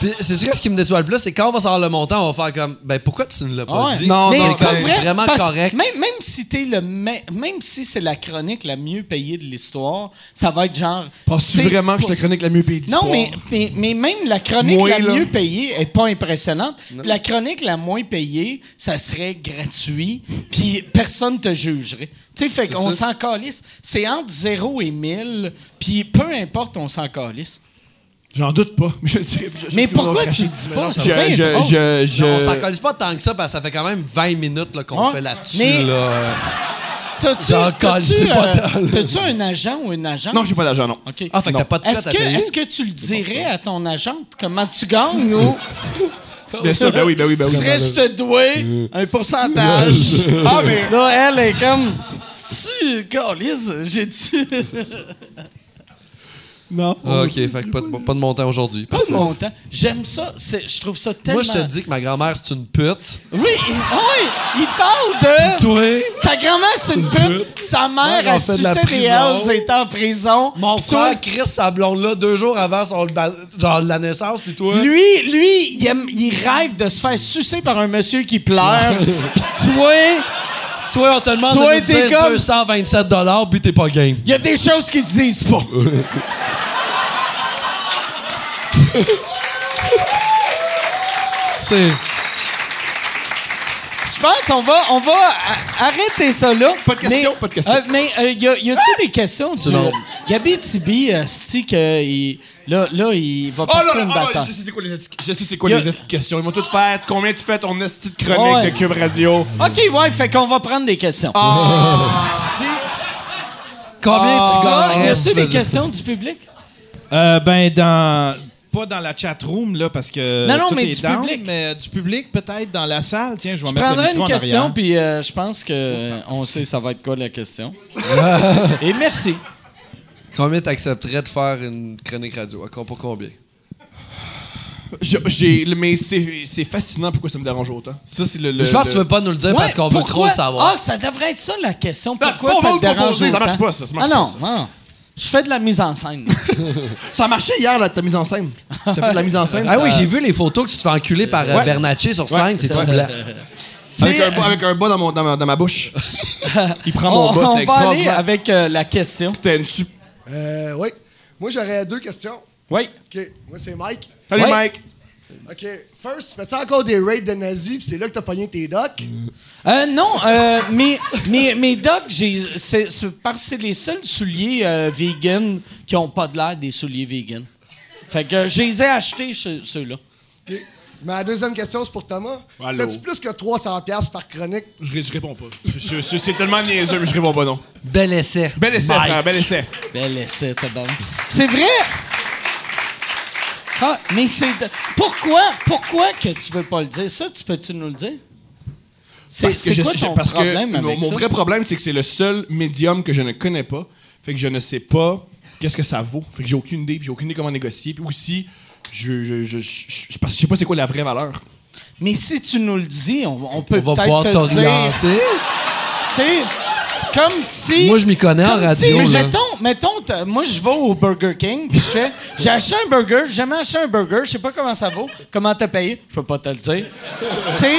Speaker 5: Puis c'est sûr que ce qui me déçoit le plus, c'est quand on va savoir le montant, on va faire comme ben pourquoi tu ne l'as pas
Speaker 1: Ouais.
Speaker 5: dit
Speaker 1: Mais
Speaker 5: c'est
Speaker 1: pour
Speaker 5: comme
Speaker 1: vrai,
Speaker 5: vraiment
Speaker 1: parce-
Speaker 5: correct.
Speaker 1: Même, même si t'es le me- même si c'est la chronique la mieux payée de l'histoire, ça va être genre.
Speaker 4: Penses-tu
Speaker 1: t'sais,
Speaker 4: vraiment que je te chronique la mieux payée de
Speaker 1: Non,
Speaker 4: l'histoire?
Speaker 1: mais, mais, mais même la chronique
Speaker 4: Moi,
Speaker 1: la
Speaker 4: là.
Speaker 1: mieux payée est pas impressionnante. Puis La chronique la moins payée, ça serait gratuit, puis personne te jugerait. Tu sais, fait qu'on s'en calisse. C'est entre 0 et 1000, puis peu importe, on s'en calisse.
Speaker 4: J'en doute pas. mais je le dirais, je- je-
Speaker 1: Mais
Speaker 4: je-
Speaker 1: pourquoi
Speaker 4: je-
Speaker 1: tu
Speaker 4: je-
Speaker 1: le dis pas?
Speaker 4: je-
Speaker 1: C'est bien
Speaker 4: je-
Speaker 1: drôle.
Speaker 4: je- je-
Speaker 5: Non, on s'en calisse pas tant que ça parce que ça fait quand même 20 minutes là, qu'on
Speaker 1: Ouais.
Speaker 5: fait là-dessus.
Speaker 1: Mais-
Speaker 5: là.
Speaker 1: T'as-tu
Speaker 5: J'en
Speaker 1: t'as-tu,
Speaker 5: calissais pas
Speaker 1: euh,
Speaker 5: tant, là.
Speaker 1: t'as-tu un agent ou une agente?
Speaker 4: Non, j'ai pas d'agent, non.
Speaker 1: OK.
Speaker 5: Ah, fait que t'as pas de cote
Speaker 1: Est-ce
Speaker 5: à
Speaker 1: que,
Speaker 5: payer?
Speaker 1: est-ce que tu le dirais à ton agente comment tu gagnes ou
Speaker 4: Bien sûr, ben oui, ben oui, ben
Speaker 1: tu
Speaker 4: oui.
Speaker 1: serais je te dois un
Speaker 5: <laughs>
Speaker 1: pourcentage? ah, mais. Là, elle est comme. Tu, Carlis, j'ai-tu.
Speaker 4: Non.
Speaker 5: Ah, OK, fait que pas de, pas de montant
Speaker 1: <laughs>
Speaker 5: aujourd'hui.
Speaker 1: pas de montant. J'aime ça. C'est- Je trouve ça tellement.
Speaker 5: Moi, je te dis que ma grand-mère, c'est une
Speaker 1: <laughs>
Speaker 5: pute.
Speaker 1: Oui, il- ah oui, il parle de.
Speaker 5: Toi,
Speaker 1: Sa grand-mère, c'est une pute. Sa mère,
Speaker 5: Mère,
Speaker 1: a
Speaker 5: on fait de la
Speaker 1: sucé des
Speaker 5: prison.
Speaker 1: Hells, est en prison.
Speaker 5: mon
Speaker 1: Puis toi,
Speaker 5: frère Chris, sa blonde là, deux jours avant son, ba- genre, la naissance, puis toi.
Speaker 1: Lui, lui, il, aime- il rêve de se faire sucer par un monsieur qui pleure. Puis toi,
Speaker 5: Toi, on te demande
Speaker 1: Toi,
Speaker 5: de nous
Speaker 1: t'es
Speaker 5: dire
Speaker 1: comme-
Speaker 5: 227 puis t'es pas game.
Speaker 1: il y a des choses qui se disent pas.
Speaker 5: C'est...
Speaker 1: Je pense qu'on va, on va a- arrêter ça là.
Speaker 4: Pas de questions, pas de questions.
Speaker 1: euh, mais euh, y, a, y a-tu des questions du...
Speaker 5: non.
Speaker 1: Gabi Tibi, euh, c'est-tu que il- là, là, il va
Speaker 4: Oh
Speaker 1: partir
Speaker 4: là
Speaker 1: une
Speaker 4: là, oh,
Speaker 1: bataille.
Speaker 4: je sais c'est quoi les esti- je sais c'est quoi
Speaker 1: Yo.
Speaker 4: les petites questions. Ils m'ont toutes faites. Combien tu fais ton esti de chronique
Speaker 1: Ouais.
Speaker 4: de Cube Radio?
Speaker 1: OK, ouais, fait qu'on va prendre des questions.
Speaker 4: Ah.
Speaker 1: Si-
Speaker 5: Combien tu
Speaker 1: Ça, y
Speaker 5: gagnerais si
Speaker 1: a-tu
Speaker 5: tu
Speaker 1: des
Speaker 5: faisais-
Speaker 1: questions du public?
Speaker 3: Euh, ben, dans. Pas dans la chatroom, là, parce que.
Speaker 1: Non, non,
Speaker 3: tout
Speaker 1: mais
Speaker 3: est
Speaker 1: du
Speaker 3: down,
Speaker 1: public.
Speaker 3: Mais euh, du public, peut-être dans la salle. Tiens, je vais
Speaker 1: Je
Speaker 3: mettre le
Speaker 1: prendrai
Speaker 3: micro
Speaker 1: une
Speaker 3: en
Speaker 1: question,
Speaker 3: arrière.
Speaker 1: puis euh, je pense que euh, on sait ça va être quoi la
Speaker 5: <laughs>
Speaker 1: question. Et merci.
Speaker 5: Combien t'accepterais de faire une chronique radio? Encore pour combien?
Speaker 4: Je- J'ai, mais c'est, c'est fascinant pourquoi ça me dérange autant. Ça, c'est le. le-
Speaker 5: Je pense que tu
Speaker 4: le-
Speaker 5: veux pas nous le dire parce
Speaker 1: Ouais,
Speaker 5: qu'on veut trop
Speaker 1: pourquoi-
Speaker 5: le savoir.
Speaker 1: Ah, ça devrait être ça la question.
Speaker 4: Ah,
Speaker 1: Pourquoi
Speaker 4: on
Speaker 1: ça
Speaker 4: va
Speaker 1: te
Speaker 4: le
Speaker 1: dérange
Speaker 4: proposer, ça
Speaker 1: autant?
Speaker 4: marche pas, ça, ça marche
Speaker 1: ah
Speaker 4: pas,
Speaker 1: non,
Speaker 4: ça.
Speaker 1: non. Je fais de la mise en
Speaker 4: <laughs>
Speaker 1: scène.
Speaker 4: Ça marchait hier, là, ta mise en scène. T'as fait de la mise en scène.
Speaker 5: Ah
Speaker 4: ça-
Speaker 5: oui, j'ai vu les photos que tu te fais enculer par euh,
Speaker 4: Ouais.
Speaker 5: Bernatchez sur scène, c'est troublant.
Speaker 4: Avec
Speaker 1: C'est-
Speaker 4: un, bas- avec un bas dans, mon, dans, ma, dans
Speaker 1: <laughs>
Speaker 4: ma bouche. Il prend
Speaker 1: on
Speaker 4: mon bas,
Speaker 1: on
Speaker 4: c'était
Speaker 1: va aller
Speaker 4: extraordinaire.
Speaker 1: avec euh, la question.
Speaker 4: C'était une super.
Speaker 7: Euh, oui. Moi, j'aurais deux questions.
Speaker 1: Oui.
Speaker 7: OK. Moi, c'est Mike.
Speaker 4: Salut,
Speaker 1: Ouais.
Speaker 4: Mike.
Speaker 7: OK. First, tu fais-tu encore des raids de nazis, puis c'est là que t'as pogné tes docs?
Speaker 1: Euh, non, euh, mes, mes, mes docs, j'ai, c'est, c'est parce que c'est les seuls souliers euh, vegan qui ont pas de l'air des souliers vegan. Fait que euh, je les ai achetés, ceux- ceux-là.
Speaker 7: OK. Ma deuxième question, c'est pour Thomas.
Speaker 4: Allô.
Speaker 7: Fais-tu plus que 300$ piastres par chronique?
Speaker 4: Je, ré- je réponds pas. Je- je- je- c'est tellement niaiseux, mais je réponds pas, non.
Speaker 5: Bel essai.
Speaker 4: Bel essai, frère, bel essai.
Speaker 1: Bel essai, t'as bon. C'est vrai! Ah, mais c'est. de- Pourquoi, pourquoi que tu veux pas le dire? Ça, tu peux-tu nous le dire? C'est,
Speaker 4: Parce que
Speaker 1: c'est
Speaker 4: je-
Speaker 1: quoi
Speaker 4: je-
Speaker 1: ton
Speaker 4: parce que
Speaker 1: problème
Speaker 4: mon-
Speaker 1: avec
Speaker 4: Mon
Speaker 1: ça?
Speaker 4: vrai problème, c'est que c'est le seul médium que je ne connais pas. Fait que je ne sais pas qu'est-ce que ça vaut. Fait que j'ai aucune idée, puis j'ai aucune idée comment négocier. Puis aussi, je, je, je, je, je- parce que je sais pas c'est quoi la vraie valeur.
Speaker 1: Mais si tu nous le dis, on, on peut
Speaker 5: On va pouvoir
Speaker 1: peut-être te dire.
Speaker 5: t'orienter.
Speaker 1: Tu sais, c'est comme si.
Speaker 5: Moi, je m'y connais en
Speaker 1: comme
Speaker 5: radio,
Speaker 1: si-
Speaker 5: là.
Speaker 1: mettons, mettons t'as- moi, je vais au Burger King, puis je fais, j'ai acheté un burger, j'ai jamais acheté un burger, je sais pas comment ça vaut, comment t'as payé, je peux pas te le dire. tu sais,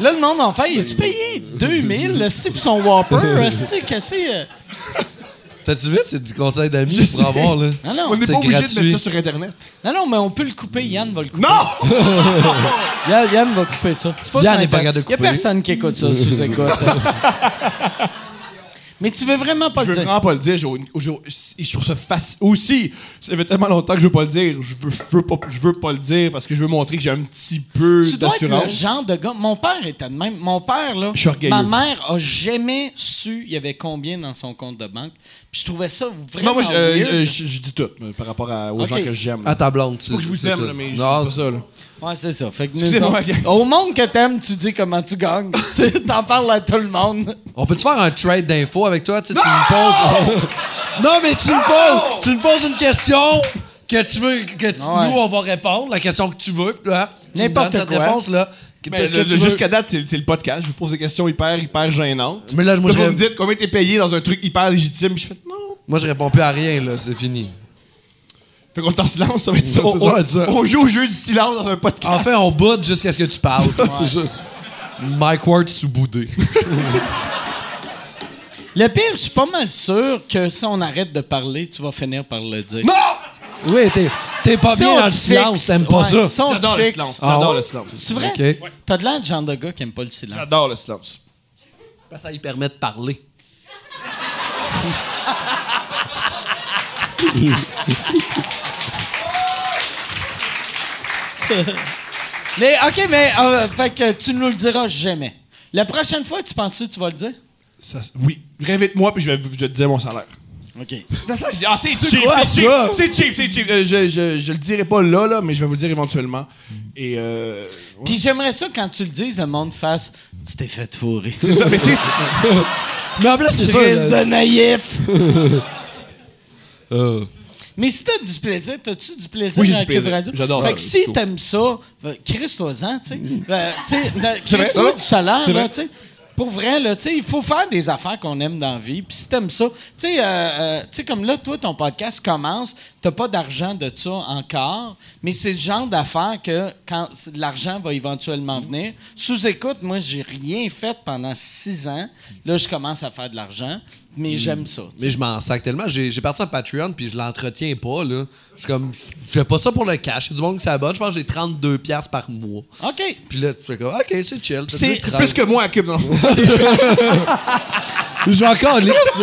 Speaker 1: là, le monde en fait, as-tu payé 2000, là, c'est pour son Whopper, là, c'est qu'est-ce que c'est, euh?
Speaker 5: T'as-tu vu? C'est du conseil d'amis pour avoir, là.
Speaker 1: Non, non.
Speaker 4: On n'est
Speaker 5: C'est
Speaker 4: pas obligé de
Speaker 5: gratuit.
Speaker 4: mettre ça sur Internet.
Speaker 1: Non, non, mais on peut le couper, Yann va le couper.
Speaker 4: Non!
Speaker 1: <laughs> Yann, Yann va couper ça. C'est
Speaker 5: Yann
Speaker 1: ça,
Speaker 5: n'est pas
Speaker 1: Internet.
Speaker 5: capable de
Speaker 1: Y a
Speaker 5: couper.
Speaker 1: personne qui écoute ça sous écoute.
Speaker 5: <laughs>
Speaker 1: mais tu veux vraiment pas
Speaker 4: Je
Speaker 1: le
Speaker 4: veux
Speaker 5: Ah,
Speaker 1: dire.
Speaker 4: vraiment pas le dire. j'ai une- j'ai- Je trouve ça facile. Aussi, ça fait tellement longtemps que je veux pas le dire. Je veux, je veux, pas, je veux pas le dire parce que je veux montrer que j'ai un petit peu
Speaker 1: Tu dois être le
Speaker 4: d'assurance.
Speaker 1: genre de gars. Mon père était de même. Mon père, là.
Speaker 4: Je suis orgueilleux.
Speaker 1: Ma mère a jamais su il y avait combien dans son compte de banque. Puis je trouvais ça vraiment.
Speaker 4: Non, moi, je, euh,
Speaker 1: weird.
Speaker 4: je- je- je dis tout euh, par rapport à- aux
Speaker 1: Ok.
Speaker 4: gens que j'aime.
Speaker 5: À Ah, ta blonde, tu
Speaker 4: Faut que je vous
Speaker 5: c'est
Speaker 4: aime,
Speaker 5: tout.
Speaker 4: là, mais je dis
Speaker 5: Non,
Speaker 4: pas ça. là.
Speaker 1: Ouais, c'est ça. Fait que nous
Speaker 4: Excusez-moi,
Speaker 1: autres- au
Speaker 4: <laughs>
Speaker 1: monde que t'aimes, tu dis comment tu gagnes. Tu sais, T'en parles à tout le monde.
Speaker 5: On peut-tu faire un trade d'infos avec toi, tu sais, tu me poses. <laughs> non, mais tu me poses, tu me poses une question que tu veux, que tu-
Speaker 1: Ouais.
Speaker 5: nous, on va répondre, la question que tu veux, puis là, tu me
Speaker 1: N'importe
Speaker 5: donnes cette
Speaker 1: quoi.
Speaker 5: réponse-là.
Speaker 4: Mais
Speaker 5: Qu'est-ce
Speaker 4: le-
Speaker 5: que tu
Speaker 4: le-
Speaker 5: veux?
Speaker 4: Jusqu'à date, c'est c'est le podcast. Je vous pose des questions hyper, hyper gênantes.
Speaker 5: Mais là, moi,
Speaker 4: Là,
Speaker 5: je,
Speaker 4: vous
Speaker 5: ré-
Speaker 4: me dites combien t'es payé dans un truc hyper légitime. Je fais non.
Speaker 5: moi, je réponds plus à rien, là, c'est fini.
Speaker 4: Fait qu'on est en silence, ça va être ça. On,
Speaker 5: ça va être ça.
Speaker 4: on- on joue au jeu du silence dans un podcast.
Speaker 5: En fait, on boude jusqu'à ce que tu parles. c'est juste. Mike Ward sous-boudé.
Speaker 1: Le pire, je suis pas mal sûr que si on arrête de parler, tu vas finir par le dire.
Speaker 4: Non!
Speaker 5: oui, t'es, t'es pas
Speaker 1: Si
Speaker 5: bien
Speaker 1: on
Speaker 5: dans le
Speaker 1: te
Speaker 5: silence,
Speaker 1: fixe,
Speaker 5: t'aimes pas
Speaker 1: ouais,
Speaker 5: ça.
Speaker 1: si on te
Speaker 4: J'adore le
Speaker 1: fixe-
Speaker 4: silence.
Speaker 5: Ah
Speaker 4: J'adore
Speaker 5: ouais?
Speaker 4: le silence.
Speaker 1: C'est vrai?
Speaker 5: Ok.
Speaker 1: T'as de l'air de genre de gars qui aime pas le silence.
Speaker 4: J'adore le silence.
Speaker 5: Parce que Ça lui permet de parler.
Speaker 1: Mais OK, mais euh, fait que tu nous le diras jamais. La prochaine fois, tu penses que tu vas le dire?
Speaker 4: Ça- oui. Réinvite-moi, puis je vais, je vais te dire mon salaire.
Speaker 1: OK.
Speaker 4: Ah, c'est cheap,
Speaker 5: quoi,
Speaker 4: c'est
Speaker 5: ça?
Speaker 4: cheap, c'est cheap, c'est cheap. Euh, je, je, je le dirai pas là, là, mais je vais vous le dire éventuellement. Et euh, ouais.
Speaker 1: Puis j'aimerais ça quand tu le dises, le monde fasse « Tu t'es fait fourrer.
Speaker 4: c'est ça, mais c'est...
Speaker 5: Mais en plus, » c'est ça.
Speaker 1: Crise
Speaker 5: là.
Speaker 1: de
Speaker 4: <laughs>
Speaker 1: naïf!
Speaker 5: Euh,
Speaker 1: Mais si t'as du plaisir, t'as-tu du plaisir
Speaker 4: Oui, j'ai
Speaker 1: dans la
Speaker 4: du
Speaker 1: Cube
Speaker 4: plaisir.
Speaker 1: Radio?
Speaker 4: J'adore
Speaker 1: Fait
Speaker 4: ça,
Speaker 1: que
Speaker 4: c'est
Speaker 1: si
Speaker 4: cool. Mm.
Speaker 1: t'aimes ça, ben, crisse-toi-en, tu sais. Ben, tu sais, dans-
Speaker 4: vrai,
Speaker 1: crisse-toi
Speaker 4: non,
Speaker 1: du salaire,
Speaker 4: c'est
Speaker 1: là,
Speaker 4: vrai.
Speaker 1: tu sais. Pour vrai, là, tu sais, il faut faire des affaires qu'on aime dans la vie. Puis si t'aimes ça, tu sais, euh, euh, tu sais, comme là, toi, ton podcast commence, t'as pas d'argent de ça encore, mais c'est le genre d'affaires que quand c'est- l'argent va éventuellement venir. Sous écoute, moi, j'ai rien fait pendant six ans. Là, je commence à faire de l'argent, mais j'aime ça. tu sais.
Speaker 5: mais je m'en sac tellement. J'ai, j'ai parti à Patreon puis je l'entretiens pas, là. Je suis comme, je fais pas ça pour le cash. C'est du monde qui s'abonne. Je pense que j'ai 32$ piastres par mois.
Speaker 1: OK.
Speaker 5: Puis là, tu fais comme, OK, c'est chill. T'as
Speaker 1: C'est-
Speaker 5: dit
Speaker 4: C'est plus
Speaker 5: 30.
Speaker 4: que moi à Cube. Non.
Speaker 5: <laughs> Je vais encore lire ça.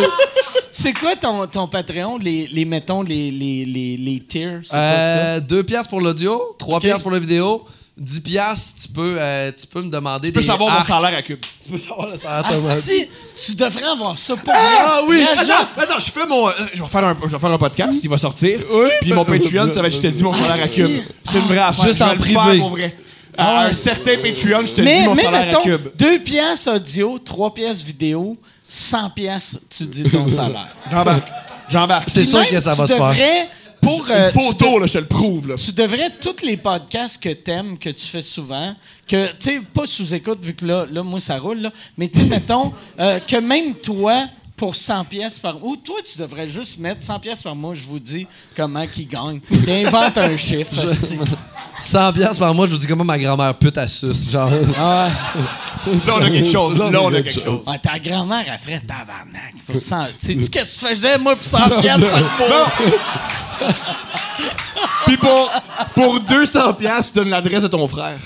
Speaker 1: C'est quoi ton, ton Patreon, les, les mettons, les, les, les, les tiers? c'est quoi ça?
Speaker 5: Euh, 2 piastres pour l'audio, 3
Speaker 1: Ok.
Speaker 5: piastres pour la vidéo, 10 piastres, tu peux, euh, tu peux me demander
Speaker 4: Tu peux
Speaker 5: des
Speaker 4: savoir mon
Speaker 5: arcs.
Speaker 4: salaire à Cube.
Speaker 5: Tu peux savoir le salaire, Ah,
Speaker 1: Ah,
Speaker 5: Thomas.
Speaker 1: Asti, tu devrais avoir ça pour
Speaker 4: Ah
Speaker 1: vrai.
Speaker 4: oui!
Speaker 1: Rajoute-
Speaker 4: Attends, attends, je fais mon. euh, je, vais faire un, je vais faire un podcast, il va sortir. Puis mon Patreon, ça va être je te dis mon salaire à
Speaker 1: si.
Speaker 4: Cube. C'est une vraie affaire.
Speaker 5: Juste
Speaker 4: je vais
Speaker 5: en
Speaker 4: le
Speaker 5: privé.
Speaker 4: faire pour vrai. À un certain Patreon, je te
Speaker 1: mais,
Speaker 4: dis mon
Speaker 1: mais
Speaker 4: salaire à
Speaker 1: mettons,
Speaker 4: Cube.
Speaker 1: deux pièces audio, trois pièces vidéo, 100 pièces, tu dis
Speaker 5: <laughs>
Speaker 1: ton salaire.
Speaker 4: J'embarque. J'embarque.
Speaker 5: C'est
Speaker 1: Puis
Speaker 5: sûr
Speaker 1: même,
Speaker 5: que ça va
Speaker 1: tu
Speaker 5: se faire.
Speaker 1: devrais, Pour,
Speaker 4: Une
Speaker 1: euh, tu
Speaker 4: photo, là, je te le prouve. Là.
Speaker 1: tu devrais tous les podcasts que t'aimes, que tu fais souvent, que tu sais pas sous écoute vu que là, là moi ça roule là, mais tu sais mettons euh, que même toi pour 100 pièces par ou toi tu devrais juste mettre 100 pièces par mois, je vous dis comment qui gagne. Puis invente un
Speaker 5: <laughs>
Speaker 1: chiffre. hostie.
Speaker 5: 100 piastres par mois, je vous dis comment ma grand-mère pute à suce. Genre,
Speaker 1: Ah,
Speaker 4: Là, on a quelque chose. Là, on a quelque chose.
Speaker 1: ouais, Ah, ta grand-mère elle ferait tabarnak pour 100. Sais-tu qu'est-ce que je faisais moi pour 100 pièces par mois?
Speaker 4: Puis pour, pour 200$, piastres, tu donnes l'adresse de ton frère.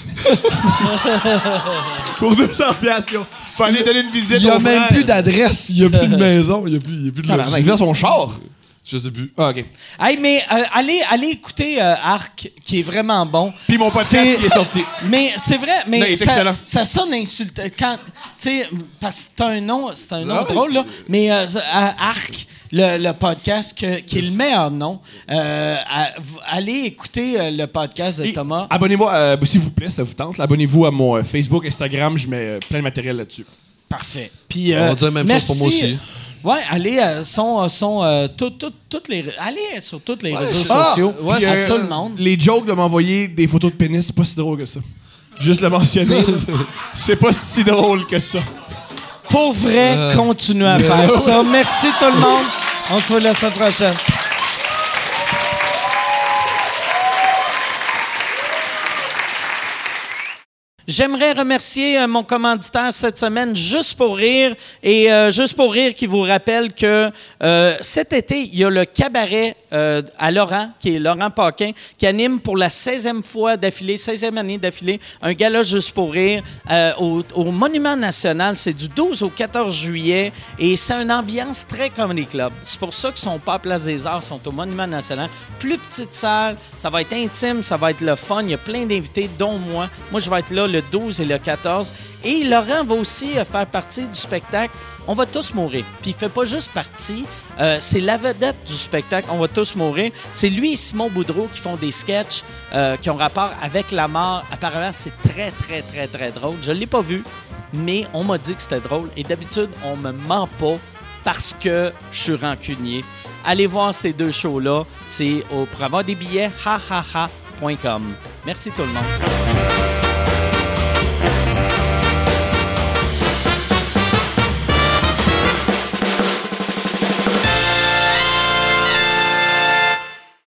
Speaker 4: pour 200$, piastres, yo. Fallait donner une visite.
Speaker 5: il n'y
Speaker 4: au
Speaker 5: a même
Speaker 4: frère.
Speaker 5: plus d'adresse, il n'y a
Speaker 1: <laughs>
Speaker 5: plus de maison, il n'y a, plus- il y a plus de
Speaker 4: Tabarnak,
Speaker 5: logis.
Speaker 4: Il vient son char.
Speaker 5: Je sais plus.
Speaker 4: Ah, ok.
Speaker 1: Hey, mais euh, allez, allez écouter euh, Arc, qui est vraiment bon.
Speaker 4: Puis mon podcast
Speaker 1: C'est-
Speaker 4: qui est sorti.
Speaker 1: <laughs> Mais c'est vrai, mais
Speaker 4: Non, il est
Speaker 1: ça,
Speaker 4: excellent.
Speaker 1: ça sonne insultant. Quand, tu sais, parce que t'as un nom, c'est un nom
Speaker 5: Ah,
Speaker 1: drôle,
Speaker 5: c'est-
Speaker 1: là. Mais euh, ça- à- Arc, le, le podcast que- qui est le meilleur nom, euh, à- v- allez écouter euh, le podcast de
Speaker 4: Et
Speaker 1: Thomas.
Speaker 4: Abonnez-vous, euh, s'il vous plaît, ça vous tente. là, Abonnez-vous à mon euh, Facebook, Instagram. Je mets euh, plein de matériel là-dessus.
Speaker 1: Parfait. Puis, euh,
Speaker 5: On va dire la même chose pour moi aussi.
Speaker 1: Ouais, allez, euh, sont, euh, sont, euh, tout- tout- toutes les, allez sur tous les réseaux
Speaker 4: Ah,
Speaker 1: sociaux. euh,
Speaker 4: ouais,
Speaker 1: à
Speaker 4: c'est-
Speaker 1: tout le monde.
Speaker 4: Les jokes de m'envoyer des photos de pénis, c'est pas si drôle que ça. Juste le mentionner, c'est pas si drôle que ça.
Speaker 1: Pour vrai, continuez à faire ça. Merci tout le monde. On se voit la semaine prochaine. J'aimerais remercier euh, mon commanditaire cette semaine, Juste pour rire, et euh, Juste pour rire qui vous rappelle que euh, cet été, il y a le cabaret euh, à Laurent, qui est Laurent Paquin, qui anime pour la 16e fois d'affilée, 16e année d'affilée, un gala Juste pour rire euh, au, au Monument national. C'est du 12 au 14 juillet, et c'est une ambiance très comedy club. C'est pour ça qu'ils sont pas à Place des Arts, ils sont au Monument national. Plus petite salle, ça va être intime, ça va être le fun. Il y a plein d'invités, dont moi. Moi, je vais être là le 12 et le 14. Et Laurent va aussi euh, faire partie du spectacle On va tous mourir. Puis il fait pas juste partie, euh, c'est la vedette du spectacle On va tous mourir. C'est lui et Simon Boudreau qui font des sketchs euh, qui ont rapport avec la mort. Apparemment, c'est très, très, très, très drôle. Je l'ai pas vu, mais on m'a dit que c'était drôle. Et d'habitude, on me ment pas
Speaker 6: parce que je suis rancunier. Allez voir ces deux shows-là. C'est au, pour avoir des billets, hahaha.com. Merci tout le monde.